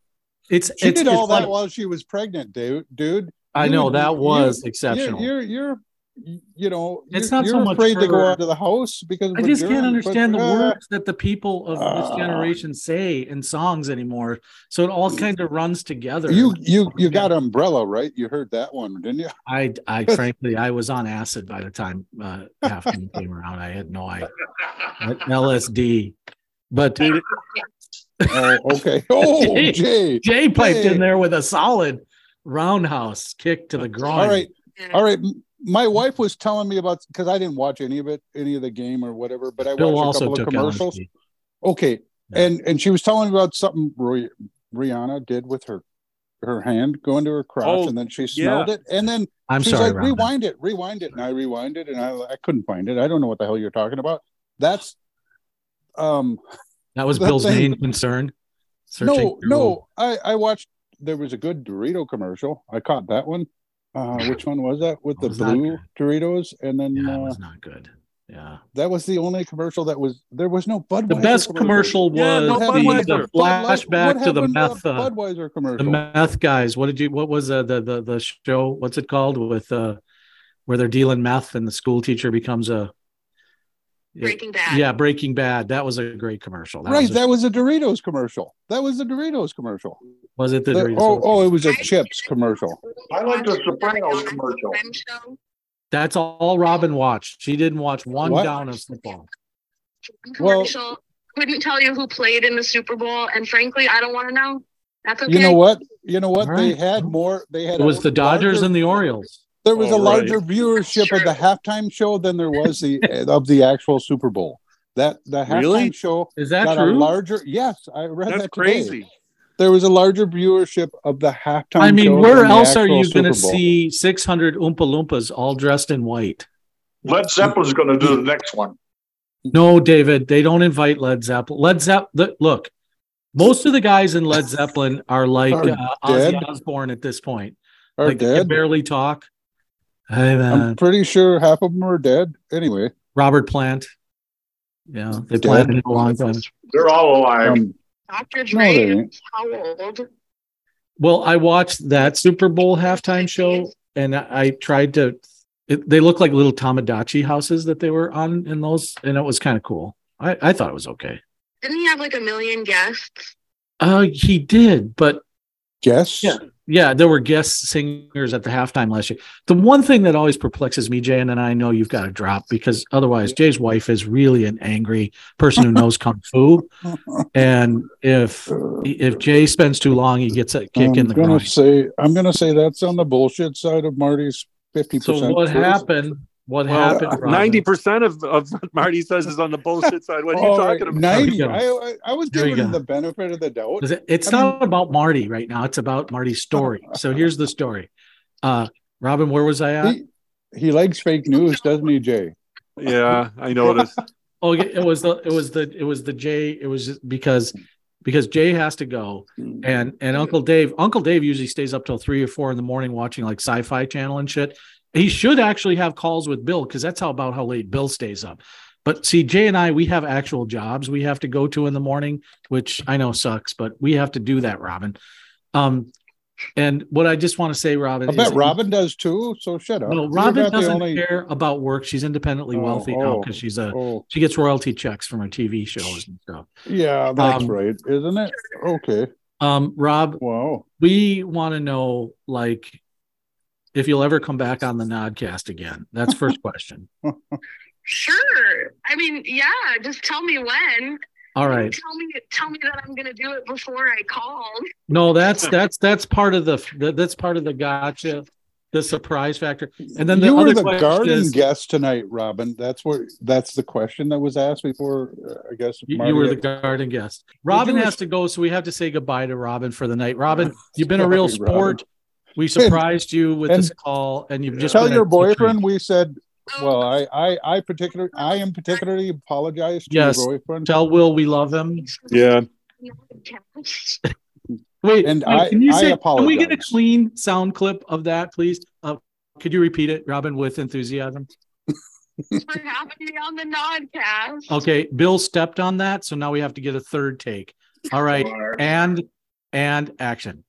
Speaker 1: It's
Speaker 3: She
Speaker 1: it's,
Speaker 3: did all
Speaker 1: it's
Speaker 3: that
Speaker 1: like-
Speaker 3: while she was pregnant, dude. Dude,
Speaker 1: I
Speaker 3: You
Speaker 1: know
Speaker 3: would-
Speaker 1: that
Speaker 3: you-
Speaker 1: was
Speaker 3: you-
Speaker 1: exceptional.
Speaker 3: You're you're you're you know
Speaker 1: It's
Speaker 3: you're,
Speaker 1: not so
Speaker 3: you're
Speaker 1: much
Speaker 3: afraid to go
Speaker 1: her-
Speaker 3: out of the house because
Speaker 1: I
Speaker 3: we're
Speaker 1: just can't
Speaker 3: Germans,
Speaker 1: understand the
Speaker 3: but, uh,
Speaker 1: words that the people of this
Speaker 3: uh,
Speaker 1: generation say in songs anymore. So it all kind of runs together.
Speaker 3: You you you got umbrella right? You heard that one, didn't you?
Speaker 1: I I frankly I was on acid by the time uh, half Moon came around. I had no idea Like LSD, but
Speaker 3: Oh, okay. Oh,
Speaker 1: Hey.
Speaker 3: Jay.
Speaker 1: Jay piped
Speaker 3: Hey.
Speaker 1: in there with a solid roundhouse kick to the groin.
Speaker 3: All right,
Speaker 7: Yeah.
Speaker 3: all right. M- My wife was telling me about because I didn't watch any of it, any of the game or whatever, but I
Speaker 1: Bill
Speaker 3: watched a
Speaker 1: also
Speaker 3: couple of
Speaker 1: took
Speaker 3: commercials.
Speaker 1: LSD.
Speaker 3: Okay,
Speaker 1: Yeah.
Speaker 3: and and she was telling me about something Rih- Rihanna did with her her hand going to her crotch,
Speaker 2: Oh,
Speaker 3: and then she smelled it, and then
Speaker 1: I'm
Speaker 3: She's
Speaker 1: sorry,
Speaker 3: like,
Speaker 1: Robin.
Speaker 3: rewind it, rewind it. And I rewind it and I, I couldn't find it. I don't know what the hell you're talking about. That's um
Speaker 1: That was
Speaker 3: that
Speaker 1: Bill's
Speaker 3: thing-
Speaker 1: main concern. Searching
Speaker 3: no,
Speaker 1: through-
Speaker 3: no. I, I watched there was a good Dorito commercial. I caught that one. Uh which one was that? With the
Speaker 1: Was that
Speaker 3: blue Doritos. And then
Speaker 1: Yeah, it
Speaker 3: uh,
Speaker 1: was not good. Yeah.
Speaker 3: that was the only commercial that was there was no Budweiser.
Speaker 1: The best commercial
Speaker 2: Yeah,
Speaker 1: was
Speaker 2: no,
Speaker 1: the, the
Speaker 2: Budweiser.
Speaker 3: Bud Light- what
Speaker 1: flashback to the
Speaker 3: happened
Speaker 1: meth, uh,
Speaker 3: Budweiser
Speaker 1: the
Speaker 3: commercial.
Speaker 1: meth guys. What did you? What was uh, the the the show? What's it called? With uh, where they're dealing meth and the school teacher becomes a
Speaker 7: Breaking Bad.
Speaker 1: Yeah, Breaking Bad. That was a great commercial. That
Speaker 3: right,
Speaker 1: was, a-
Speaker 3: that was a Doritos commercial. That was a Doritos commercial.
Speaker 1: was it the,
Speaker 3: The-
Speaker 1: Doritos?
Speaker 3: oh, oh, it was a
Speaker 7: I-
Speaker 3: chips commercial.
Speaker 5: I like the Sopranos
Speaker 7: Rihanna
Speaker 5: commercial.
Speaker 7: halftime show.
Speaker 1: That's all Robin watched. She didn't watch one
Speaker 3: What?
Speaker 1: down of football.
Speaker 3: Well-
Speaker 7: commercial. couldn't tell you who played in the Super Bowl, and frankly, I don't want to know. That's okay.
Speaker 3: You know what? You know what?
Speaker 1: All
Speaker 3: They
Speaker 1: right.
Speaker 3: had more. They had.
Speaker 1: It was the Dodgers
Speaker 3: larger-
Speaker 1: and the Orioles.
Speaker 3: There was a
Speaker 2: All right.
Speaker 3: larger viewership of the halftime show than there was the of the actual Super Bowl. That the halftime
Speaker 2: Really?
Speaker 3: show
Speaker 1: Is that
Speaker 3: got a
Speaker 1: true?
Speaker 3: larger. Yes, I read
Speaker 2: That's
Speaker 3: that today.
Speaker 2: crazy.
Speaker 3: There was a larger viewership of the halftime.
Speaker 1: I mean,
Speaker 3: show
Speaker 1: where
Speaker 3: than the
Speaker 1: else are
Speaker 3: actual
Speaker 1: you going to
Speaker 3: Super Bowl.
Speaker 1: see 600 Oompa Loompas all dressed in white?
Speaker 5: Led Zeppelin's going to do the next one.
Speaker 1: No, David, they don't invite Led Zeppelin. Led Zeppelin, look, most of the guys in Led Zeppelin are like
Speaker 3: Are
Speaker 1: uh, Ozzy
Speaker 3: dead.
Speaker 1: Osbourne at this point.
Speaker 3: Are
Speaker 1: like uh, they can
Speaker 3: dead?
Speaker 1: barely talk. Hey
Speaker 3: I'm
Speaker 1: man,
Speaker 3: pretty sure half of them are dead. Anyway,
Speaker 1: Robert Plant. Yeah, they
Speaker 3: Dead.
Speaker 1: planted him a long time.
Speaker 5: They're all alive.
Speaker 3: um,
Speaker 7: Dr.
Speaker 3: no, they
Speaker 7: Dre is
Speaker 3: ain't.
Speaker 7: how old?
Speaker 1: Well, I watched that Super Bowl halftime show, and I I tried to. It, they look like little Tamagotchi houses that they were on in those, and it was kind of cool. I, I thought it was okay.
Speaker 7: Didn't he have like a million guests?
Speaker 1: Uh, he did, but
Speaker 3: Yes.
Speaker 1: Yeah. yeah, there were guest singers at the halftime last year. The one thing that always perplexes me, Jay, and then I know you've got to drop because otherwise, Jay's wife is really an angry person who knows kung fu, and if if Jay spends too long, he gets a kick
Speaker 3: I'm
Speaker 1: in the
Speaker 3: gonna
Speaker 1: groin.
Speaker 3: say I'm gonna say that's on the bullshit side of Marty's fifty
Speaker 1: So
Speaker 3: percent.
Speaker 1: what happened? What
Speaker 2: Well, uh,
Speaker 1: happened? Robin?
Speaker 2: Ninety percent of of what Marty says is on the bullshit side. What are you
Speaker 3: All right,
Speaker 2: talking about?
Speaker 3: 90.
Speaker 1: There
Speaker 3: I,
Speaker 1: we
Speaker 3: I, I was
Speaker 1: There we
Speaker 3: giving him
Speaker 1: go.
Speaker 3: the benefit of the doubt.
Speaker 1: Is it- It's
Speaker 3: I mean-
Speaker 1: not about Marty right now. It's about Marty's story. So here's the story. Uh, Robin, where was I at?
Speaker 3: He, he likes fake news, doesn't he, Jay?
Speaker 2: Yeah, I noticed.
Speaker 1: Oh, yeah, it was the it was the it was the Jay. It was just because because Jay has to go, and and Uncle Dave. Uncle Dave usually stays up till three or four in the morning watching like Sci-Fi Channel and shit. He should actually have calls with Bill because that's how about how late Bill stays up. But see, Jay and I, we have actual jobs we have to go to in the morning, which I know sucks, but we have to do that, Robin. Um, and what I just want to say, Robin,
Speaker 3: I bet
Speaker 1: is-
Speaker 3: Robin does too. So shut up.
Speaker 1: No,
Speaker 3: You're
Speaker 1: Robin
Speaker 3: not the
Speaker 1: doesn't
Speaker 3: only-
Speaker 1: care about work. She's independently
Speaker 3: Oh,
Speaker 1: wealthy now
Speaker 3: oh,
Speaker 1: because she's a
Speaker 3: Oh,
Speaker 1: she gets royalty checks from her TV shows and stuff.
Speaker 3: yeah, that's
Speaker 1: Um,
Speaker 3: right, isn't it? Okay.
Speaker 1: Um, Rob,
Speaker 3: Wow.
Speaker 1: we want to know like if you'll ever come back on the Nodcast again. That's first question.
Speaker 7: Sure. I mean, yeah, just tell me when.
Speaker 1: All right.
Speaker 7: Tell me, tell me that I'm gonna do it before I call.
Speaker 1: No, that's that's that's part of the that's part of the gotcha, the surprise factor. And then the
Speaker 3: you were
Speaker 1: other
Speaker 3: the
Speaker 1: question
Speaker 3: garden
Speaker 1: is-
Speaker 3: guest tonight, Robin. That's what. That's the question that was asked before. uh, I guess
Speaker 1: You,
Speaker 3: Marty
Speaker 1: you were the
Speaker 3: had-
Speaker 1: garden guest. Robin
Speaker 3: you-
Speaker 1: has to go, so we have to say goodbye to Robin for the night. Robin, you've been a real
Speaker 3: Sorry, Robin.
Speaker 1: sport. We surprised you with
Speaker 3: and-
Speaker 1: this call, and you've just
Speaker 3: Tell
Speaker 1: been a-
Speaker 3: your boyfriend we said.
Speaker 7: Um,
Speaker 3: Well, I, I, I particular, I am particularly apologize to
Speaker 1: Yes.
Speaker 3: your boyfriend,
Speaker 1: Tell Will we love him.
Speaker 2: Yeah.
Speaker 1: Wait,
Speaker 3: And
Speaker 1: wait,
Speaker 3: I-
Speaker 1: can you
Speaker 3: I
Speaker 1: say? Can we get a
Speaker 3: apologize.
Speaker 1: clean sound clip of that, please? Uh, could you repeat it, Robin, with enthusiasm?
Speaker 7: for having me on the Nodcast.
Speaker 3: Uh,
Speaker 1: Okay, Bill stepped on that, so now we have to get a third take. All right, and and action.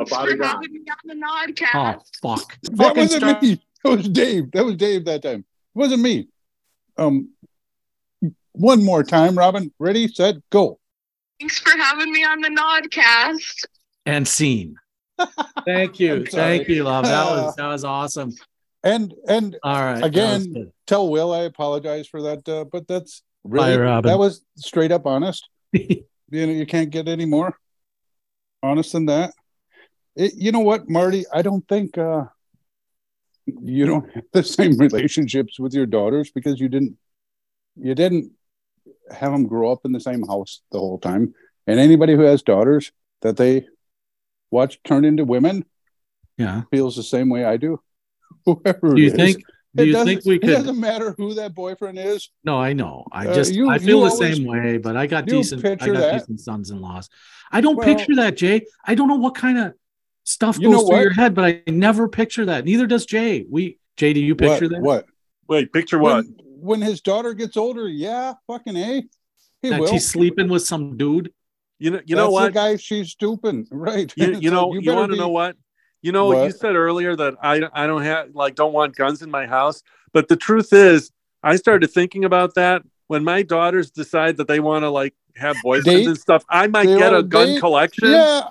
Speaker 5: About
Speaker 7: for
Speaker 5: it on.
Speaker 7: having me on the
Speaker 1: Oh
Speaker 7: Nodcast.
Speaker 1: fuck!
Speaker 3: That
Speaker 1: Fucking
Speaker 3: wasn't
Speaker 1: start-
Speaker 3: me. That was Dave. That was Dave that time. It wasn't me. Um, one more time, Robin. Ready, set, go.
Speaker 7: Thanks for having me on the Nodcast.
Speaker 1: And scene. Thank you,
Speaker 3: I'm sorry.
Speaker 1: thank you, love. That was that was awesome.
Speaker 3: And and
Speaker 1: All right, that
Speaker 3: Again,
Speaker 1: was good.
Speaker 3: tell Will I apologize for that. Uh, but that's really
Speaker 1: Bye, Robin.
Speaker 3: that was straight up honest. You know, you can't get any more honest than that. It, you know what, Marty? I don't think uh, you don't have the same relationships with your daughters because you didn't you didn't have them grow up in the same house the whole time. And anybody who has daughters that they watch turn into women
Speaker 1: yeah.
Speaker 3: feels the same way I do. Whoever
Speaker 1: Do you
Speaker 3: it is.
Speaker 1: think? Do
Speaker 3: It
Speaker 1: you
Speaker 3: doesn't-
Speaker 1: think we
Speaker 3: It
Speaker 1: could?
Speaker 3: doesn't matter who that boyfriend is.
Speaker 1: No, I know. I
Speaker 3: Uh,
Speaker 1: just
Speaker 3: you-
Speaker 1: I feel
Speaker 3: you
Speaker 1: the
Speaker 3: always-
Speaker 1: same way, but I got
Speaker 3: you
Speaker 1: decent. I
Speaker 3: picture
Speaker 1: got
Speaker 3: that.
Speaker 1: decent sons-in-laws. I don't
Speaker 3: Well-
Speaker 1: picture that, Jay. I don't know what kind of stuff
Speaker 3: You
Speaker 1: goes
Speaker 3: know
Speaker 1: through
Speaker 3: what?
Speaker 1: your head, but I never picture that. Neither does Jay. We Jay, do you picture
Speaker 3: what?
Speaker 1: that?
Speaker 3: What?
Speaker 2: Wait, picture what?
Speaker 3: When, when his daughter gets older, yeah, fucking a, he
Speaker 1: that
Speaker 3: will.
Speaker 1: she's sleeping with some dude.
Speaker 2: You know,
Speaker 3: That's
Speaker 2: you know
Speaker 3: The
Speaker 2: what?
Speaker 3: guy she's stooping, right?
Speaker 2: You,
Speaker 3: It's
Speaker 2: you
Speaker 3: like,
Speaker 2: know, you,
Speaker 3: better
Speaker 2: want to
Speaker 3: be-
Speaker 2: know what? You know, you
Speaker 3: What?
Speaker 2: said earlier that I I don't have like don't want guns in my house, but the truth is, I started thinking about that when my daughters decide that they want to like have boyfriends
Speaker 3: Date?
Speaker 2: and stuff. I might
Speaker 3: They
Speaker 2: get a
Speaker 3: wanna
Speaker 2: gun
Speaker 3: date?
Speaker 2: collection
Speaker 3: Yeah,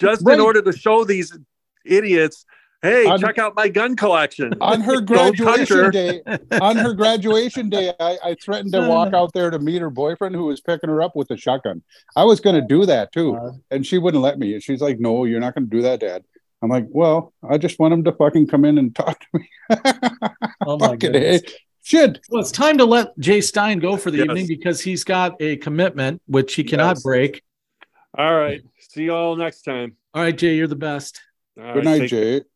Speaker 2: just
Speaker 3: right.
Speaker 2: in order to show these idiots, hey,
Speaker 3: I'm-
Speaker 2: check out my gun collection.
Speaker 3: on her
Speaker 2: Don't touch
Speaker 3: graduation
Speaker 2: her.
Speaker 3: day, on her graduation day, I, I threatened to walk out there to meet her boyfriend who was picking her up with a shotgun. I was going to do that too, and she wouldn't let me. She's like, "No, you're not going to do that, Dad." I'm like, "Well, I just want him to fucking come in and talk to me."
Speaker 1: Oh my
Speaker 3: fucking
Speaker 1: goodness.
Speaker 3: a. shit.
Speaker 1: Well, it's time to let Jay Stein go for the
Speaker 2: Yes.
Speaker 1: evening because he's got a commitment which he cannot
Speaker 2: Yes.
Speaker 1: break.
Speaker 2: All right, see y'all next time.
Speaker 1: All right, Jay, you're the best.
Speaker 2: All
Speaker 3: Good
Speaker 2: right,
Speaker 3: night,
Speaker 2: take-
Speaker 3: Jay.